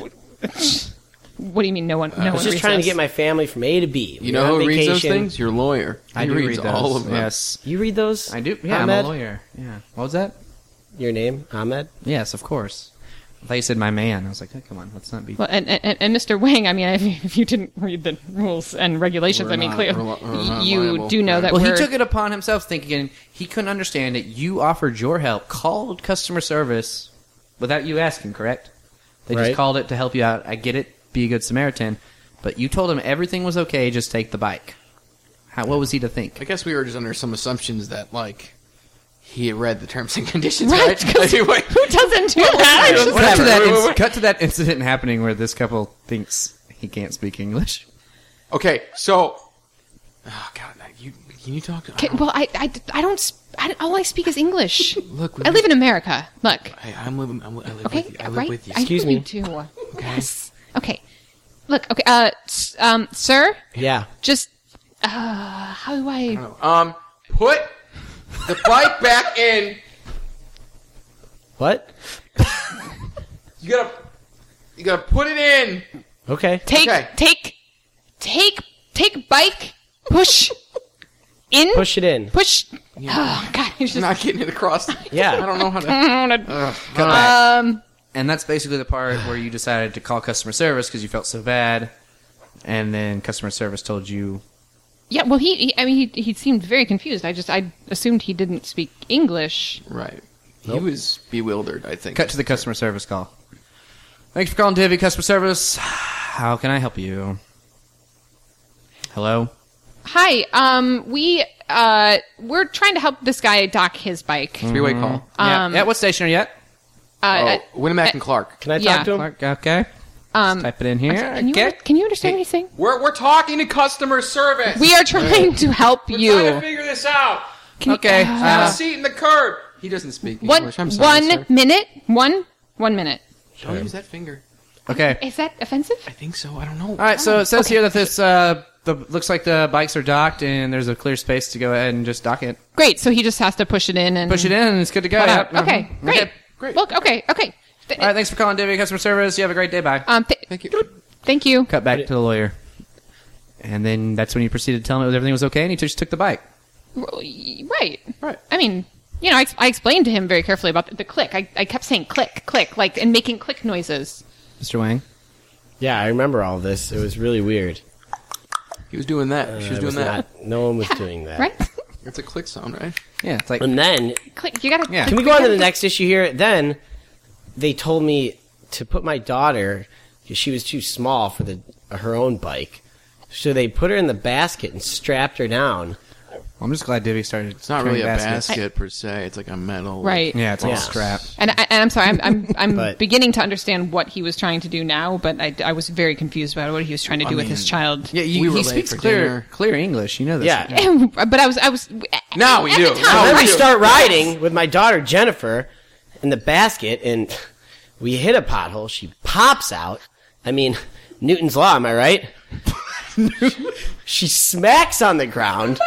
Speaker 2: What do you mean? No one. No
Speaker 3: I
Speaker 2: one.
Speaker 3: was just
Speaker 2: reads
Speaker 3: trying
Speaker 2: those?
Speaker 3: to get my family from A to B. We
Speaker 4: you
Speaker 3: were
Speaker 4: know
Speaker 3: on
Speaker 4: who reads those
Speaker 3: vacation.
Speaker 4: things? Your lawyer. He reads all of them.
Speaker 1: Yes,
Speaker 3: You read those?
Speaker 1: I do. Yeah,
Speaker 3: Ahmed?
Speaker 1: I'm a lawyer. Yeah. What was that?
Speaker 3: Your name, Ahmed?
Speaker 1: Yes, of course. I thought you said my man. I was like, oh, come on, let's not be.
Speaker 2: Well, and, and, and Mr. Wang, I mean, if, if you didn't read the rules and regulations,
Speaker 4: We're
Speaker 2: I mean,
Speaker 4: not
Speaker 2: clearly,
Speaker 4: reli- we're not
Speaker 2: you
Speaker 4: liable.
Speaker 2: do know that
Speaker 1: Well, he
Speaker 2: we're-
Speaker 1: took it upon himself, thinking he couldn't understand it. You offered your help, called customer service without you asking, correct? They
Speaker 3: Right.
Speaker 1: just called it to help you out. I get it. Be a good Samaritan. But you told him everything was okay. Just take the bike. How, what was he to
Speaker 4: I
Speaker 1: think?
Speaker 4: guess we were just under some assumptions that like he had read the terms and conditions
Speaker 2: Right,
Speaker 4: right.
Speaker 2: 'cause-
Speaker 4: Anyway,
Speaker 2: Who doesn't do that? I just-
Speaker 1: Cut to, that
Speaker 4: Wait, wait,
Speaker 1: inc-
Speaker 4: wait.
Speaker 1: cut to that incident happening where this couple thinks he can't speak English.
Speaker 4: okay, so oh god, that- you can you talk? To,
Speaker 2: Okay, well, I, I, I don't. sp- I, don't- all I speak is English.
Speaker 4: Look, we-
Speaker 2: I live in America. Look,
Speaker 4: hey, I'm living. I'm, li- I live
Speaker 2: okay,
Speaker 4: with you. I live
Speaker 2: right?
Speaker 4: with you.
Speaker 2: I
Speaker 3: Excuse
Speaker 2: know you
Speaker 3: me.
Speaker 2: do. Yes. Okay. Look. Okay. Uh, s- um, sir,
Speaker 3: Yeah.
Speaker 2: just uh, how do I?
Speaker 4: um, put the bike back in.
Speaker 3: What?
Speaker 4: You gotta you gotta put it in.
Speaker 3: Okay.
Speaker 2: Take,
Speaker 4: Okay.
Speaker 2: take, take, take bike. Push in.
Speaker 3: Push it in.
Speaker 2: Push. Oh God! It's
Speaker 4: You're
Speaker 2: just
Speaker 4: not getting it across.
Speaker 3: Yeah. Uh,
Speaker 4: I don't know how to.
Speaker 1: Cut back.
Speaker 2: um,
Speaker 1: and that's basically the part where you decided to call customer service because you felt so bad, and then customer service told you
Speaker 2: yeah. Well, he, he. I mean, he. He seemed very confused. I just. I assumed he didn't speak English.
Speaker 4: Right.
Speaker 3: Nope.
Speaker 4: He was bewildered. I think.
Speaker 1: Cut to the customer service call. Thanks for calling Divvy Customer Service. How can I help you? Hello?
Speaker 2: Hi. Um. We. Uh. We're trying to help this guy dock his bike.
Speaker 4: three way
Speaker 3: Mm-hmm.
Speaker 4: call.
Speaker 2: Um,
Speaker 1: yeah, yeah, what station are you at?
Speaker 2: Uh,
Speaker 4: oh, Winnemac and Clark.
Speaker 3: Can I talk
Speaker 2: Yeah.
Speaker 3: to him?
Speaker 1: Clark, okay.
Speaker 2: Um.
Speaker 1: Type it in here.
Speaker 2: Can you,
Speaker 1: okay.
Speaker 2: under- can you understand anything?
Speaker 4: We're we're talking to customer service.
Speaker 2: We are trying to help you.
Speaker 4: figure this out.
Speaker 2: Can you-
Speaker 1: Okay,
Speaker 2: uh,
Speaker 1: uh,
Speaker 4: seat in the curb. He doesn't speak
Speaker 2: one.
Speaker 4: English. I'm sorry,
Speaker 2: one
Speaker 4: sir.
Speaker 2: minute. One. One minute.
Speaker 4: Don't use that finger.
Speaker 1: uh, okay.
Speaker 2: Is that offensive?
Speaker 4: I think so. I don't know.
Speaker 1: All right, so it says here that this uh, the, looks like the bikes are docked and there's a clear space to go ahead and just dock it.
Speaker 2: Great. So he just has to push it in and
Speaker 1: Push it in and it's good to go.
Speaker 2: Hold on.
Speaker 1: Yep. Mhm.
Speaker 2: Okay. Great.
Speaker 4: great.
Speaker 2: Look. Okay. Okay. Th-
Speaker 1: All right, thanks for calling Divvy Customer Service. You have a great day. Bye.
Speaker 2: Um, th-
Speaker 4: Thank you.
Speaker 2: Thank you.
Speaker 1: Uh, Cut back to the lawyer. And then that's when you proceeded to tell him everything was okay and he just took the bike.
Speaker 2: Right.
Speaker 4: Right.
Speaker 2: I mean, you know, I, ex- I explained to him very carefully about the, the click. I, I kept saying click, click, like, and making click noises.
Speaker 1: Mr. Wang?
Speaker 3: Yeah, I remember all this. It was really weird.
Speaker 4: He was doing that. she was
Speaker 3: I
Speaker 4: doing
Speaker 3: Uh, was
Speaker 4: that.
Speaker 3: not- no one was doing that.
Speaker 2: Right?
Speaker 4: It's a click sound, right?
Speaker 1: Yeah, it's like
Speaker 3: And then,
Speaker 2: click. You gotta.
Speaker 1: Yeah.
Speaker 3: can we go on to the next issue here? Then, they told me to put my daughter, because she was too small for the her own bike. So they put her in the basket and strapped her down.
Speaker 1: I'm just glad Divvy started.
Speaker 4: It's not really a basket per se. It's like a metal.
Speaker 2: Right.
Speaker 1: Yeah, it's all
Speaker 3: Yeah.
Speaker 1: strap.
Speaker 2: And, I, and I'm sorry, I'm, I'm, I'm
Speaker 3: But-
Speaker 2: beginning to understand what he was trying to do now, but I, I was very confused about what he was trying to do
Speaker 4: I
Speaker 2: with his
Speaker 4: mean-
Speaker 2: child.
Speaker 1: Yeah,
Speaker 4: you-
Speaker 1: we
Speaker 4: he
Speaker 1: he
Speaker 4: speaks
Speaker 1: speaks
Speaker 4: clear-
Speaker 1: clear clear English. You know this.
Speaker 3: Yeah.
Speaker 2: but I was, I was.
Speaker 4: Now we
Speaker 2: at
Speaker 4: do.
Speaker 2: The
Speaker 4: Now
Speaker 3: And
Speaker 2: time,
Speaker 3: then
Speaker 4: we
Speaker 3: we
Speaker 4: do.
Speaker 3: start riding with my daughter Jennifer in the basket, and we hit a pothole. She pops out. I mean, Newton's law, am I right? she smacks on the ground.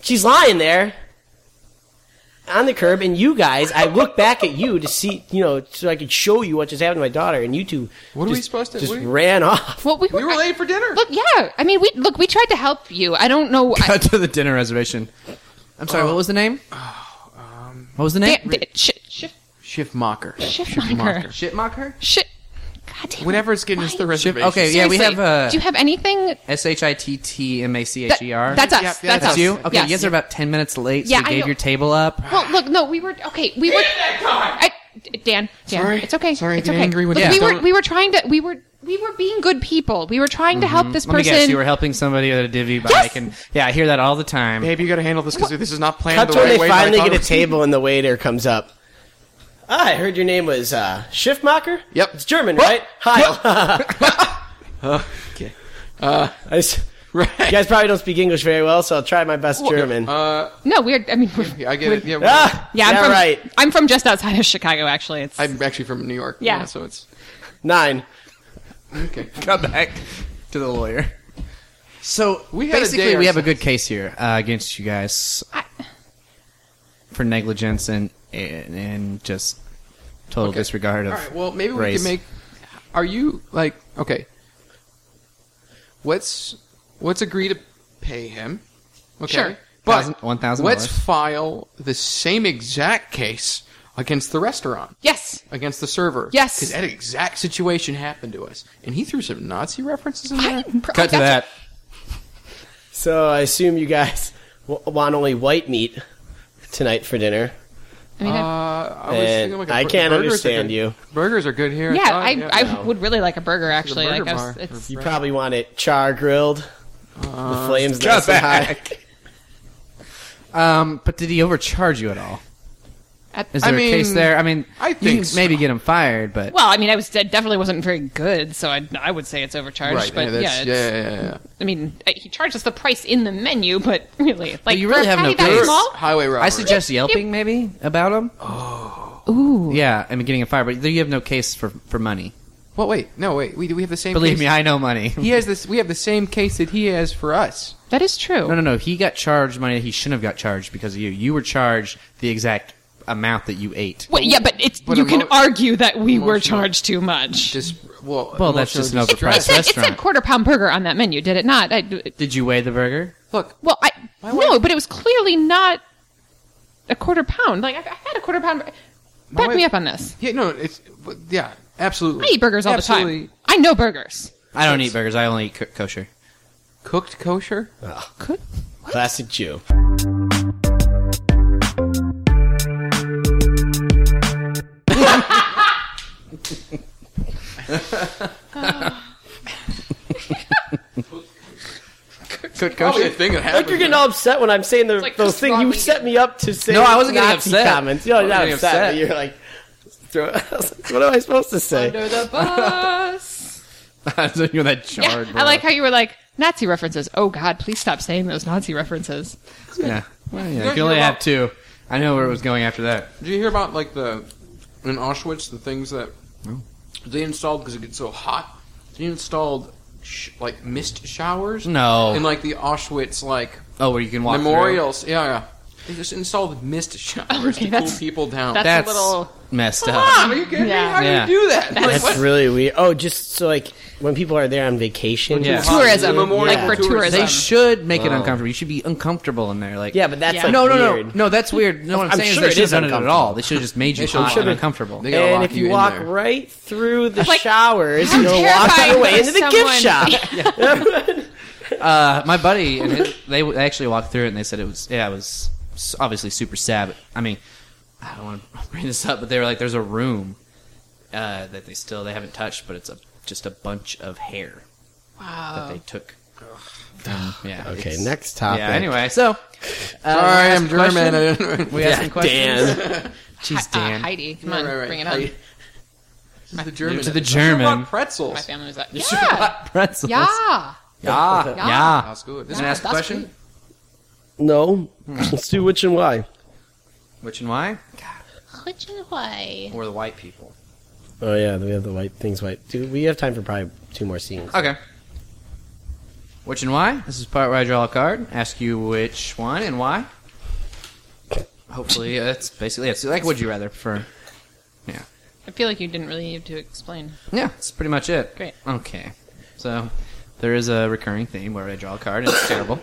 Speaker 3: She's lying there on the curb, and you guys, I look back at you to see, you know, so I could show you what just happened to my daughter, and you two.
Speaker 4: What are we
Speaker 3: just,
Speaker 4: supposed to-
Speaker 3: Just
Speaker 4: what are you-
Speaker 3: ran off.
Speaker 2: Well, we were,
Speaker 4: We were late for dinner.
Speaker 2: Look, yeah. I mean, we look. We tried to help you. I don't know. I,
Speaker 1: Cut to the dinner reservation. I'm
Speaker 4: Oh.
Speaker 1: sorry. what was the name? what was the name?
Speaker 2: they, they, sh- sh-
Speaker 4: Schiffmacher.
Speaker 2: Schiffmacher.
Speaker 1: Shitmocker.
Speaker 2: Shit. God damn it.
Speaker 4: Whatever's getting us the
Speaker 2: Why?
Speaker 4: reservation.
Speaker 1: Okay, yeah, we
Speaker 2: Seriously,
Speaker 1: have uh,
Speaker 2: Do you have anything?
Speaker 1: S H I T T M A C
Speaker 2: That,
Speaker 1: H E R.
Speaker 2: That's us.
Speaker 4: Yep, yeah,
Speaker 2: that's,
Speaker 1: That's
Speaker 2: us.
Speaker 1: you. Okay,
Speaker 2: Yes.
Speaker 1: you guys are about ten minutes late. So
Speaker 2: Yeah,
Speaker 1: you
Speaker 2: I
Speaker 1: gave
Speaker 2: know.
Speaker 1: your table up.
Speaker 2: Well, look, no, we were okay. We were. I, Dan, Dan,
Speaker 4: Sorry.
Speaker 2: it's okay.
Speaker 4: Sorry,
Speaker 2: it's
Speaker 4: get
Speaker 2: okay.
Speaker 4: angry when
Speaker 2: Look,
Speaker 4: you
Speaker 2: we were
Speaker 4: don't-
Speaker 2: we were trying to we were we were being good people. We were trying to help this
Speaker 1: Let me
Speaker 2: person.
Speaker 1: guess. You were helping somebody with a divvy bike,
Speaker 2: Yes!
Speaker 1: and yeah, I hear that all the time.
Speaker 4: Babe, you got to handle this because this is not planned
Speaker 3: That's
Speaker 4: the
Speaker 3: when
Speaker 4: right
Speaker 3: they
Speaker 4: way. that I
Speaker 3: finally
Speaker 4: thought
Speaker 3: get
Speaker 4: it
Speaker 3: a
Speaker 4: was.
Speaker 3: table and the waiter comes up. Ah, I heard your name was uh, Schiffmacher.
Speaker 4: Yep.
Speaker 3: it's German, right? Hi.
Speaker 4: okay. Uh,
Speaker 3: I s-
Speaker 4: Right.
Speaker 3: you guys probably don't speak English very well, so I'll try my best German.
Speaker 4: Uh,
Speaker 2: no, we're. I mean, we're,
Speaker 4: yeah, I get it. Yeah,
Speaker 3: ah,
Speaker 2: yeah, I'm
Speaker 3: yeah,
Speaker 2: from.
Speaker 3: right.
Speaker 2: I'm from just outside of Chicago. Actually, it's.
Speaker 4: I'm actually from New York.
Speaker 2: Yeah.
Speaker 4: so it's
Speaker 3: Nine.
Speaker 4: okay.
Speaker 1: Come back to the lawyer. So
Speaker 4: We had a
Speaker 1: basically,
Speaker 4: day
Speaker 1: we have a
Speaker 4: ourselves.
Speaker 1: good case here uh, against you guys
Speaker 2: I-
Speaker 1: for negligence and and, and just total
Speaker 4: Okay.
Speaker 1: disregard of.
Speaker 4: All right. Well, maybe we
Speaker 1: race.
Speaker 4: can make. Are you like okay? What's what's agree to pay him? Okay.
Speaker 2: Sure.
Speaker 1: Thousand-
Speaker 4: But
Speaker 1: one thousand
Speaker 4: Let's
Speaker 1: dollars.
Speaker 4: file the same exact case against the restaurant,
Speaker 2: yes.
Speaker 4: against the server.
Speaker 2: Yes.
Speaker 4: Because that exact situation happened to us, and he threw some Nazi references in there.
Speaker 2: Fine. Pro-
Speaker 1: Cut to
Speaker 2: that's-
Speaker 1: that.
Speaker 3: So I assume you guys w- want only white meat tonight for dinner.
Speaker 2: I mean,
Speaker 4: Uh,
Speaker 2: I-
Speaker 4: I, was
Speaker 3: And
Speaker 4: thinking like a
Speaker 3: I
Speaker 4: bur-
Speaker 3: can't
Speaker 4: burgers are
Speaker 3: understand
Speaker 4: good-
Speaker 3: you.
Speaker 4: Burgers are good here.
Speaker 2: yeah,
Speaker 4: Oh,
Speaker 2: I, I
Speaker 4: no.
Speaker 2: would really like a burger. Actually,
Speaker 4: burger
Speaker 2: like I was,
Speaker 4: bar.
Speaker 2: it's,
Speaker 3: You probably want it char grilled.
Speaker 4: Uh,
Speaker 3: the flames
Speaker 1: Cut
Speaker 3: nice and high.
Speaker 1: Um, but did he overcharge you at all?
Speaker 2: at-
Speaker 1: Is
Speaker 4: I
Speaker 1: there a case
Speaker 4: mean,
Speaker 1: there? I mean,
Speaker 4: I
Speaker 1: you
Speaker 4: think
Speaker 1: can
Speaker 4: so.
Speaker 1: maybe get him fired, but
Speaker 2: well, I mean, I was I definitely wasn't very good, so I, I would say it's overcharged.
Speaker 4: Right,
Speaker 2: but
Speaker 4: yeah,
Speaker 2: yeah,
Speaker 4: that's-
Speaker 2: it's,
Speaker 4: yeah, yeah, yeah, yeah.
Speaker 2: I mean, I- he charged us the price in the menu, but really, like
Speaker 1: you really
Speaker 2: for a
Speaker 1: have no
Speaker 2: patty that
Speaker 1: case.
Speaker 2: small?
Speaker 4: Highway robbery.
Speaker 1: I suggest yelping maybe about him.
Speaker 2: Ooh,
Speaker 1: Yeah, I mean getting him fired, but you have no case for for money.
Speaker 4: Well, wait, no, wait. We do we have the same.
Speaker 1: Believe
Speaker 4: case.
Speaker 1: me, I know money.
Speaker 4: He has this. We have the same case that he has for us.
Speaker 2: that is true.
Speaker 1: No, no, no. He got charged money that he shouldn't have got charged because of you. You were charged the exact amount that you ate.
Speaker 2: Wait, yeah, but it's
Speaker 4: But
Speaker 2: you
Speaker 4: emo-
Speaker 2: can argue that we were
Speaker 4: emotional-
Speaker 2: charged too much.
Speaker 4: Just well.
Speaker 1: Well, that's just an
Speaker 4: emotional
Speaker 1: overpriced
Speaker 2: It
Speaker 4: distress.
Speaker 2: said, it said
Speaker 1: restaurant.
Speaker 2: quarter pound burger on that menu, did it not? I,
Speaker 1: Did you weigh the burger?
Speaker 4: Look,
Speaker 2: well, I
Speaker 4: My
Speaker 2: no, but it was clearly not a quarter pound. Like I've, I've had a quarter pound. Back
Speaker 4: wife-
Speaker 2: me up on this.
Speaker 4: yeah, no, it's but, yeah, absolutely.
Speaker 2: I eat burgers all the
Speaker 4: Absolutely.
Speaker 2: time. I know burgers.
Speaker 1: I don't eat burgers. I only eat co- kosher.
Speaker 4: Cooked kosher.
Speaker 2: Could
Speaker 3: Classic Jew.
Speaker 1: Cooked
Speaker 4: Probably a thing that happened.
Speaker 3: Look, you're getting all upset when I'm saying the,
Speaker 2: like
Speaker 3: those things. You
Speaker 2: pastrami.
Speaker 3: set me up to say
Speaker 1: No, I wasn't getting
Speaker 3: Nazi
Speaker 1: upset.
Speaker 3: comments. You're
Speaker 1: I wasn't
Speaker 3: not
Speaker 1: getting
Speaker 3: upset.
Speaker 1: upset.
Speaker 3: But you're like, throw, I was like, what am I supposed to say?
Speaker 2: under the bus.
Speaker 1: You're that
Speaker 2: yeah,
Speaker 1: charred.
Speaker 2: I like how you were like Nazi references. Oh God, please stop saying those Nazi references.
Speaker 1: Yeah. Well, yeah.
Speaker 4: Don't
Speaker 1: You can only
Speaker 4: you
Speaker 1: have
Speaker 4: love-
Speaker 1: two. I know where it was going after that.
Speaker 4: Did you hear about like the in Auschwitz the things that they installed because it gets so hot? They installed sh- like mist showers.
Speaker 1: No.
Speaker 4: in like the Auschwitz like
Speaker 1: Oh, where you can walk. through.
Speaker 4: memorials. Yeah, yeah. They just installed mist showers
Speaker 2: Okay,
Speaker 4: to cool
Speaker 2: that's-
Speaker 4: people down.
Speaker 2: that's-
Speaker 1: That's Ah!
Speaker 2: a little-
Speaker 1: messed
Speaker 4: Come
Speaker 1: up.
Speaker 4: on, are you kidding
Speaker 2: Yeah.
Speaker 4: me? How
Speaker 1: Yeah.
Speaker 4: do you do that? Like,
Speaker 3: That's
Speaker 4: what?
Speaker 3: really weird. Oh, just so like when people are there on vacation.
Speaker 1: Yeah.
Speaker 2: Tourism,
Speaker 4: Memorial
Speaker 2: like for
Speaker 4: tourism.
Speaker 2: tourism.
Speaker 1: They should make it
Speaker 4: Wow.
Speaker 1: uncomfortable. You should be uncomfortable in there. Like
Speaker 3: Yeah, but that's
Speaker 2: Yeah.
Speaker 3: like
Speaker 1: no, no,
Speaker 3: weird.
Speaker 1: no, no. That's weird. No, what I'm,
Speaker 3: I'm
Speaker 1: saying
Speaker 3: sure
Speaker 1: is
Speaker 3: it
Speaker 1: they
Speaker 3: is
Speaker 1: should have done it at
Speaker 3: uncomfortable.
Speaker 1: all. They should have just made you
Speaker 4: They should've-
Speaker 1: hot and
Speaker 4: should've-
Speaker 1: uncomfortable. Uh,
Speaker 4: They gotta
Speaker 3: And
Speaker 4: lock
Speaker 3: if you,
Speaker 4: in
Speaker 3: walk
Speaker 4: there.
Speaker 3: right through the
Speaker 2: Like,
Speaker 3: showers,
Speaker 2: how
Speaker 3: you'll walk
Speaker 2: terrifying
Speaker 3: your way
Speaker 2: is
Speaker 3: into the gift
Speaker 2: someone-
Speaker 3: shop.
Speaker 1: Uh, my buddy and his, they w- they actually walked through it and they said it was yeah it was s- obviously super sad. But, I mean, I don't want to bring this up, but they were like, there's a room uh, that they still they haven't touched, but it's a just a bunch of hair that they took. Um, yeah.
Speaker 3: okay,
Speaker 1: it's-
Speaker 3: next topic.
Speaker 1: Yeah. Anyway, so uh, we
Speaker 4: Sorry, I'm
Speaker 1: asked
Speaker 4: German. I
Speaker 1: questions.
Speaker 4: didn't-
Speaker 1: We asked some questions.
Speaker 3: Dan.
Speaker 1: Jeez,
Speaker 2: Uh,
Speaker 1: Dan.
Speaker 2: Heidi, come on,
Speaker 4: Right, right, right.
Speaker 2: bring it
Speaker 4: How
Speaker 2: on.
Speaker 4: you- This is the German.
Speaker 1: To the
Speaker 4: Those
Speaker 1: German.
Speaker 4: are hot pretzels.
Speaker 2: My family was like, yeah,
Speaker 1: Pretzels.
Speaker 2: yeah.
Speaker 1: Yeah.
Speaker 2: Yeah.
Speaker 1: Yeah.
Speaker 4: That's good. This
Speaker 2: Yeah,
Speaker 4: is ask a
Speaker 2: that's
Speaker 4: question.
Speaker 2: good.
Speaker 3: No, let's do which and why.
Speaker 1: Which and why?
Speaker 2: Which way?
Speaker 1: Or the white people.
Speaker 3: Oh yeah, we have the white things. White. Dude, we have time for probably two more scenes.
Speaker 1: Okay. Which and why? This is the part where I draw a card, ask you which one and why. Hopefully, uh, that's basically it. So, like, would you rather prefer?
Speaker 2: I feel like you didn't really need to explain.
Speaker 1: Yeah, that's pretty much it.
Speaker 2: Great.
Speaker 1: Okay. So, there is a recurring theme where I draw a card, and it's terrible.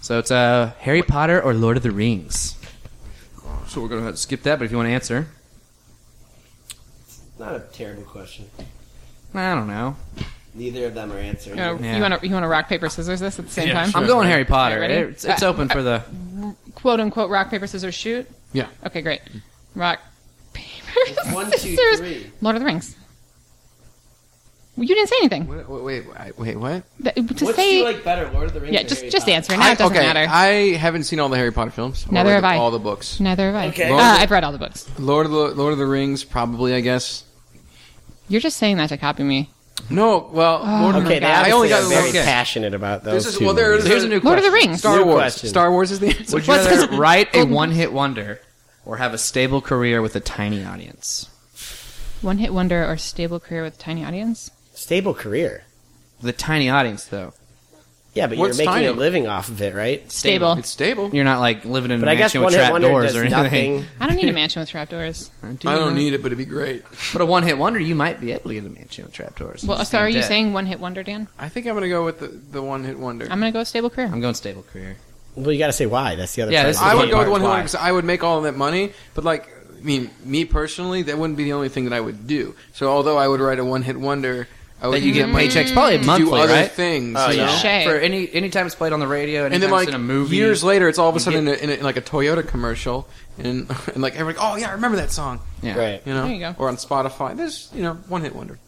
Speaker 1: So, it's uh, Harry Potter or Lord of the Rings. So, we're going to skip that, but if you want to answer.
Speaker 3: Not a terrible question.
Speaker 1: I don't know.
Speaker 3: Neither of them are answering.
Speaker 2: You
Speaker 1: Yeah.
Speaker 2: want to you want to rock paper scissors this at the same
Speaker 4: Yeah,
Speaker 2: time?
Speaker 4: sure.
Speaker 1: I'm going Harry Potter.
Speaker 2: Okay, ready?
Speaker 1: it's it's open for the.
Speaker 2: Quote unquote rock paper scissors shoot.
Speaker 4: Yeah.
Speaker 2: Okay, great. Rock paper
Speaker 3: One, two,
Speaker 2: scissors.
Speaker 3: three.
Speaker 2: Lord of the Rings. Well, you didn't say anything.
Speaker 4: Wait, wait, wait, wait, what?
Speaker 2: That- to
Speaker 3: What do
Speaker 2: say
Speaker 3: you like better, Lord of the Rings?
Speaker 2: yeah,
Speaker 3: or
Speaker 2: just
Speaker 3: Harry
Speaker 2: just
Speaker 3: Potter?
Speaker 2: answer it. Now it doesn't
Speaker 4: okay,
Speaker 2: matter.
Speaker 4: I haven't seen all the Harry Potter films. or
Speaker 2: Neither
Speaker 4: read
Speaker 2: have I.
Speaker 4: All the books.
Speaker 2: Neither have I.
Speaker 3: Okay.
Speaker 2: Uh, I've read all the books.
Speaker 4: Lord of the Lord of the Rings, probably. I guess.
Speaker 2: You're just saying that to copy me.
Speaker 4: No, well, Lord of the
Speaker 2: my
Speaker 3: Okay, they
Speaker 2: Oh, God.
Speaker 4: I only
Speaker 3: obviously
Speaker 4: got
Speaker 3: are
Speaker 4: the
Speaker 3: very
Speaker 4: Lord. Okay.
Speaker 3: passionate about those
Speaker 4: This is
Speaker 3: two
Speaker 4: well. There is
Speaker 3: movies.
Speaker 1: Here's a new
Speaker 2: Lord of the
Speaker 1: question.
Speaker 2: Rings.
Speaker 4: Star
Speaker 3: New
Speaker 4: Wars.
Speaker 3: question.
Speaker 4: Star Wars is the answer.
Speaker 1: Would you
Speaker 2: What's
Speaker 1: rather
Speaker 2: this-
Speaker 1: write a
Speaker 2: Golden-
Speaker 1: one-hit wonder or have a stable career with a tiny audience?
Speaker 2: One hit wonder or stable career with a tiny audience?
Speaker 3: Stable career.
Speaker 1: The tiny audience, though.
Speaker 3: Yeah, but
Speaker 4: What's
Speaker 3: you're making
Speaker 4: tiny?
Speaker 3: a living off of it,
Speaker 2: Mm,
Speaker 3: right?
Speaker 2: Stable.
Speaker 4: It's stable.
Speaker 1: You're not like living in a
Speaker 3: But I guess
Speaker 1: mansion with
Speaker 3: one hit
Speaker 1: trap
Speaker 3: wonder
Speaker 1: doors
Speaker 3: does
Speaker 1: or anything.
Speaker 3: nothing.
Speaker 2: I don't need a mansion with trapdoors.
Speaker 4: I don't need it, but it'd be great.
Speaker 1: But a one-hit wonder, you might be able to get a mansion with trap doors.
Speaker 2: Well,
Speaker 1: Just
Speaker 2: so are
Speaker 1: not
Speaker 2: you
Speaker 1: dead.
Speaker 2: saying one hit wonder, Dan?
Speaker 4: I think I'm gonna go with the, the one hit wonder.
Speaker 2: I'm gonna go with stable career.
Speaker 1: I'm going stable career?
Speaker 3: Well, you got to say why. That's the other.
Speaker 1: Yeah,
Speaker 3: part.
Speaker 1: this is
Speaker 4: I
Speaker 1: the
Speaker 4: would go with
Speaker 1: part.
Speaker 4: one hit
Speaker 1: Why?
Speaker 4: wonder because I would make all of that money. But like, I mean, me personally, that wouldn't be the only thing that I would do. So although I would write a one hit wonder, I would
Speaker 1: That you
Speaker 4: use
Speaker 1: get
Speaker 2: Mm.
Speaker 4: that money
Speaker 1: paychecks probably
Speaker 4: to
Speaker 1: monthly,
Speaker 4: Oh, do other
Speaker 1: right?
Speaker 4: things.
Speaker 3: Oh,
Speaker 4: you know?
Speaker 3: yeah.
Speaker 2: Touche.
Speaker 1: For any any time it's played on the radio, any
Speaker 4: And then
Speaker 1: time
Speaker 4: like
Speaker 1: it's in a movie,
Speaker 4: years later, it's all of a
Speaker 1: you
Speaker 4: sudden
Speaker 1: get-
Speaker 4: in, a, in, a, like a Toyota commercial, and and like everybody, oh yeah, I remember that song.
Speaker 1: yeah.
Speaker 3: Right.
Speaker 4: You know,
Speaker 2: There you go.
Speaker 4: or on Spotify. There's you know one hit wonder.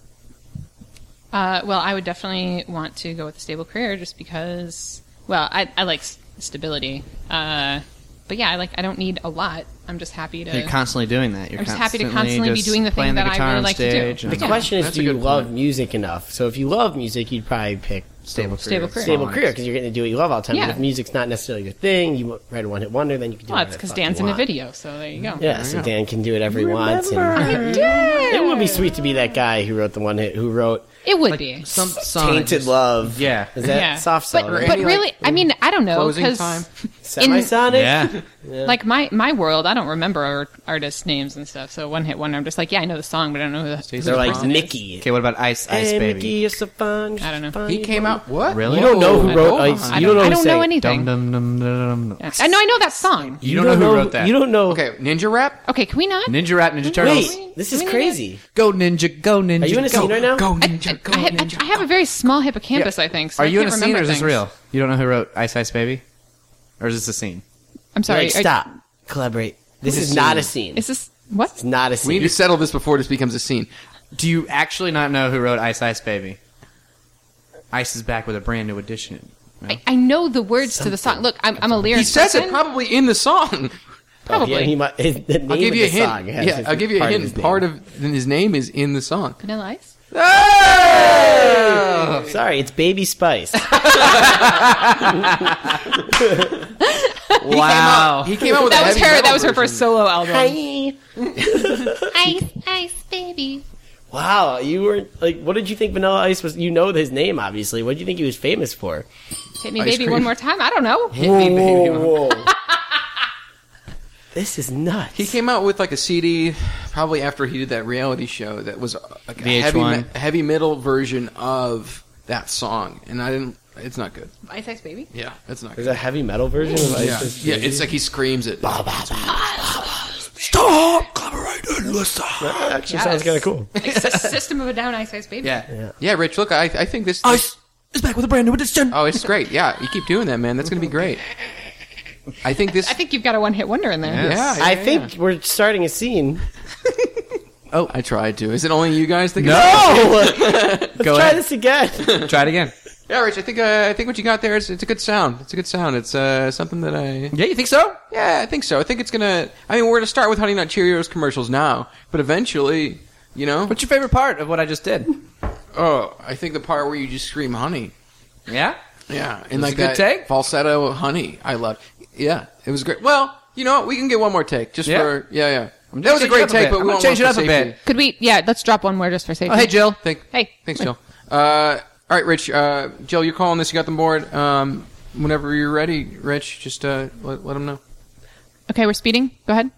Speaker 2: Uh, well, I would definitely want to go with a stable career just because. Well, I, I like s- stability, uh, but yeah, I like I don't need a lot. I'm just happy to.
Speaker 1: You're constantly doing that. You're
Speaker 2: I'm just happy to
Speaker 1: constantly
Speaker 2: constantly be
Speaker 1: just
Speaker 2: doing the thing
Speaker 1: playing
Speaker 2: that I
Speaker 1: guitar
Speaker 2: really
Speaker 1: on
Speaker 2: like to do.
Speaker 1: stage
Speaker 2: The
Speaker 1: and-
Speaker 3: The question is,
Speaker 4: That's
Speaker 3: do
Speaker 4: a
Speaker 3: you
Speaker 4: good
Speaker 3: love
Speaker 4: point.
Speaker 3: music enough? So if you love music, you'd probably pick
Speaker 1: stable career.
Speaker 2: Stable career.
Speaker 3: stable career because you're getting to do what you love all the time.
Speaker 2: Yeah.
Speaker 3: But if music's not necessarily your thing, you write a one hit wonder, then you can do
Speaker 2: Well,
Speaker 3: whatever
Speaker 2: it's
Speaker 3: the
Speaker 2: because
Speaker 3: fuck you
Speaker 2: Dan's in a
Speaker 3: want.
Speaker 2: video, so there you go.
Speaker 3: Yeah, so Dan can do whatever he wants. And
Speaker 2: Yay!
Speaker 3: it would be sweet to be that guy who wrote the one hit, who wrote
Speaker 2: It would be.
Speaker 1: Some song that
Speaker 3: Tainted
Speaker 1: just-
Speaker 3: Love.
Speaker 1: Yeah.
Speaker 3: Is that
Speaker 2: yeah,
Speaker 3: soft
Speaker 2: but,
Speaker 3: song?
Speaker 2: but
Speaker 3: right?
Speaker 4: Any, like,
Speaker 2: really, I mean, I don't know
Speaker 4: Closing
Speaker 2: because
Speaker 4: time.
Speaker 3: Semisonic?
Speaker 1: Yeah.
Speaker 2: like my my world, I don't remember our artist names and stuff. So one hit wonder, I'm just like, yeah, I know the song, but I don't know who the.
Speaker 3: They're like
Speaker 2: person is.
Speaker 3: Mickey.
Speaker 1: Okay, what about Ice Ice
Speaker 3: Hey,
Speaker 1: Baby?
Speaker 3: Eh, Mickey, you're so fun.
Speaker 2: I don't know.
Speaker 3: Fun.
Speaker 4: He came out what?
Speaker 1: Really?
Speaker 3: You don't know who wrote
Speaker 4: Hold
Speaker 3: Ice.
Speaker 4: on.
Speaker 2: I
Speaker 3: You
Speaker 2: don't,
Speaker 3: don't know
Speaker 2: I
Speaker 3: who
Speaker 2: don't know
Speaker 3: sang.
Speaker 2: anything.
Speaker 1: Dum dum dum dum dum.
Speaker 2: Yeah. I know I know that song.
Speaker 1: You don't know who wrote that.
Speaker 3: You don't know.
Speaker 4: Okay, Ninja Rap.
Speaker 2: Okay, can we not?
Speaker 1: Ninja Rap Ninja Turtles.
Speaker 3: Wait, this
Speaker 2: Do
Speaker 3: is
Speaker 2: we need
Speaker 3: crazy.
Speaker 1: Go ninja, go ninja.
Speaker 3: Are you in a
Speaker 1: go.
Speaker 3: scene right now?
Speaker 4: Go
Speaker 2: I,
Speaker 4: Ninja. Go
Speaker 2: I, have-
Speaker 4: Ninja.
Speaker 2: I have a very small hippocampus,
Speaker 1: Yeah.
Speaker 2: I think. So
Speaker 1: Are
Speaker 2: I
Speaker 1: you in a
Speaker 2: can't
Speaker 1: scene or
Speaker 2: remember
Speaker 1: is this
Speaker 2: things.
Speaker 1: real? You don't know who wrote Ice Ice Baby, or is this a scene?
Speaker 2: I'm sorry.
Speaker 3: Like,
Speaker 2: are-
Speaker 3: stop. Collaborate. This is not a scene.
Speaker 2: Is this what?
Speaker 3: It's not a
Speaker 4: We need to
Speaker 3: scene.
Speaker 4: settle this before this becomes a scene.
Speaker 1: Do you actually not know who wrote Ice Ice Baby? Ice is back with a brand new edition.
Speaker 2: I, I know the words to the song. Look, I'm, I'm a lyricist.
Speaker 4: He says it probably in the song.
Speaker 2: probably.
Speaker 3: Yeah, he might, his, the name
Speaker 4: I'll give
Speaker 3: of
Speaker 4: you a
Speaker 3: the
Speaker 4: hint.
Speaker 3: song has
Speaker 4: yeah,
Speaker 3: his-
Speaker 4: I'll give you a
Speaker 3: part of
Speaker 4: hint.
Speaker 3: his name.
Speaker 4: part of then his name is in the song.
Speaker 2: Vanilla Ice.
Speaker 3: Oh, Sorry, it's Baby Spice.
Speaker 1: Wow.
Speaker 4: He came out with a
Speaker 2: That was
Speaker 4: heavy
Speaker 2: her.
Speaker 4: metal
Speaker 2: That was her
Speaker 4: version.
Speaker 2: first solo album.
Speaker 3: Hi.
Speaker 5: ice, ice, baby.
Speaker 3: Wow, you were like, what did you think Vanilla Ice was? You know his name, obviously. What did you think he was famous for?
Speaker 2: Hit me,
Speaker 4: Ice
Speaker 2: baby,
Speaker 4: cream.
Speaker 2: one more time. I don't know.
Speaker 4: Hit me, baby.
Speaker 3: this is nuts.
Speaker 4: He came out with like a CD, probably after he did that reality show that was like a heavy,
Speaker 1: VH1.
Speaker 4: me- heavy metal version of that song, and I didn't. It's not good.
Speaker 2: Ice Ice Baby.
Speaker 4: Yeah, it's not
Speaker 3: There's
Speaker 4: good.
Speaker 3: a heavy metal version of Ice.
Speaker 4: Yeah.
Speaker 3: Ice
Speaker 4: yeah,
Speaker 3: Baby?
Speaker 4: it's like he screams it.
Speaker 3: Stop collaborating, listen. That actually sounds kind of cool.
Speaker 2: Like, Sys- System of a Down, Ice Ice Baby.
Speaker 1: Yeah.
Speaker 4: Yeah, Rich, look, I, I think this.
Speaker 1: Ice is back with a brand new edition.
Speaker 4: oh, it's great. Yeah, you keep doing that, man. That's gonna be great. I think this.
Speaker 2: I think you've got a one-hit wonder in there.
Speaker 4: Yeah, yeah,
Speaker 3: I
Speaker 4: yeah.
Speaker 3: think we're starting a scene.
Speaker 4: Oh, I tried to. Is it only you guys think?
Speaker 3: Oh,
Speaker 1: Go
Speaker 3: try
Speaker 1: ahead.
Speaker 3: this again.
Speaker 1: Try it again.
Speaker 4: Yeah, Rich. I think uh, I think what you got there is it's a good sound. It's a good sound. It's uh, something that I.
Speaker 1: Yeah, you think so?
Speaker 4: Yeah, I think so. I think it's gonna. I mean, we're gonna start with Honey Nut Cheerios commercials now, but eventually, you know.
Speaker 1: What's your favorite part of what I just did?
Speaker 4: Oh, I think the part where you just scream "honey."
Speaker 1: Yeah.
Speaker 4: Yeah,
Speaker 1: It
Speaker 4: and
Speaker 1: was
Speaker 4: like
Speaker 1: a good
Speaker 4: that
Speaker 1: take?
Speaker 4: falsetto "honey." I loved. Yeah, it was great. Well, you know what? We can get one more take just
Speaker 1: Yeah?
Speaker 4: for yeah, yeah.
Speaker 1: I'm
Speaker 4: That
Speaker 1: just
Speaker 4: was
Speaker 1: changing
Speaker 4: a great
Speaker 1: up a
Speaker 4: take,
Speaker 1: bit.
Speaker 4: but we
Speaker 1: I'm gonna
Speaker 4: won't
Speaker 1: change it
Speaker 4: one
Speaker 1: up
Speaker 4: for
Speaker 1: a bit.
Speaker 2: Could we? Yeah. Let's drop one more just for safety.
Speaker 1: Oh, hey Jill.
Speaker 4: safety.
Speaker 2: Hey.
Speaker 4: Thank, thanks, Jill. Uh, all right, Rich. Uh, Jill, you're calling this. You got the board. Um, whenever you're ready, Rich, just uh, let, let them know.
Speaker 2: Okay, we're speeding. Go ahead.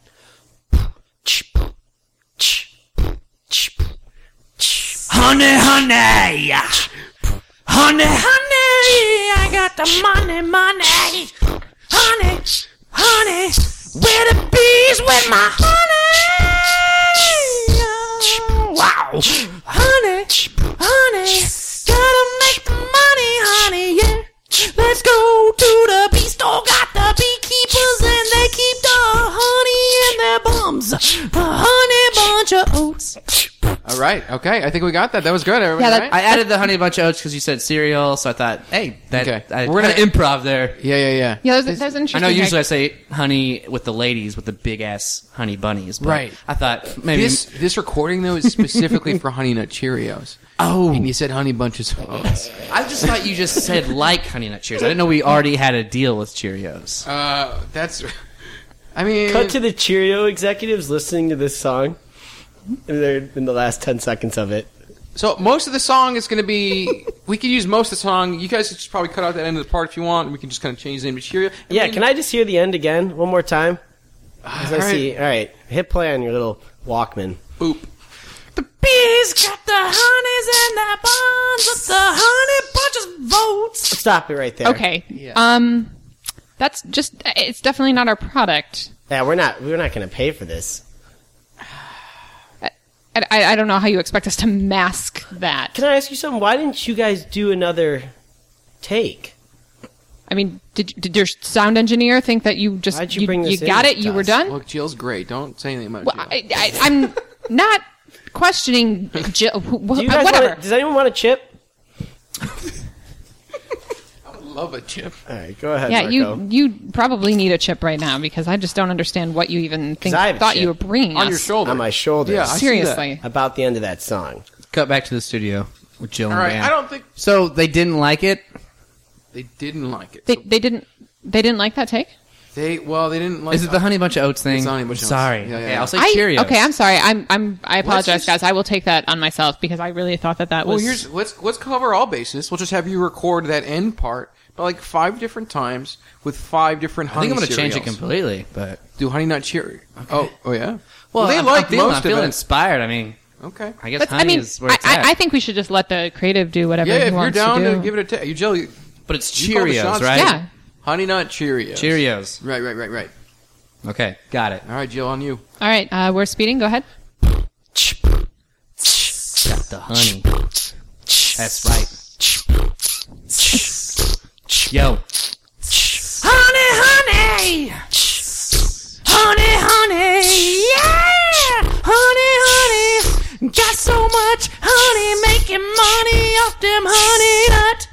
Speaker 1: Honey, honey, honey, honey, I got the money, money, honey, honey, where the bees with my Oh, honey? Wow, honey, honey,
Speaker 4: All right. Okay. I think we got that. That was good. Everybody,
Speaker 2: Yeah, that-
Speaker 4: right?
Speaker 1: I added the honey bunch of oats because you said cereal, so I thought, hey, that
Speaker 4: Okay.
Speaker 1: I,
Speaker 4: We're
Speaker 1: we're
Speaker 4: gonna-
Speaker 1: gonna improv there.
Speaker 4: yeah, yeah, yeah.
Speaker 2: Yeah, that's, that's
Speaker 1: I
Speaker 2: interesting.
Speaker 1: know usually I
Speaker 2: Like,
Speaker 1: say honey with the ladies with the big ass honey bunnies, but
Speaker 4: Right.
Speaker 1: I thought maybe
Speaker 4: This this recording though is specifically for Honey Nut Cheerios.
Speaker 1: oh,
Speaker 4: And you said Honey Bunches of Oats.
Speaker 1: I just thought you just said like honey nut Cheerios. I didn't know we already had a deal with Cheerios.
Speaker 4: Uh, that's. I mean,
Speaker 3: Cut to the Cheerio executives listening to this song. And they're in the last 10 seconds of it.
Speaker 4: so most of the song is going to be. We could use most of the song. You guys could just probably cut out that end of the part if you want. And we can just kind of change the name to Cheerio.
Speaker 3: Yeah, can I just hear the end again one more time? As I
Speaker 4: All right.
Speaker 3: see. All right, hit play on your little Walkman.
Speaker 4: Boop.
Speaker 1: The bees got the honeys and the buns with the honey bunches votes.
Speaker 3: Stop it right there.
Speaker 2: okay. Um, that's just. It's definitely not our product.
Speaker 3: Yeah, we're not we're not going to pay for this.
Speaker 2: I, I, I don't know how you expect us to mask that.
Speaker 3: Can I ask you something? Why didn't you guys do another take?
Speaker 2: I mean, did, did your sound engineer think that you just
Speaker 3: Why'd you bring this in
Speaker 2: got
Speaker 3: to
Speaker 2: it? You were
Speaker 3: us?
Speaker 2: done.
Speaker 4: Look, Jill's great. Don't say anything about
Speaker 2: Well,
Speaker 4: Jill.
Speaker 2: I, I, I'm not questioning Jill. Wh- wh-
Speaker 3: Do you
Speaker 2: Uh,
Speaker 3: guys
Speaker 2: whatever.
Speaker 3: want does anyone want a chip?
Speaker 4: love a chip.
Speaker 3: All right, go ahead,
Speaker 2: yeah,
Speaker 3: Marco.
Speaker 2: you you probably need a chip right now because I just don't understand what you even think,
Speaker 3: I have a
Speaker 2: thought
Speaker 3: chip.
Speaker 2: you were bringing
Speaker 4: On
Speaker 2: us.
Speaker 4: your shoulder.
Speaker 3: on my shoulders.
Speaker 4: Yeah, I see that.
Speaker 2: Seriously,
Speaker 3: about the end of that song.
Speaker 1: Cut back to the studio with Jill
Speaker 4: All
Speaker 1: and
Speaker 4: right.
Speaker 1: Dan.
Speaker 4: I don't think
Speaker 1: So they didn't like it.
Speaker 4: they didn't like it.
Speaker 2: they
Speaker 4: So
Speaker 2: they didn't they didn't like that take.
Speaker 4: they well, they didn't like.
Speaker 1: Is it the honey bunch of oats thing?
Speaker 4: the honey bunch of oats.
Speaker 1: Sorry.
Speaker 4: Yeah, yeah,
Speaker 1: Okay,
Speaker 4: yeah.
Speaker 1: I'll say
Speaker 2: I,
Speaker 1: Cheerios.
Speaker 2: Okay, I'm sorry. I'm I'm I
Speaker 4: Let's
Speaker 2: apologize,
Speaker 4: just-
Speaker 2: guys. I will take that on myself because I really thought that that
Speaker 4: Well,
Speaker 2: was.
Speaker 4: here's let's let's cover all bases. We'll just have you record that end part, but like five different times with five different.
Speaker 1: I
Speaker 4: Honey
Speaker 1: think I'm going to change it
Speaker 4: cereals.
Speaker 1: completely, but
Speaker 4: Do honey nut Cheerio. Oh, oh yeah.
Speaker 1: well,
Speaker 4: they
Speaker 1: I'm,
Speaker 4: like
Speaker 1: I'm feeling,
Speaker 4: most
Speaker 1: I'm feeling
Speaker 4: of it.
Speaker 1: inspired. I mean,
Speaker 4: Okay.
Speaker 1: I guess
Speaker 2: that's,
Speaker 1: honey
Speaker 2: I mean,
Speaker 1: is where
Speaker 2: I,
Speaker 1: it's
Speaker 2: I,
Speaker 1: at.
Speaker 2: I think we should just let the creative do whatever
Speaker 4: Yeah,
Speaker 2: he
Speaker 4: if you're
Speaker 2: wants
Speaker 4: down
Speaker 2: to do.
Speaker 4: to, give it a take, you Jill, you-
Speaker 1: but it's
Speaker 4: you call the
Speaker 1: Cheerios,
Speaker 4: shots.
Speaker 1: right?
Speaker 2: Yeah.
Speaker 4: honey nut Cheerios.
Speaker 1: Cheerios.
Speaker 4: Right, right, right, right.
Speaker 1: Okay, got it.
Speaker 4: All right, Jill, on you.
Speaker 2: All right, uh, we're speeding. Go ahead.
Speaker 1: Got the honey. That's right. Yo. Honey, honey. Honey, honey. Yeah. Honey, honey. Got so much honey, making money off them honey nut.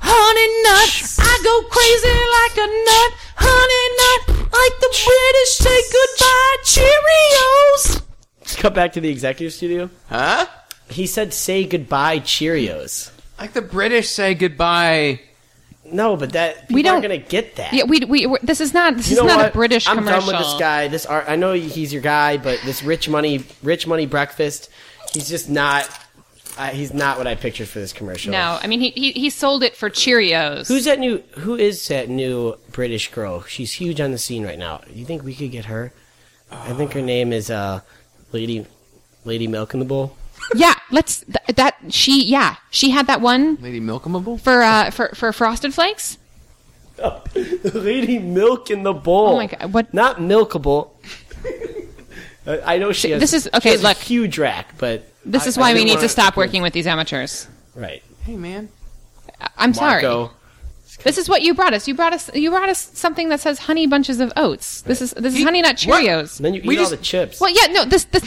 Speaker 1: Honey nut. I go crazy like a nut. Honey nut. Like the British say goodbye. Cheerios.
Speaker 3: Let's cut back to the executive studio.
Speaker 4: Huh?
Speaker 3: He said, "Say goodbye, Cheerios."
Speaker 4: Like the British say goodbye.
Speaker 3: No, but that people
Speaker 2: We
Speaker 3: aren't
Speaker 2: don't-
Speaker 3: going to get that.
Speaker 2: Yeah, we we we're, this is not this
Speaker 3: You
Speaker 2: is
Speaker 3: know
Speaker 2: not
Speaker 3: what?
Speaker 2: a British
Speaker 3: I'm
Speaker 2: commercial.
Speaker 3: done with this guy. This art, I know he's your guy, but this rich money, rich money breakfast. He's just not. I he's not what I pictured for this commercial.
Speaker 2: No, I mean he, he he sold it for Cheerios.
Speaker 3: Who's that new? Who is that new British girl? She's huge on the scene right now. You think we could get her? I think her name is uh, Lady Lady Milk in the Bowl.
Speaker 2: Yeah, let's th- that she yeah she had that one
Speaker 4: Lady Milkamable?
Speaker 2: for uh for for Frosted Flakes.
Speaker 3: Lady Milk in the Bowl.
Speaker 2: Oh my God, what-
Speaker 3: Not milkable. Uh, I know she. Has,
Speaker 2: This is-
Speaker 3: she
Speaker 2: okay,
Speaker 3: has a
Speaker 2: look.
Speaker 3: huge rack, but
Speaker 2: This is
Speaker 4: I-
Speaker 2: why
Speaker 4: I
Speaker 2: we
Speaker 4: do
Speaker 2: need
Speaker 4: wanna-
Speaker 2: to stop working with these amateurs.
Speaker 3: right.
Speaker 4: Hey, man.
Speaker 2: I'm sorry.
Speaker 3: Marco,
Speaker 2: This is what you brought us. You brought us you brought us something that says honey bunches of oats. This is this is honey nut Cheerios.
Speaker 3: and then you
Speaker 4: We
Speaker 3: eat all
Speaker 4: just-
Speaker 3: the chips.
Speaker 2: Well, yeah, no, this this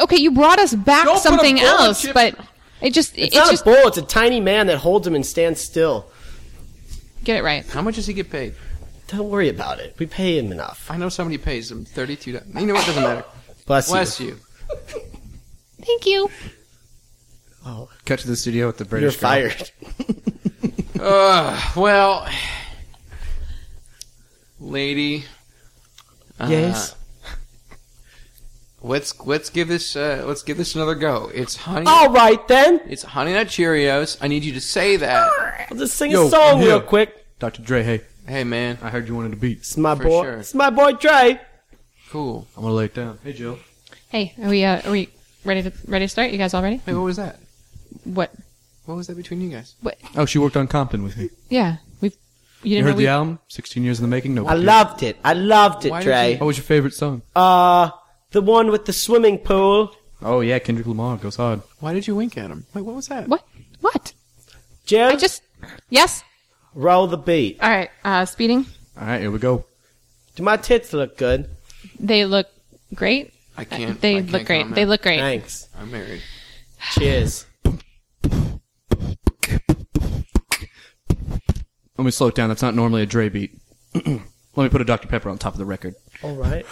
Speaker 2: okay. You brought us back
Speaker 4: Don't put a
Speaker 2: something
Speaker 4: bowl of
Speaker 2: else,
Speaker 4: chips-
Speaker 2: but it just
Speaker 3: It's
Speaker 2: it's,
Speaker 3: not
Speaker 2: just
Speaker 3: a bowl. It's a tiny man that holds him and stands still.
Speaker 2: get it right.
Speaker 4: How much does he get paid?
Speaker 3: Don't worry about it. We pay him enough.
Speaker 4: I know somebody pays him $32. You know what? Doesn't matter.
Speaker 3: Bless,
Speaker 4: Bless you.
Speaker 5: Thank you.
Speaker 1: Cut to the studio with the
Speaker 3: you. You're
Speaker 1: British girl.
Speaker 3: fired.
Speaker 4: Uh, well, lady, uh,
Speaker 3: yes.
Speaker 4: Let's let's give this uh, let's give this another go. It's honey.
Speaker 3: All right then.
Speaker 4: It's honey nut Cheerios. I need you to say that.
Speaker 3: I'll just sing
Speaker 1: Yo,
Speaker 3: a song
Speaker 1: yeah.
Speaker 3: real quick.
Speaker 1: Dr. Dre, hey,
Speaker 4: Hey man,
Speaker 1: I heard you wanted to beat.
Speaker 3: It's my
Speaker 4: For
Speaker 3: boy.
Speaker 4: sure.
Speaker 3: It's my boy Dre.
Speaker 4: cool.
Speaker 1: I'm gonna lay it down. Hey, Jill.
Speaker 2: Hey, are we uh, are we ready to ready to start? You guys all ready?
Speaker 4: Hey, what was that?
Speaker 2: What?
Speaker 4: What was that between you guys?
Speaker 1: Oh, she worked on Compton with me.
Speaker 2: Yeah, we've you
Speaker 1: You
Speaker 2: didn't
Speaker 1: heard
Speaker 2: know we,
Speaker 1: the album? 16 Years in the Making? No.
Speaker 3: I
Speaker 1: big
Speaker 3: loved it. I loved it,
Speaker 4: Why did
Speaker 3: Dre.
Speaker 4: you-
Speaker 1: deal. What was your favorite song?
Speaker 3: Uh, the one with the swimming pool.
Speaker 1: Oh, yeah, Kendrick Lamar goes hard.
Speaker 4: Why did you wink at him? Wait, what was that?
Speaker 2: what what
Speaker 3: Jill,
Speaker 2: I just yes.
Speaker 3: roll the beat.
Speaker 2: All right, uh, speeding.
Speaker 1: All right, here we go.
Speaker 3: Do my tits look good?
Speaker 2: They look great.
Speaker 4: I can't.
Speaker 2: They
Speaker 4: I can't
Speaker 2: look great.
Speaker 4: comment.
Speaker 2: They look great.
Speaker 3: Thanks.
Speaker 4: I'm married.
Speaker 3: Cheers.
Speaker 1: Let me slow it down. That's not normally a Dre beat. Let me put a Dr. Pepper on top of the record.
Speaker 3: All right.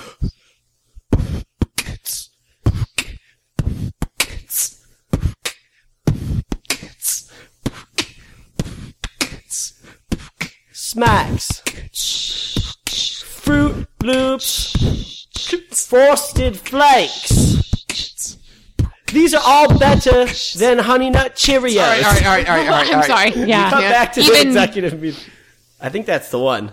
Speaker 3: Smacks. Fruit Loops. Frosted Flakes. These are all better than Honey Nut Cheerios.
Speaker 4: All right, all right, all right, all right, all right.
Speaker 2: I'm
Speaker 4: all right.
Speaker 2: sorry.
Speaker 3: Come
Speaker 2: Yeah.
Speaker 4: can't-
Speaker 3: back to the
Speaker 2: Even-
Speaker 3: executive meeting. I think that's the one.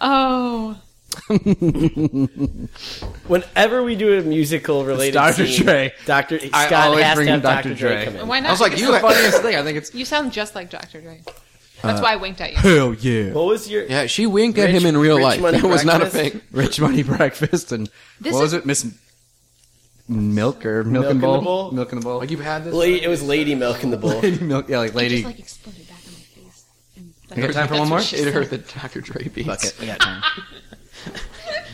Speaker 2: Oh.
Speaker 3: Whenever we do a musical related,
Speaker 1: Dr.
Speaker 3: scene,
Speaker 1: Dre.
Speaker 3: Doctor
Speaker 4: I
Speaker 3: Scott
Speaker 4: always
Speaker 3: has
Speaker 1: bring
Speaker 3: to have
Speaker 1: Dr.
Speaker 3: Doctor Dre
Speaker 1: Dre.
Speaker 3: come in.
Speaker 2: Why not?
Speaker 4: I was like,
Speaker 2: It's
Speaker 4: you.
Speaker 2: the
Speaker 4: The
Speaker 2: funniest-
Speaker 4: funniest thing. I think it's.
Speaker 2: You sound just like Dr. Dre.
Speaker 4: Uh,
Speaker 2: That's why I winked at you.
Speaker 1: Hell yeah.
Speaker 3: What was your?
Speaker 4: Yeah, she winked at
Speaker 3: Rich-
Speaker 4: him in real
Speaker 3: rich
Speaker 4: life.
Speaker 3: money
Speaker 4: That was not a
Speaker 3: breakfast.
Speaker 4: fake.
Speaker 1: Rich Money Breakfast and
Speaker 2: This
Speaker 1: what was
Speaker 2: is-
Speaker 1: it? Miss Milk or Milk,
Speaker 3: Milk in
Speaker 1: and
Speaker 3: the
Speaker 1: Bowl?
Speaker 3: Bowl?
Speaker 1: Milk in the Bowl.
Speaker 4: Like you've had this.
Speaker 3: La- It was Lady Milk in the Bowl.
Speaker 1: Milk, yeah, like lady.
Speaker 5: Just like exploded back in my face. And
Speaker 1: I got
Speaker 5: that's-
Speaker 1: time for one more?
Speaker 5: that's what she
Speaker 4: It
Speaker 5: said.
Speaker 4: hurt the Dr. Dre beats.
Speaker 1: Fuck it. I got time.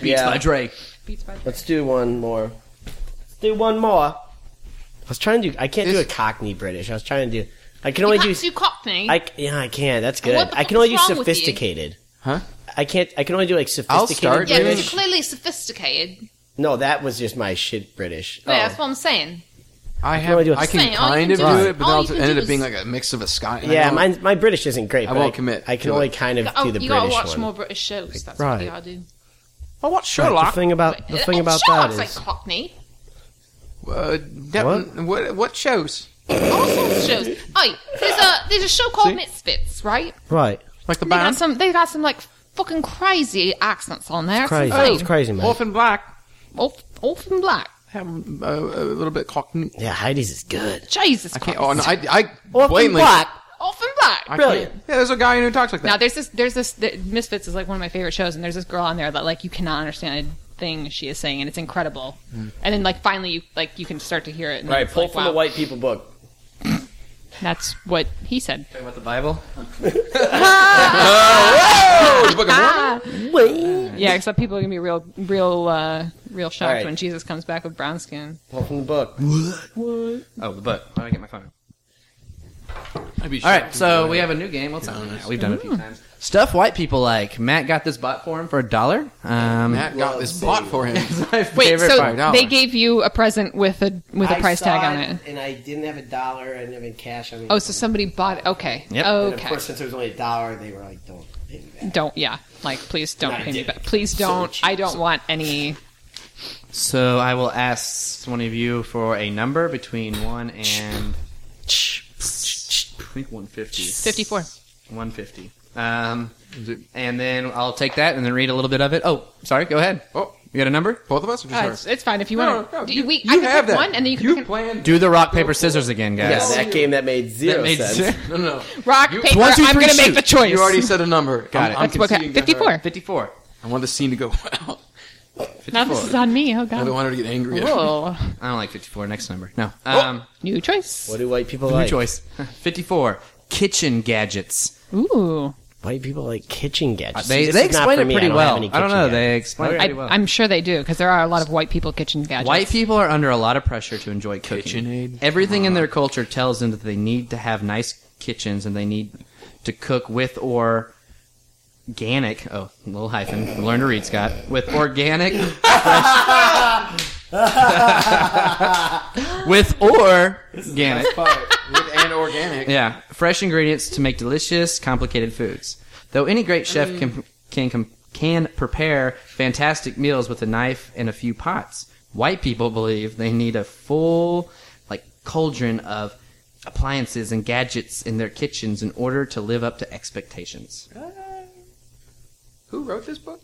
Speaker 1: Beats
Speaker 3: Yeah.
Speaker 1: by Dre.
Speaker 2: Beats by Dre.
Speaker 3: Let's do one more. Let's do one more. I was trying to do. I can't do a Cockney British. I was trying to do. I can only
Speaker 2: You
Speaker 3: do.
Speaker 2: got to Cockney.
Speaker 3: I c- yeah, I can. That's good.
Speaker 5: What the
Speaker 3: I
Speaker 5: fuck
Speaker 3: can
Speaker 5: is
Speaker 3: only do
Speaker 5: wrong with you?
Speaker 3: sophisticated.
Speaker 4: Huh?
Speaker 3: I can't. I can only do like
Speaker 4: I'll
Speaker 3: sophisticated
Speaker 4: start
Speaker 5: Yeah, but
Speaker 3: British.
Speaker 5: you're clearly sophisticated.
Speaker 3: No, that was just my shit British.
Speaker 5: Yeah,
Speaker 3: Oh.
Speaker 5: that's what I'm saying.
Speaker 4: I have.
Speaker 3: I do?
Speaker 4: I can
Speaker 5: Saying, all you
Speaker 4: kind of
Speaker 5: can
Speaker 4: do
Speaker 5: do is-
Speaker 4: it, but then
Speaker 5: all
Speaker 4: I'll
Speaker 5: you
Speaker 4: t-
Speaker 5: can
Speaker 4: ended
Speaker 5: do
Speaker 4: up being
Speaker 5: is-
Speaker 4: like a mix of a Scott. and I
Speaker 3: yeah,
Speaker 4: don't-
Speaker 3: my my British isn't great.
Speaker 4: I
Speaker 3: but
Speaker 4: won't
Speaker 3: c-
Speaker 4: commit
Speaker 3: I can
Speaker 4: to
Speaker 3: only
Speaker 4: it.
Speaker 3: kind of
Speaker 5: Oh,
Speaker 3: do the
Speaker 5: you gotta
Speaker 3: British
Speaker 5: watch
Speaker 3: one.
Speaker 5: more British shows. That's
Speaker 3: Right.
Speaker 5: what you gotta do.
Speaker 3: Well, what Sherlock? The thing about the thing
Speaker 5: Oh,
Speaker 3: about
Speaker 5: sure,
Speaker 3: that
Speaker 5: it's
Speaker 3: is
Speaker 5: like Cockney.
Speaker 4: Uh, that,
Speaker 3: What?
Speaker 4: what? what? What shows?
Speaker 5: All sorts of shows. Oi, there's a there's a show called Misfits, right?
Speaker 3: right.
Speaker 4: Like the
Speaker 5: They got
Speaker 4: band?
Speaker 5: some they got some like fucking crazy accents on there. Oh, It's
Speaker 3: Crazy.
Speaker 5: insane.
Speaker 3: It's crazy, man.
Speaker 4: Orphan Black.
Speaker 5: Orph- Orphan Black.
Speaker 4: Have uh, a little bit cockney.
Speaker 3: Yeah, Heidi's is good.
Speaker 5: Jesus
Speaker 4: I
Speaker 5: Christ.
Speaker 4: can't. Oh no! I, I
Speaker 3: Orphan
Speaker 4: blatantly.
Speaker 3: Black.
Speaker 5: Orphan Black.
Speaker 4: I can't-
Speaker 3: Brilliant.
Speaker 4: Yeah, there's a guy who talks like that.
Speaker 2: Now there's this there's this the, Misfits is like one of my favorite shows, and there's this girl on there that like you cannot understand a thing she is saying, and it's incredible. And then like finally you like you can start to hear it. And
Speaker 3: All right,
Speaker 2: it's
Speaker 3: pull
Speaker 2: like,
Speaker 3: from
Speaker 2: wow,
Speaker 3: the white people book.
Speaker 2: That's what he said.
Speaker 1: Talking about the Bible?
Speaker 4: Oh, the Book of Mormon?
Speaker 2: Yeah, except people are gonna be real real uh, real shocked
Speaker 3: right.
Speaker 2: when Jesus comes back with brown skin.
Speaker 3: Pull from the book.
Speaker 1: Oh, the book. How did I get my phone?
Speaker 4: I'd be
Speaker 1: All
Speaker 4: shocked
Speaker 1: right,
Speaker 4: if
Speaker 1: so
Speaker 4: you-
Speaker 1: we have a new game. What's on now? We've done it a few times. Stuff white people like. Matt got this bot for him for a dollar. Um,
Speaker 4: Matt got this bought for him.
Speaker 1: my
Speaker 2: Wait,
Speaker 1: favorite
Speaker 2: so
Speaker 1: part.
Speaker 4: $5.
Speaker 2: they gave you a present with a with a price tag on it.
Speaker 3: and I didn't have a dollar. I didn't have any cash. I mean,
Speaker 2: Oh, so somebody bought it. Okay.
Speaker 1: Yep.
Speaker 3: and of
Speaker 2: Okay.
Speaker 3: course, since there was only a dollar, they were like, "Don't." pay me back.
Speaker 2: Don't. Yeah. Like, please don't
Speaker 3: Not
Speaker 2: pay me
Speaker 3: dick.
Speaker 2: back. Please
Speaker 3: So
Speaker 2: don't.
Speaker 3: cheap.
Speaker 2: I don't want any.
Speaker 1: So I will ask one of you for a number between one and I think one fifty.
Speaker 2: 54.
Speaker 1: One fifty. Um, and then I'll take that and then read a little bit of it. Oh, sorry. Go ahead.
Speaker 4: Oh,
Speaker 1: You got a number?
Speaker 4: both of us? Or just
Speaker 2: Uh,
Speaker 4: her?
Speaker 2: it's, it's fine if you
Speaker 4: No,
Speaker 2: want.
Speaker 4: no,
Speaker 2: to.
Speaker 4: you,
Speaker 2: we, I
Speaker 4: you
Speaker 2: can pick
Speaker 4: have that.
Speaker 2: one, and then you can
Speaker 4: You
Speaker 2: pick an-
Speaker 4: planned
Speaker 1: Do the rock paper scissors again,
Speaker 3: Yeah,
Speaker 1: guys.
Speaker 3: that game that made zero
Speaker 1: That made zero-
Speaker 3: sense.
Speaker 4: No, no.
Speaker 2: rock paper.
Speaker 1: One, two,
Speaker 2: I'm
Speaker 1: three,
Speaker 2: going to make
Speaker 1: shoot.
Speaker 2: the choice.
Speaker 4: You already said a number.
Speaker 1: Got it.
Speaker 4: I'm, I'm
Speaker 1: That's
Speaker 2: what-
Speaker 4: conceding to her.
Speaker 2: 54.
Speaker 1: Fifty-four.
Speaker 4: I want the scene to go well.
Speaker 2: Now this is on me. Oh
Speaker 4: I don't
Speaker 2: god.
Speaker 4: want her to get angry. at me.
Speaker 2: Whoa.
Speaker 1: I don't like fifty-four. Next number. No. Um,
Speaker 2: New choice.
Speaker 3: What do white people
Speaker 1: new
Speaker 3: like?
Speaker 1: choice. Fifty-four. Kitchen gadgets.
Speaker 2: Ooh.
Speaker 3: White people like kitchen gadgets.
Speaker 1: They,
Speaker 3: Uh, This
Speaker 1: they
Speaker 3: is not
Speaker 1: explain
Speaker 3: for
Speaker 1: it
Speaker 3: me.
Speaker 1: pretty
Speaker 3: don't have
Speaker 1: well.
Speaker 3: any
Speaker 1: I don't
Speaker 3: kitchen
Speaker 1: know.
Speaker 3: gadgets.
Speaker 1: They explain it
Speaker 3: Okay.
Speaker 1: pretty
Speaker 2: I,
Speaker 1: well.
Speaker 2: I'm sure they do because there are a lot of white people kitchen gadgets.
Speaker 1: White people are under a lot of pressure to enjoy cooking.
Speaker 4: KitchenAid.
Speaker 1: Everything in their culture tells them that they need to have nice kitchens and they need to cook with or organic. Oh, little hyphen. Learn to read, Scott. With organic. fresh- with or organic.
Speaker 4: But with and organic.
Speaker 1: Yeah, fresh ingredients to make delicious, complicated foods. Though any great chef can can com- can prepare fantastic meals with a knife and a few pots, white people believe they need a full like cauldron of appliances and gadgets in their kitchens in order to live up to expectations.
Speaker 4: Who wrote this book?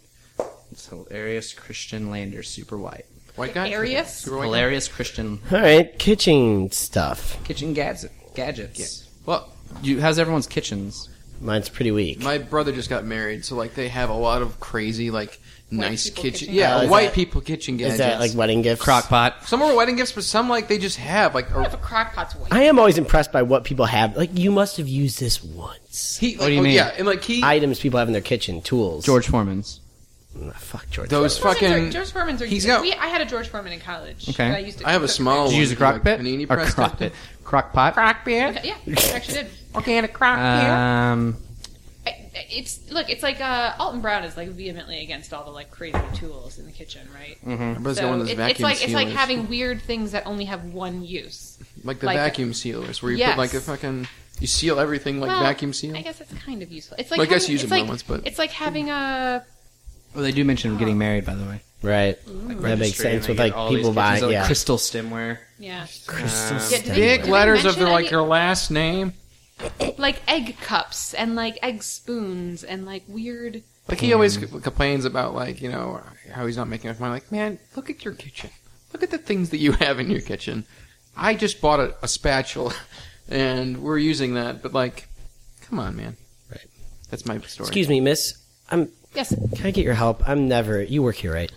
Speaker 1: It's hilarious Christian Lander, super white.
Speaker 4: White guy.
Speaker 2: Arius?
Speaker 4: Super white guy?
Speaker 1: Hilarious Christian
Speaker 3: All right, kitchen stuff.
Speaker 1: kitchen gadget gadgets.
Speaker 4: Well,
Speaker 1: You, how's everyone's kitchens?
Speaker 3: Mine's pretty weak.
Speaker 4: my brother just got married, so like they have a lot of crazy like nice
Speaker 2: people
Speaker 4: kitchen.
Speaker 2: kitchen
Speaker 4: Yeah,
Speaker 3: gadgets. Oh, is
Speaker 4: white
Speaker 3: that-
Speaker 4: people kitchen gadgets.
Speaker 3: Is that like wedding gifts?
Speaker 1: Crockpot.
Speaker 4: Some were wedding gifts, but some like they just have like
Speaker 5: If a
Speaker 4: a,
Speaker 5: crock pot's white.
Speaker 3: I am always impressed by what people have. Like you must have used this once.
Speaker 4: he. Like,
Speaker 1: do you
Speaker 4: oh,
Speaker 1: mean?
Speaker 4: Yeah, and like he
Speaker 3: Items people have in their kitchen, tools.
Speaker 1: George Foreman's.
Speaker 3: Mm, fuck George.
Speaker 4: those
Speaker 3: Foreman.
Speaker 4: fucking.
Speaker 2: George Foreman's are.
Speaker 4: he's
Speaker 2: He's
Speaker 4: got-
Speaker 2: we, I had a George Foreman in college.
Speaker 1: Okay.
Speaker 2: that I, used to
Speaker 4: I have a
Speaker 2: cook
Speaker 4: small
Speaker 2: with.
Speaker 4: one.
Speaker 1: Did you use a
Speaker 4: Like
Speaker 1: crock pit?
Speaker 4: panini
Speaker 1: Or
Speaker 4: press
Speaker 1: crock
Speaker 4: stuff?
Speaker 1: pit. Crock pot.
Speaker 2: Yeah, I actually did.
Speaker 5: Organic crock
Speaker 1: Um,
Speaker 2: I, it's look, it's like uh, Alton Brown is like vehemently against all the like crazy tools in the kitchen, right?
Speaker 4: Everybody's got
Speaker 2: So
Speaker 4: Mm-hmm. one of
Speaker 2: it-
Speaker 4: those
Speaker 2: it's
Speaker 4: vacuum
Speaker 2: like it's
Speaker 4: sealers.
Speaker 2: like having weird things that only have one use.
Speaker 4: Like the
Speaker 2: like-
Speaker 4: vacuum sealers, where you
Speaker 2: Yes.
Speaker 4: put like a fucking. You seal everything like
Speaker 2: Well,
Speaker 4: vacuum seal.
Speaker 2: I guess it's kind of useful. It's like
Speaker 4: Well, I guess
Speaker 2: having-
Speaker 4: you use
Speaker 2: it's
Speaker 4: them
Speaker 2: like,
Speaker 4: once, but-
Speaker 2: it's like having a
Speaker 1: well, they do mention him getting married, by the way.
Speaker 3: Right. that makes sense with like people buying. Yeah.
Speaker 1: crystal Um, stemware.
Speaker 2: yeah.
Speaker 3: Crystal
Speaker 2: Yeah, do they-
Speaker 4: Big
Speaker 2: do they
Speaker 4: letters of
Speaker 2: mention
Speaker 4: their like
Speaker 2: any-
Speaker 4: their last name.
Speaker 2: like egg cups and like egg spoons and like weird.
Speaker 4: Like he always
Speaker 3: Mm-hmm.
Speaker 4: c- complains about like you know how he's not making enough money. Like man, look at your kitchen. Look at the things that you have in your kitchen. I just bought a, a spatula, and we're using that. But like, come on, man.
Speaker 3: Right.
Speaker 4: That's my story.
Speaker 3: Excuse me, miss. I'm.
Speaker 2: Yes,
Speaker 3: Can I get your help? I'm never. You work here, right?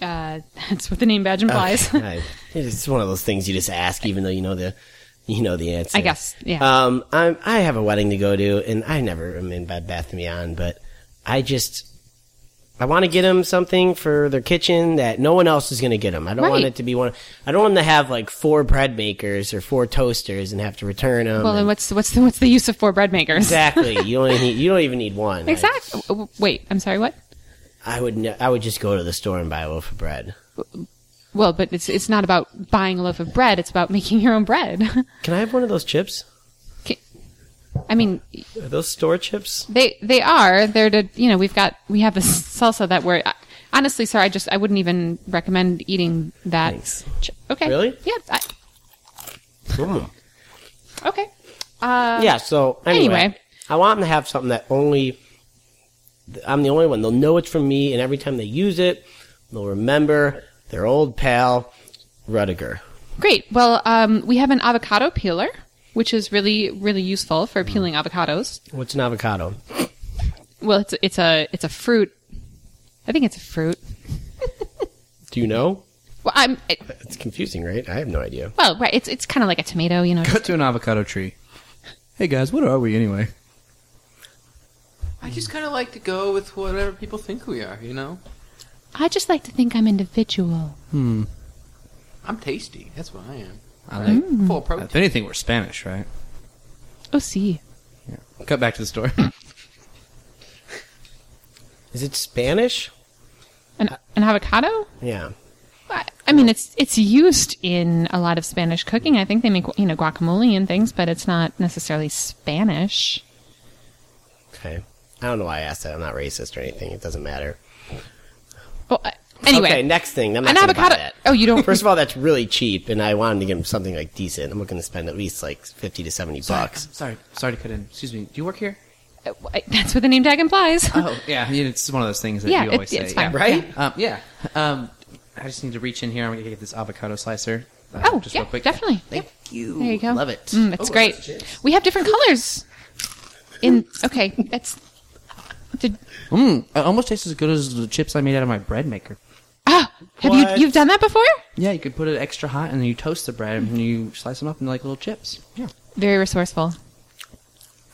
Speaker 2: uh, that's what the name badge implies.
Speaker 3: Okay. I- it's one of those things you just ask, even though you know the, you know the answer.
Speaker 2: I guess, yeah.
Speaker 3: Um, I'm, I have a wedding to go to, and I never am in Bed Bath and Beyond, but I just, I want to get them something for their kitchen that no one else is going to get them. I don't want
Speaker 2: Right.
Speaker 3: it to be one. I don't want them to have like four bread makers or four toasters and have to return them.
Speaker 2: well, then what's what's the, what's the use of four bread makers?
Speaker 3: exactly. you only need, you don't even need one.
Speaker 2: Exactly. Wait, I'm sorry. What?
Speaker 3: I, I would ne- I would just go to the store and buy a loaf of bread.
Speaker 2: Well, but it's it's not about buying a loaf of bread. It's about making your own bread.
Speaker 3: Can I have one of those chips?
Speaker 2: I mean,
Speaker 3: Are those store chips?
Speaker 2: they they are. They're to you know we've got we have this salsa that we're honestly, sir. I just I wouldn't even recommend eating that.
Speaker 3: Thanks.
Speaker 2: Ch- Okay.
Speaker 3: Really?
Speaker 2: Yeah. I,
Speaker 3: Mm.
Speaker 2: okay.
Speaker 3: yeah. So anyway,
Speaker 2: anyway.
Speaker 3: I want them to have something that only I'm the only one. They'll know it's from me, and every time they use it, they'll remember their old pal Rudiger.
Speaker 2: Great. Well, um, we have an avocado peeler, which is really really useful for peeling avocados.
Speaker 3: What's an avocado?
Speaker 2: Well, it's it's a it's a fruit. I think it's a fruit.
Speaker 3: Do you know?
Speaker 2: Well, I'm it,
Speaker 3: It's confusing, right? I have no idea.
Speaker 2: well, right. It's it's kind of like a tomato, you know.
Speaker 1: Cut to an avocado tree. Hey guys, what are we anyway?
Speaker 4: I just kind of like to go with whatever people think we are. You know,
Speaker 2: I just like to think I'm individual.
Speaker 4: I'm tasty. That's what I am.
Speaker 1: I like.
Speaker 2: Mm.
Speaker 4: Full of protein.
Speaker 1: If anything, we're Spanish, right?
Speaker 2: Oh, see.
Speaker 1: Cut back to the store.
Speaker 3: Is it Spanish?
Speaker 2: An, an avocado?
Speaker 3: Yeah.
Speaker 2: I, I mean, it's it's used in a lot of Spanish cooking. I think they make you know guacamole and things, but it's not necessarily Spanish.
Speaker 3: Okay. I don't know why I asked that. I'm not racist or anything. It doesn't matter.
Speaker 2: Well, uh, anyway,
Speaker 3: Okay. Next thing. I'm not
Speaker 2: an
Speaker 3: gonna buy
Speaker 2: avocado.
Speaker 3: that.
Speaker 2: Oh, you don't.
Speaker 3: First of all, that's really cheap, and I wanted to give him something like decent. I'm looking to spend at least like fifty to seventy bucks.
Speaker 1: sorry, sorry to cut in. Excuse me. Do you work here?
Speaker 2: uh, that's what the name tag implies.
Speaker 1: Oh yeah, yeah, it's one of those things that
Speaker 2: Yeah,
Speaker 1: you
Speaker 2: it-
Speaker 1: always say.
Speaker 2: it's fine.
Speaker 1: Yeah.
Speaker 3: Right?
Speaker 1: Um, yeah. Um, I just need to reach in here. I'm gonna get this avocado slicer. Uh,
Speaker 2: Oh,
Speaker 1: just
Speaker 2: yeah,
Speaker 1: real quick.
Speaker 2: definitely.
Speaker 1: Thank
Speaker 2: Yep.
Speaker 1: you.
Speaker 2: There you go.
Speaker 1: Love it. Oh,
Speaker 2: Mm, it's great. We have different colors. In okay, that's. Did,
Speaker 1: Mm, it almost tastes as good as the chips I made out of my bread maker.
Speaker 2: ah, have
Speaker 3: What?
Speaker 2: you you've done that before?
Speaker 1: Yeah, you could put it extra hot, and then you toast the bread, and you slice them up into like little chips. Yeah.
Speaker 2: Very resourceful.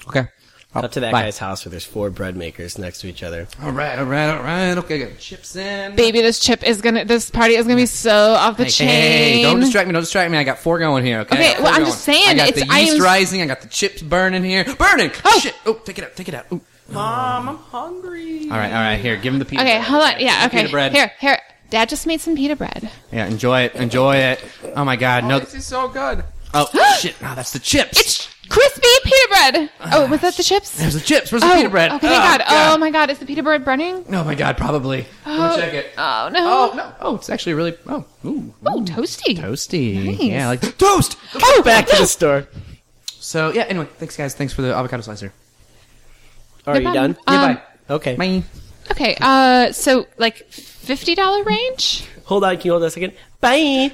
Speaker 1: Okay.
Speaker 3: Up to that
Speaker 1: Bye.
Speaker 3: guy's house where there's four bread makers next to each other.
Speaker 1: All right, all right, all right. Okay, got the chips in.
Speaker 2: Baby, this chip is gonna. This party is gonna be so off the
Speaker 1: Hey,
Speaker 2: chain.
Speaker 1: Hey, hey, don't distract me! Don't distract me! I got four going here. Okay. I
Speaker 2: Okay,
Speaker 1: got four
Speaker 2: well, I'm
Speaker 1: going.
Speaker 2: just saying,
Speaker 1: I got
Speaker 2: it's-
Speaker 1: the
Speaker 2: I
Speaker 1: yeast
Speaker 2: am-
Speaker 1: rising. I got the chips burning here. Burning! Oh shit! Oh, take it out! Take it out! Ooh.
Speaker 4: Mom, I'm hungry.
Speaker 1: All right, all right. Here, give him the pizza.
Speaker 2: Okay, hold on. Yeah, okay.
Speaker 1: Pita bread.
Speaker 2: Here, here. Dad just made some pita bread.
Speaker 1: Yeah, enjoy it. Enjoy it. Oh my God!
Speaker 4: Oh,
Speaker 1: No.
Speaker 4: this is so good.
Speaker 1: Oh shit! No, that's the chips.
Speaker 2: It's crispy pita bread. Oh, was that the chips?
Speaker 1: There's the chips. Where's the
Speaker 2: Oh,
Speaker 1: pita bread?
Speaker 2: Oh, thank God. Oh my God, is the pita bread burning?
Speaker 1: Oh my God! Probably.
Speaker 2: Oh,
Speaker 1: Go check it.
Speaker 2: Oh no.
Speaker 1: Oh no! Oh, it's actually really. Oh, ooh,
Speaker 2: Oh, toasty.
Speaker 1: toasty.
Speaker 2: Nice.
Speaker 1: Yeah, I like toast.
Speaker 2: Oh,
Speaker 3: Back to
Speaker 2: no.
Speaker 3: the store.
Speaker 1: So yeah. Anyway, thanks guys. Thanks for the avocado slicer.
Speaker 3: Are you
Speaker 2: Goodbye.
Speaker 3: done?
Speaker 2: Um,
Speaker 1: Goodbye.
Speaker 3: Okay.
Speaker 1: Bye.
Speaker 2: Okay. Uh, so like fifty dollar range.
Speaker 3: hold on. Can you hold on a second? Bye.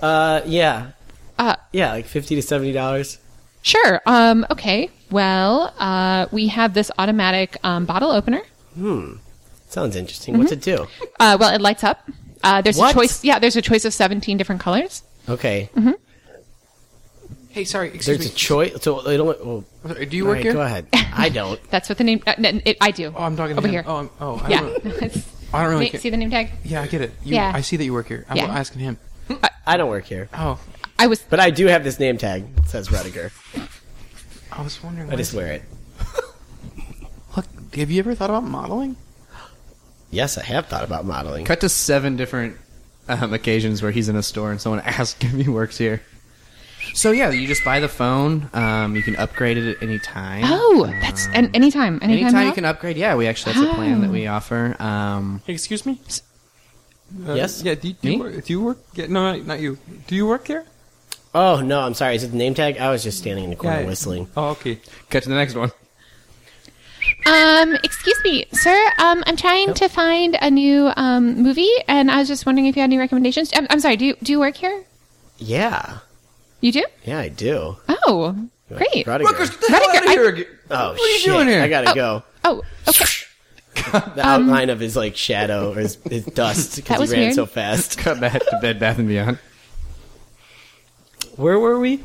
Speaker 3: Uh, yeah.
Speaker 2: Uh,
Speaker 3: Yeah, like 50 to $70.
Speaker 2: Sure. Um, okay. Well, uh, we have this automatic um, bottle opener.
Speaker 3: Sounds interesting. What's it do?
Speaker 2: Uh, well, it lights up. Uh, there's
Speaker 3: What?
Speaker 2: a choice. Yeah, there's a choice of 17 different colors.
Speaker 3: Okay.
Speaker 2: Mm-hmm.
Speaker 4: Hey, sorry, excuse
Speaker 3: There's a
Speaker 4: me.
Speaker 3: choice. So they don't. Well,
Speaker 4: Do you
Speaker 3: all
Speaker 4: work
Speaker 3: right,
Speaker 4: here?
Speaker 3: Go ahead. I don't.
Speaker 2: That's what the name. Uh, n- it, I do.
Speaker 4: Oh, I'm talking to
Speaker 2: over
Speaker 4: him.
Speaker 2: here.
Speaker 4: Oh, I'm, oh, I
Speaker 2: yeah.
Speaker 4: don't,
Speaker 2: It's-
Speaker 4: I don't really
Speaker 2: na-
Speaker 4: care.
Speaker 2: see the name tag.
Speaker 4: Yeah, I get it. You,
Speaker 2: Yeah.
Speaker 4: I see that you work here. I'm
Speaker 2: Yeah.
Speaker 4: asking him.
Speaker 3: I don't work here.
Speaker 4: Oh,
Speaker 2: I was.
Speaker 3: But I do have this name tag. It says Rudiger.
Speaker 4: I was wondering.
Speaker 3: I
Speaker 4: why-
Speaker 3: just wear it.
Speaker 4: Look, have you ever thought about modeling?
Speaker 3: Yes, I have thought about modeling.
Speaker 1: Cut to seven different um, occasions where he's in a store and someone asks if he works here. So yeah, you just buy the phone. Um, you can upgrade it at any time.
Speaker 2: Oh, that's an, anytime. Anytime,
Speaker 1: Anytime you
Speaker 2: now? Oh.
Speaker 1: can upgrade, yeah, we actually that's a plan that we offer. Um,
Speaker 4: Hey, excuse me.
Speaker 3: Yes?
Speaker 4: Uh, Yeah. Do you, do you
Speaker 1: Me?
Speaker 4: work? Do you work? Yeah, no, no, not you. Do you work here?
Speaker 3: Oh no, I'm sorry. Is it the name tag? I was just standing in the corner
Speaker 4: Yeah.
Speaker 3: whistling.
Speaker 4: Oh, okay.
Speaker 1: cut to the next one.
Speaker 2: Um, excuse me, sir. Um, I'm trying to find a new um movie, and I was just wondering if you had any recommendations. Um, I'm, I'm sorry. Do you do you work here?
Speaker 3: Yeah,
Speaker 2: You do?
Speaker 3: yeah, I do.
Speaker 2: Oh, great.
Speaker 3: Rudiger.
Speaker 4: the hell
Speaker 2: Rucker,
Speaker 4: outta
Speaker 2: I-
Speaker 4: again.
Speaker 3: Oh
Speaker 4: What are you
Speaker 3: shit.
Speaker 4: doing here? Um,
Speaker 3: I gotta go.
Speaker 2: Oh, okay.
Speaker 3: The outline of his like shadow or his, his dust
Speaker 2: That
Speaker 3: because
Speaker 2: was
Speaker 3: he ran
Speaker 2: weird.
Speaker 3: so fast.
Speaker 1: Cut back to Bed Bath and Beyond.
Speaker 3: Where were we?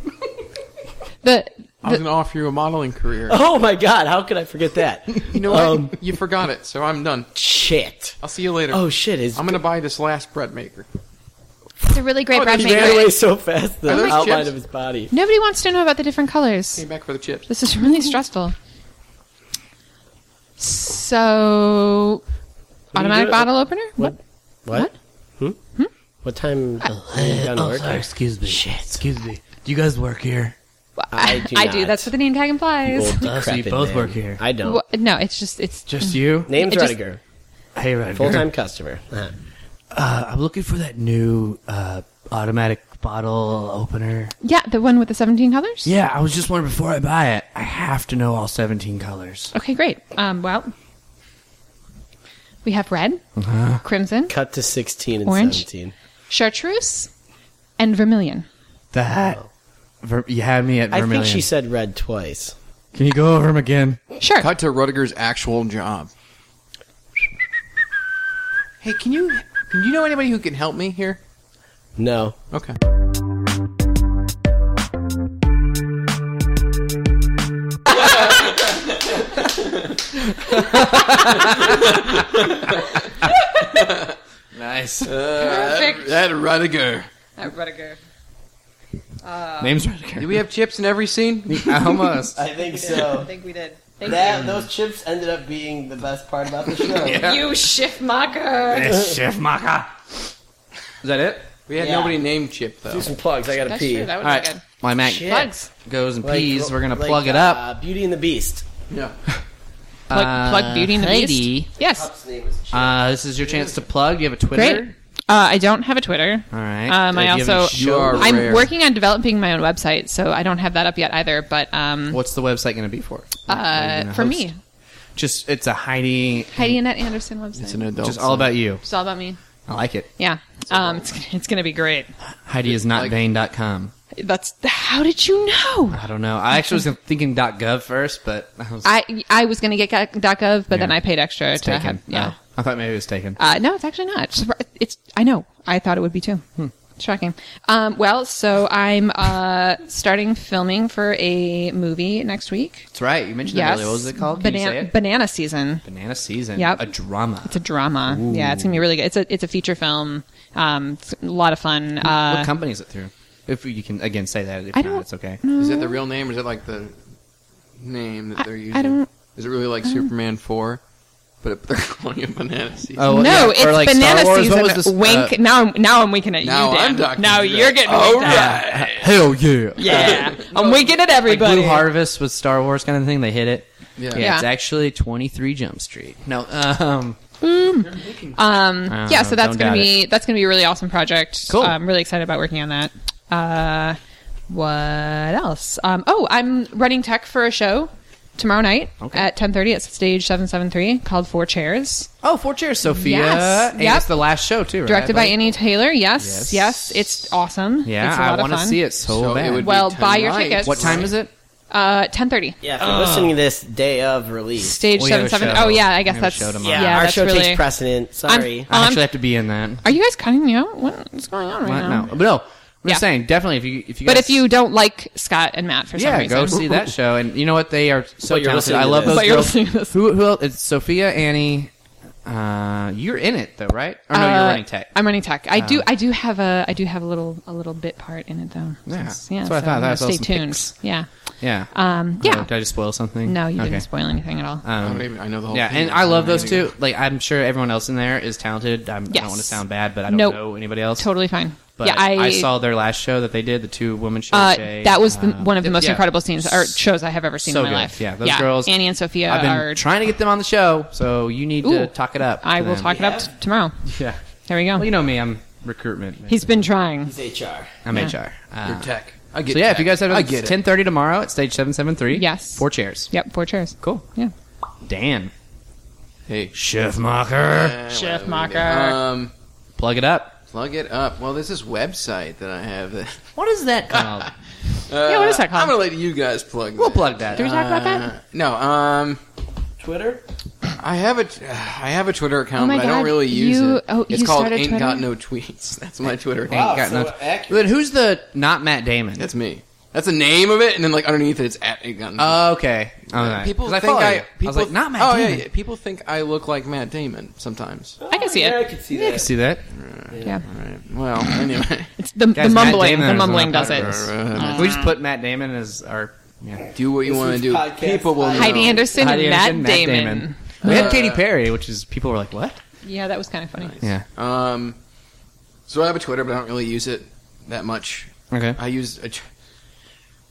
Speaker 2: The
Speaker 4: I was going to offer you a modeling career.
Speaker 3: Oh my god, how could I forget that?
Speaker 4: You know what?
Speaker 3: Um,
Speaker 4: you forgot it, so I'm done.
Speaker 3: shit.
Speaker 4: I'll see you later.
Speaker 3: Oh shit, his
Speaker 4: I'm going to buy this last bread maker.
Speaker 2: it's a really great
Speaker 4: Oh,
Speaker 2: bread
Speaker 4: he
Speaker 3: he ran
Speaker 2: maker.
Speaker 3: away so fast the
Speaker 4: Are those
Speaker 3: outline
Speaker 4: chips?
Speaker 3: of his body.
Speaker 2: Nobody wants to know about the different colors.
Speaker 4: Came back for the chips.
Speaker 2: This is really stressful. So,
Speaker 3: you
Speaker 2: automatic
Speaker 3: doing?
Speaker 2: bottle opener. What? Uh, oh,
Speaker 3: What? Hmm? What time you done work?
Speaker 6: Excuse me. Excuse me. Do you guys work here?
Speaker 3: I do not.
Speaker 2: That's what the name tag
Speaker 3: Old
Speaker 2: implies.
Speaker 6: Oh, so you
Speaker 3: decrepit
Speaker 6: both
Speaker 3: man.
Speaker 6: work here.
Speaker 3: I don't.
Speaker 2: Wha- No, it's just it's
Speaker 1: Just you?
Speaker 3: Name's
Speaker 2: It just-
Speaker 3: Rudiger.
Speaker 6: Hey, Rutger.
Speaker 3: Full time customer. Uh-huh.
Speaker 6: Uh, I'm looking for that new uh, automatic bottle opener.
Speaker 2: yeah the one with the seventeen colors.
Speaker 6: Yeah, I was just wondering before I buy it, I have to know all 17 colors.
Speaker 2: Okay, great. Um, well, we have red, crimson,
Speaker 3: Cut to sixteen and
Speaker 2: Orange?
Speaker 3: seventeen.
Speaker 2: chartreuse, and vermilion.
Speaker 6: That. Oh. Ver- you had me at
Speaker 3: I
Speaker 6: vermilion.
Speaker 3: think she said red twice.
Speaker 6: Can you go over them again?
Speaker 2: Sure.
Speaker 4: Cut to Rudiger's actual job. Hey, can you can you know anybody who can help me here?
Speaker 3: No.
Speaker 4: Okay.
Speaker 1: Nice.
Speaker 2: Perfect.
Speaker 4: That Rudiger.
Speaker 1: Name's Rudiger.
Speaker 4: Do we have chips in every scene?
Speaker 1: Almost.
Speaker 3: I think so.
Speaker 2: think we did.
Speaker 3: That those chips ended up being the best part about the show.
Speaker 2: You shift mocker.
Speaker 6: Yes, Chef Maka.
Speaker 1: Is that it?
Speaker 4: We had
Speaker 3: Yeah.
Speaker 4: nobody named Chip though.
Speaker 3: Do some plugs. I gotta
Speaker 2: That's
Speaker 3: pee.
Speaker 2: true. That would
Speaker 1: All
Speaker 2: be
Speaker 1: right.
Speaker 2: good.
Speaker 1: My Mac
Speaker 3: Shit.
Speaker 2: Plugs.
Speaker 1: goes and
Speaker 3: Like-
Speaker 1: peas. We're gonna
Speaker 3: like,
Speaker 1: plug it up.
Speaker 3: Uh, Beauty and the Beast.
Speaker 4: No.
Speaker 2: Plug,
Speaker 1: Uh,
Speaker 2: plug Beauty and the
Speaker 1: lady.
Speaker 2: Beast. Yes.
Speaker 3: Cup's name is
Speaker 1: Uh, this is your chance to plug. Do you have a Twitter?
Speaker 2: Great. Uh, I don't have a Twitter.
Speaker 1: All right.
Speaker 2: Um,
Speaker 1: Uh, do
Speaker 2: I
Speaker 1: you have any
Speaker 2: also-
Speaker 1: show-
Speaker 4: You are
Speaker 2: I'm
Speaker 4: rare.
Speaker 2: working on developing my own website, so I don't have that up yet either. But um,
Speaker 1: What's the website going to be for?
Speaker 2: uh, for me,
Speaker 1: Just it's a Heidi.
Speaker 2: Heidi Annette Anderson website. It's,
Speaker 4: It's an adult.
Speaker 1: Just all
Speaker 4: song.
Speaker 1: about you.
Speaker 2: all about me.
Speaker 1: I like it.
Speaker 2: Yeah. Um, it's it's gonna be great.
Speaker 1: Heidi is not
Speaker 4: Like-
Speaker 1: vain.com.
Speaker 2: That's how did you know?
Speaker 1: I don't know. I actually was thinking .gov first, but I was
Speaker 2: I I was gonna get .gov, but then
Speaker 1: Yeah.
Speaker 2: I paid extra
Speaker 1: it's
Speaker 2: to
Speaker 1: taken.
Speaker 2: have yeah.
Speaker 1: Oh, I thought maybe it was taken.
Speaker 2: Uh, no, it's actually not. It's, it's I know. I thought it would be too.
Speaker 1: Hmm.
Speaker 2: Shocking. Um, well, so I'm uh, starting filming for a movie next week.
Speaker 1: That's right. You mentioned that
Speaker 2: Yes.
Speaker 1: earlier. What was it called? Can you say
Speaker 2: Banana,
Speaker 1: it?
Speaker 2: banana season.
Speaker 1: Banana season.
Speaker 2: Yep.
Speaker 1: A drama.
Speaker 2: It's a drama. Yeah, it's gonna be really good. It's a it's a feature film. Um, it's a lot of fun. Uh,
Speaker 1: what company is it through? If you can again say that, if
Speaker 2: I
Speaker 1: not,
Speaker 2: don't-
Speaker 1: it's okay.
Speaker 4: Is that the real name or is that like the name that
Speaker 2: I-
Speaker 4: they're
Speaker 2: I
Speaker 4: using?
Speaker 2: don't-
Speaker 4: Is it really like Superman 4? But it- they're calling it Banana Season.
Speaker 1: Oh, yeah,
Speaker 2: no,
Speaker 1: or
Speaker 2: it's
Speaker 1: like Star
Speaker 2: banana
Speaker 1: Wars. What
Speaker 2: season.
Speaker 1: was this,
Speaker 2: Wink.
Speaker 1: uh,
Speaker 2: now I'm now I'm winking at
Speaker 4: now
Speaker 2: you, Dan.
Speaker 4: I'm talking.
Speaker 2: now
Speaker 4: to you.
Speaker 2: you're getting
Speaker 4: All
Speaker 2: winked at.
Speaker 4: right.
Speaker 1: Uh, Hell yeah.
Speaker 2: Yeah, I'm winking at everybody.
Speaker 1: Blue Harvest with Star Wars kind of thing. They hit it.
Speaker 4: Yeah.
Speaker 1: Yeah,
Speaker 2: Yeah.
Speaker 1: it's actually 23 Jump Street. No, um,
Speaker 2: Um,
Speaker 1: I don't
Speaker 2: yeah,
Speaker 1: know.
Speaker 2: so that's
Speaker 1: Don't
Speaker 2: gonna
Speaker 1: doubt
Speaker 2: be that's gonna be a really awesome project. Uh,
Speaker 1: Cool.
Speaker 2: I'm really excited about working on that. Uh, what else? Um, oh, I'm running tech for a show tomorrow night
Speaker 1: Okay.
Speaker 2: at 10:30 at Stage 773 called Four Chairs,
Speaker 1: oh, Four Chairs, Sophia.
Speaker 2: Yes.
Speaker 1: And
Speaker 2: Yep.
Speaker 1: it's the last show too, right?
Speaker 2: directed by
Speaker 1: Like-
Speaker 2: Annie Taylor.
Speaker 1: Yes.
Speaker 2: Yes, yes, it's awesome.
Speaker 1: Yeah,
Speaker 2: it's a
Speaker 1: I
Speaker 2: lot
Speaker 1: want
Speaker 2: of
Speaker 1: to
Speaker 2: fun.
Speaker 1: see it so,
Speaker 4: So it
Speaker 1: bad.
Speaker 4: would be
Speaker 2: Well, buy your
Speaker 4: tonight.
Speaker 2: tickets.
Speaker 1: what time is it?
Speaker 2: Uh, ten thirty.
Speaker 3: Yeah, if you're listening to this day of release.
Speaker 2: Stage
Speaker 1: We have
Speaker 2: seven
Speaker 1: a
Speaker 2: seven.
Speaker 1: show.
Speaker 2: Oh yeah, I guess
Speaker 1: We have a
Speaker 2: that's
Speaker 1: show tomorrow.
Speaker 2: yeah.
Speaker 3: Yeah, our
Speaker 2: that's
Speaker 3: show
Speaker 2: really,
Speaker 3: takes precedent. Sorry.
Speaker 1: I
Speaker 2: Um,
Speaker 1: actually have to be in that.
Speaker 2: Are you guys cutting me out? What, what's going on right
Speaker 1: What?
Speaker 2: now?
Speaker 1: No, but no. I'm
Speaker 2: Yeah.
Speaker 1: just saying, definitely. If you, if you,
Speaker 2: But
Speaker 1: guys-
Speaker 2: if you don't like Scott and Matt for some
Speaker 1: yeah,
Speaker 2: reason,
Speaker 1: go see that show. And you know what? They are so
Speaker 3: But you're
Speaker 1: talented.
Speaker 3: listening
Speaker 1: I
Speaker 3: to
Speaker 1: love
Speaker 3: this.
Speaker 1: those
Speaker 2: But you're
Speaker 1: girls.
Speaker 2: listening to this.
Speaker 1: Who, who else? It's Sophia, Annie. Uh, you're in it though, right? Or no, you're
Speaker 2: Uh,
Speaker 1: running tech. Uh.
Speaker 2: I'm running tech. I do. I do have a. I do have a little. A little bit part in it though.
Speaker 1: Yeah,
Speaker 2: Since- yeah
Speaker 1: that's what I
Speaker 2: so,
Speaker 1: thought. That
Speaker 2: you know,
Speaker 1: was
Speaker 2: stay
Speaker 1: awesome
Speaker 2: tuned.
Speaker 1: picks.
Speaker 2: Yeah.
Speaker 1: yeah.
Speaker 2: Um. Yeah.
Speaker 1: Oh, did I just spoil something?
Speaker 2: no, you
Speaker 1: Okay. Um, Uh,
Speaker 2: didn't spoil anything at all.
Speaker 4: I don't even. I know the whole.
Speaker 1: Yeah,
Speaker 4: thing.
Speaker 1: and I love those
Speaker 4: Amazing.
Speaker 1: two. Like, I'm sure everyone else in there is talented. I'm, I don't
Speaker 2: Yes.
Speaker 1: want to sound bad, but I don't
Speaker 2: Nope.
Speaker 1: know anybody else.
Speaker 2: totally fine.
Speaker 1: But
Speaker 2: yeah, I,
Speaker 1: saw their last show that they did, the two women show.
Speaker 2: Uh,
Speaker 1: Shay.
Speaker 2: that was the,
Speaker 1: Uh,
Speaker 2: one of the most
Speaker 1: yeah.
Speaker 2: incredible scenes or shows I have ever seen
Speaker 1: So
Speaker 2: in my
Speaker 1: good.
Speaker 2: life.
Speaker 1: Yeah, those girls-
Speaker 2: Annie and Sophia
Speaker 1: I've been
Speaker 2: are.
Speaker 1: trying to get them on the show, so you need to
Speaker 2: Ooh.
Speaker 1: talk it up.
Speaker 2: I
Speaker 1: to
Speaker 2: will
Speaker 1: them.
Speaker 2: talk it up t- tomorrow.
Speaker 1: Yeah.
Speaker 2: There we go.
Speaker 1: Well, you know me. I'm recruitment.
Speaker 2: He's been trying.
Speaker 3: It's HR.
Speaker 1: I'm
Speaker 2: yeah.
Speaker 1: HR. Uh,
Speaker 4: Your tech. I get.
Speaker 1: so yeah, if
Speaker 4: tech.
Speaker 1: you guys have
Speaker 4: I
Speaker 1: it,
Speaker 4: get
Speaker 1: it's
Speaker 4: it.
Speaker 1: 10:30 tomorrow at stage 773.
Speaker 2: Yes.
Speaker 1: Four chairs.
Speaker 2: Yep, four chairs.
Speaker 1: Cool.
Speaker 2: Yeah.
Speaker 1: Dan.
Speaker 4: Hey,
Speaker 1: Schiffmacher.
Speaker 2: Chef
Speaker 4: Mocker.
Speaker 2: Mocker.
Speaker 4: Um,
Speaker 1: Plug it up.
Speaker 4: plug it up. Well, there's this website that I have. That,
Speaker 1: What is that called?
Speaker 4: uh,
Speaker 2: what is that called?
Speaker 4: I'm gonna let you guys plug.
Speaker 1: we'll
Speaker 4: that.
Speaker 1: plug that.
Speaker 2: Did we talk about that?
Speaker 4: Uh, no. Um.
Speaker 3: Twitter?
Speaker 4: I have a I have a Twitter account,
Speaker 2: Oh my
Speaker 4: but I don't
Speaker 2: God,
Speaker 4: really use
Speaker 2: you-
Speaker 4: it.
Speaker 2: oh,
Speaker 4: it's
Speaker 2: you
Speaker 4: called
Speaker 2: started
Speaker 4: Ain't Got
Speaker 2: Twitter?
Speaker 4: No Tweets. That's my Twitter account.
Speaker 3: Wow,
Speaker 1: Got
Speaker 3: so
Speaker 1: no-
Speaker 3: accurate.
Speaker 1: Then who's the not Matt Damon?
Speaker 4: That's me. That's the name of it, and then like underneath it, it's at Ain't Got No.
Speaker 1: Oh, okay. All
Speaker 4: Tweets.
Speaker 1: right.
Speaker 4: Uh, people
Speaker 1: 'Cause
Speaker 4: think
Speaker 1: follow
Speaker 4: I.
Speaker 1: you.
Speaker 4: People,
Speaker 1: I was like, not Matt
Speaker 4: oh, yeah,
Speaker 1: Damon.
Speaker 4: yeah. People think I look like Matt Damon sometimes.
Speaker 2: I can see
Speaker 3: Oh, Yeah, I
Speaker 2: it.
Speaker 3: can see
Speaker 1: Yeah, I can
Speaker 3: that.
Speaker 1: see that.
Speaker 2: Yeah.
Speaker 4: All right. Well, anyway.
Speaker 2: It's the,
Speaker 1: Guys,
Speaker 2: the
Speaker 1: Matt
Speaker 2: mumbling.
Speaker 1: Damon
Speaker 2: The
Speaker 1: is
Speaker 2: mumbling
Speaker 1: not
Speaker 2: does it.
Speaker 1: popular. we just put Matt Damon as our yeah.
Speaker 4: do what you
Speaker 3: This
Speaker 4: want
Speaker 3: is
Speaker 4: to do.
Speaker 3: podcast
Speaker 4: People will.
Speaker 3: time.
Speaker 2: Heidi
Speaker 4: know.
Speaker 2: Anderson
Speaker 1: Heidi
Speaker 2: and
Speaker 1: Anderson,
Speaker 2: Matt Damon.
Speaker 1: We
Speaker 4: Uh,
Speaker 1: had Katy Perry, which is people were like, "What?"
Speaker 2: Yeah, that was kind of funny.
Speaker 1: Yeah.
Speaker 4: Um. So I have a Twitter, but I don't really use it that much.
Speaker 1: Okay.
Speaker 4: I use a. tr-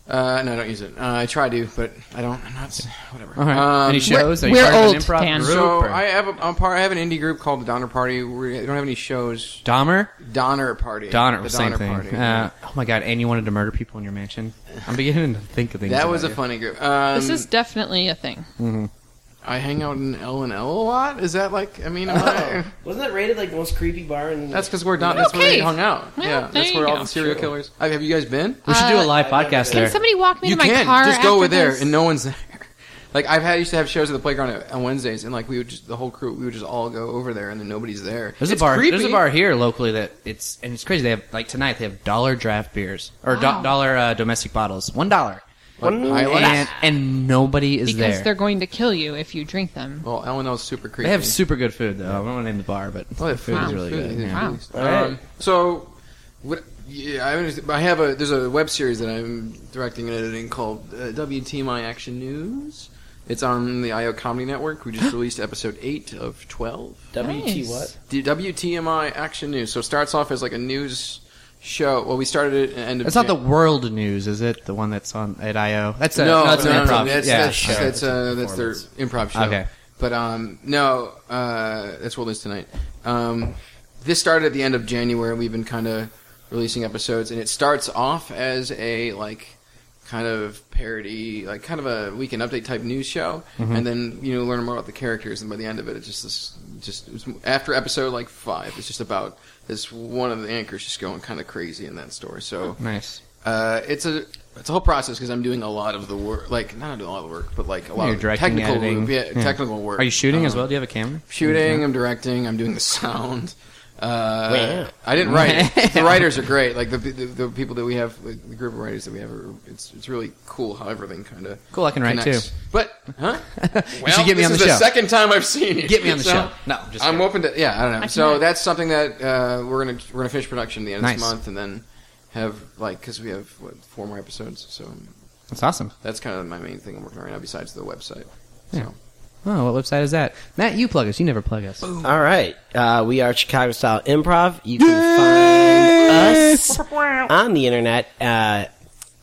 Speaker 4: Uh, no, I don't use it. Uh, I try to, but I don't. I'm not. s- Whatever.
Speaker 1: All right.
Speaker 4: Um,
Speaker 1: Any shows? Are you
Speaker 2: we're
Speaker 1: part
Speaker 2: old,
Speaker 1: of an improv
Speaker 2: Dan.
Speaker 1: group?
Speaker 4: So
Speaker 1: or-
Speaker 4: I have a I'm part. I have an indie group called the Donner Party. We don't have any shows.
Speaker 1: Dahmer,
Speaker 4: Donner Party.
Speaker 1: Donner,
Speaker 4: The
Speaker 1: same thing.
Speaker 4: Party.
Speaker 1: Uh, oh my god! And you wanted to murder people in your mansion? I'm beginning to think of things.
Speaker 4: that
Speaker 1: about
Speaker 4: was a
Speaker 1: you.
Speaker 4: funny group. Um,
Speaker 2: This is definitely a thing.
Speaker 4: I hang out in L and L a lot. Is that like? I mean, am
Speaker 1: Oh.
Speaker 4: I,
Speaker 3: Oh. Wasn't that rated like the most creepy bar in
Speaker 4: that's because we're Don. That's where they
Speaker 2: Okay.
Speaker 4: hung out.
Speaker 2: Well,
Speaker 4: yeah,
Speaker 2: there
Speaker 4: that's where
Speaker 2: you
Speaker 4: all
Speaker 2: go.
Speaker 4: the serial
Speaker 3: Sure.
Speaker 4: killers. I, have you guys been?
Speaker 1: We should do a
Speaker 2: Uh,
Speaker 1: live
Speaker 3: I've never
Speaker 1: podcast
Speaker 3: been.
Speaker 1: there.
Speaker 2: Can somebody walk me
Speaker 4: you
Speaker 2: to my
Speaker 4: can
Speaker 2: car?
Speaker 4: just go
Speaker 2: after
Speaker 4: over there,
Speaker 2: this?
Speaker 4: and no one's there. Like I've had, I used to have shows at the playground on- on Wednesdays, and like we would just the whole crew we would just all go over there, and then nobody's there.
Speaker 1: There's
Speaker 4: It's
Speaker 1: a bar.
Speaker 4: creepy.
Speaker 1: There's a bar here locally that it's and it's crazy. They have like tonight they have dollar draft beers or do-
Speaker 2: Wow.
Speaker 1: dollar uh, domestic bottles, one dollar,
Speaker 4: Like, Island.
Speaker 1: and and nobody is
Speaker 2: because
Speaker 1: there.
Speaker 2: they're going to kill you if you drink them.
Speaker 4: Well, L and L's super creepy.
Speaker 1: They have super good food though. I don't want to name the bar, but
Speaker 4: Oh,
Speaker 1: the
Speaker 4: yeah,
Speaker 1: food
Speaker 4: food
Speaker 1: is really
Speaker 4: food.
Speaker 1: good. yeah.
Speaker 2: Wow.
Speaker 4: Um, so, what, yeah, I, understand- I have a there's a web series that I'm directing and editing called uh, WTMI Action News. It's on the IO Comedy Network. We just released episode eight of twelve.
Speaker 3: WT
Speaker 2: Nice.
Speaker 3: what?
Speaker 4: The WTMI Action News. So it starts off as like a news show. Well, we started it at the end of
Speaker 1: It's not the
Speaker 4: Jan-
Speaker 1: world news, is it? The one that's on at IO. That's a,
Speaker 4: no,
Speaker 1: no, that's
Speaker 4: no,
Speaker 1: an
Speaker 4: no,
Speaker 1: improv.
Speaker 4: no, That's,
Speaker 1: yeah,
Speaker 4: that's, that's, uh, that's their improv show.
Speaker 1: Okay.
Speaker 4: But um, no, uh, that's World News Tonight. Um, this started at the end of January. We've been kind of releasing episodes, and it starts off as a like kind of parody, like kind of a weekend update type news show, and then you know learn more about the characters, and by the end of it, it's just this, just it's after episode like five, it's just about this one of the anchors just going kind of crazy in that story. So
Speaker 1: nice.
Speaker 4: uh, it's a it's a whole process because I'm doing a lot of the work, like not doing a lot of the work, but like a lot
Speaker 1: You're
Speaker 4: of
Speaker 1: directing,
Speaker 4: technical,
Speaker 1: editing.
Speaker 4: yeah,
Speaker 1: Yeah.
Speaker 4: technical work.
Speaker 1: Are you shooting as
Speaker 4: Um,
Speaker 1: well? Do you have a camera? Mm-hmm.
Speaker 4: Shooting, I'm directing, I'm doing the sound. Uh,
Speaker 3: Wow.
Speaker 4: I didn't write. it. the writers are great. Like the, the the people that we have, like, the group of writers that we have, are, it's it's really cool how everything kind of
Speaker 1: Cool, I can write, too.
Speaker 4: But huh?
Speaker 1: you should get me
Speaker 4: this
Speaker 1: on the
Speaker 4: is
Speaker 1: show.
Speaker 4: second time I've seen you.
Speaker 1: Get me on the
Speaker 4: So,
Speaker 1: show. No, just
Speaker 4: I'm
Speaker 1: kidding.
Speaker 4: open to yeah. I don't know. so that's something that uh, we're gonna we're gonna finish production at the end of
Speaker 1: Nice.
Speaker 4: this month, and then have like because we have what four more episodes. So
Speaker 1: That's awesome.
Speaker 4: that's kind of my main thing I'm working on right now, besides the website.
Speaker 1: Yeah.
Speaker 4: So
Speaker 1: Oh, what website is that? Matt, you plug us. You never plug us.
Speaker 3: All right. Uh, we are Chicago Style Improv. You can find us on the internet, uh,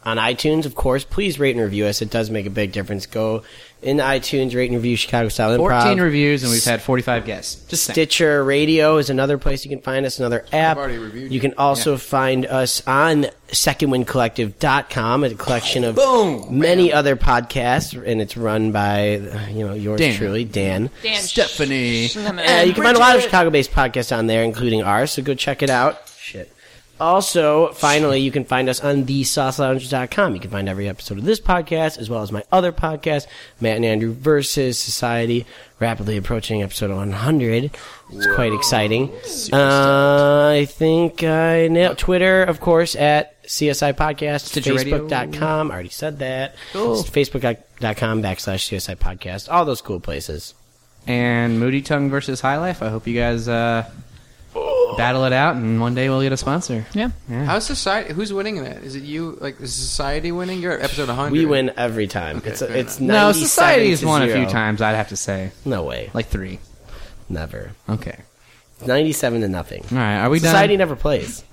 Speaker 3: on iTunes, of course. Please rate and review us. It does make a big difference. Go in iTunes, rate and review Chicago Style Improv.
Speaker 1: 14 reviews, and we've had 45 guests. Just saying.
Speaker 3: Stitcher Radio is another place you can find us, another app.
Speaker 4: already reviewed
Speaker 3: You can also find us on secondwindcollective.com, a collection of
Speaker 1: Boom!
Speaker 3: many other podcasts, and it's run by, uh, you know, yours
Speaker 1: Dan.
Speaker 3: truly, Dan.
Speaker 2: Dan,
Speaker 1: Stephanie.
Speaker 2: sh- sh- Um,
Speaker 3: Uh, you can find a lot of Chicago-based podcasts on there, including ours. So go check it out. Shit. Also, finally, you can find us on thesaucelounge.com. You can find every episode of this podcast, as well as my other podcast, Matt and Andrew versus Society, rapidly approaching episode 100. It's quite exciting. Uh, I think I nailed Twitter, of course, at CSI Podcast,
Speaker 4: Stitcher Radio.
Speaker 3: Facebook.com. Already said that. It's Facebook.com backslash CSI Podcast. All those cool places.
Speaker 1: And Moody Tongue versus High Life. I hope you guys uh, battle it out, and one day we'll get a sponsor.
Speaker 2: Yeah.
Speaker 4: How's society? Who's winning that? Is it you? Like, is society winning? You're at episode 100.
Speaker 3: We win every time. it's
Speaker 4: fair
Speaker 3: it's
Speaker 1: No,
Speaker 3: 97
Speaker 1: society's
Speaker 3: to
Speaker 1: won a few
Speaker 3: zero.
Speaker 1: times. I'd have to say,
Speaker 3: No way.
Speaker 1: like three.
Speaker 3: Never.
Speaker 1: Okay.
Speaker 3: 97 to nothing.
Speaker 1: All right. Are we
Speaker 3: Society
Speaker 1: done?
Speaker 3: never plays.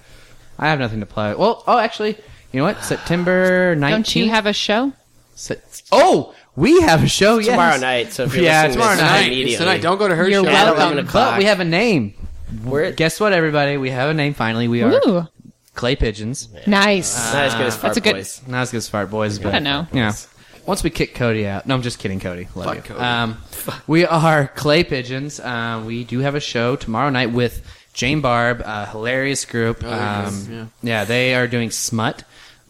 Speaker 1: I have nothing to plug. Well, oh, actually, you know what? September 19th.
Speaker 2: Don't you have a show?
Speaker 1: Se- oh, we have a show. Yes.
Speaker 3: Tomorrow night. So if you're
Speaker 1: Yeah,
Speaker 3: listening
Speaker 1: tomorrow
Speaker 3: to this
Speaker 1: night.
Speaker 4: It's
Speaker 3: immediately,
Speaker 4: tonight. Don't go to her
Speaker 2: You're
Speaker 4: show.
Speaker 1: But-
Speaker 3: at 11 o'clock.
Speaker 1: But we have a name.
Speaker 3: We're not
Speaker 1: Guess what, everybody? We have a name finally. We are Uh,
Speaker 2: Ooh,
Speaker 1: clay pigeons.
Speaker 2: nice.
Speaker 3: as good as Fart
Speaker 2: That's a good-
Speaker 3: Boys.
Speaker 1: Not as good as Fart Boys, but
Speaker 2: I know.
Speaker 1: You know, once we kick Cody out, no, I'm just kidding, Cody. Love
Speaker 4: Fuck
Speaker 1: you.
Speaker 4: Cody.
Speaker 1: Um, we are Clay Pigeons. Uh, we do have a show tomorrow night with Jane Barb, a hilarious group.
Speaker 4: there it is.
Speaker 1: um,
Speaker 4: Oh, Yeah.
Speaker 1: yeah. they are doing Smut.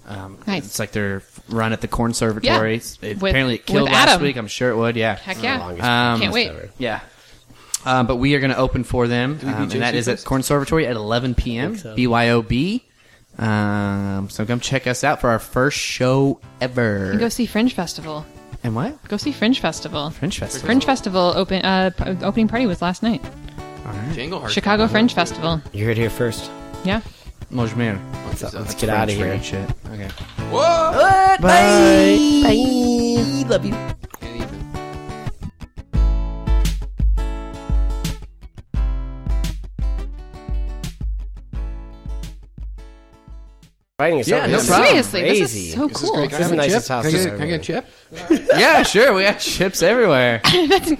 Speaker 1: Um,
Speaker 2: Nice.
Speaker 1: It's like their run at the conservatory.
Speaker 2: Yeah.
Speaker 1: It-
Speaker 2: With-
Speaker 1: apparently, it killed
Speaker 2: with
Speaker 1: last
Speaker 2: Adam.
Speaker 1: week. I'm sure it would. Yeah.
Speaker 2: Heck
Speaker 3: The
Speaker 2: yeah.
Speaker 3: longest
Speaker 1: Um,
Speaker 2: Can't wait.
Speaker 3: ever.
Speaker 1: Yeah. Um, but we are going to open for them,
Speaker 4: we do
Speaker 1: um, and that
Speaker 4: JC
Speaker 1: is at
Speaker 4: first?
Speaker 1: Conservatory at 11 p.m.
Speaker 3: so.
Speaker 1: BYOB. Um, so come check us out for our first show ever.
Speaker 2: And go see Fringe Festival.
Speaker 1: and what?
Speaker 2: Go see Fringe Festival.
Speaker 1: Fringe Festival.
Speaker 2: Fringe Festival open uh, p- opening party was last night.
Speaker 4: Jingle Heart.
Speaker 2: Chicago Fringe Festival.
Speaker 3: You heard it here first.
Speaker 2: Yeah.
Speaker 1: Mojmir.
Speaker 3: Let's get out of here.
Speaker 1: Fringe shit. Okay.
Speaker 4: Whoa!
Speaker 3: Bye. Love you.
Speaker 4: Can't even.
Speaker 3: Writing is
Speaker 1: Yeah, no
Speaker 3: so
Speaker 1: problem.
Speaker 2: Seriously, this
Speaker 3: Crazy.
Speaker 2: is so
Speaker 4: This is
Speaker 2: cool.
Speaker 4: great. Can I
Speaker 3: This
Speaker 4: have
Speaker 3: is
Speaker 4: a
Speaker 3: the nicest house
Speaker 4: chip? Can I get-
Speaker 3: I've
Speaker 4: can
Speaker 3: ever
Speaker 4: I get a chip?
Speaker 1: yeah, sure. We got chips everywhere.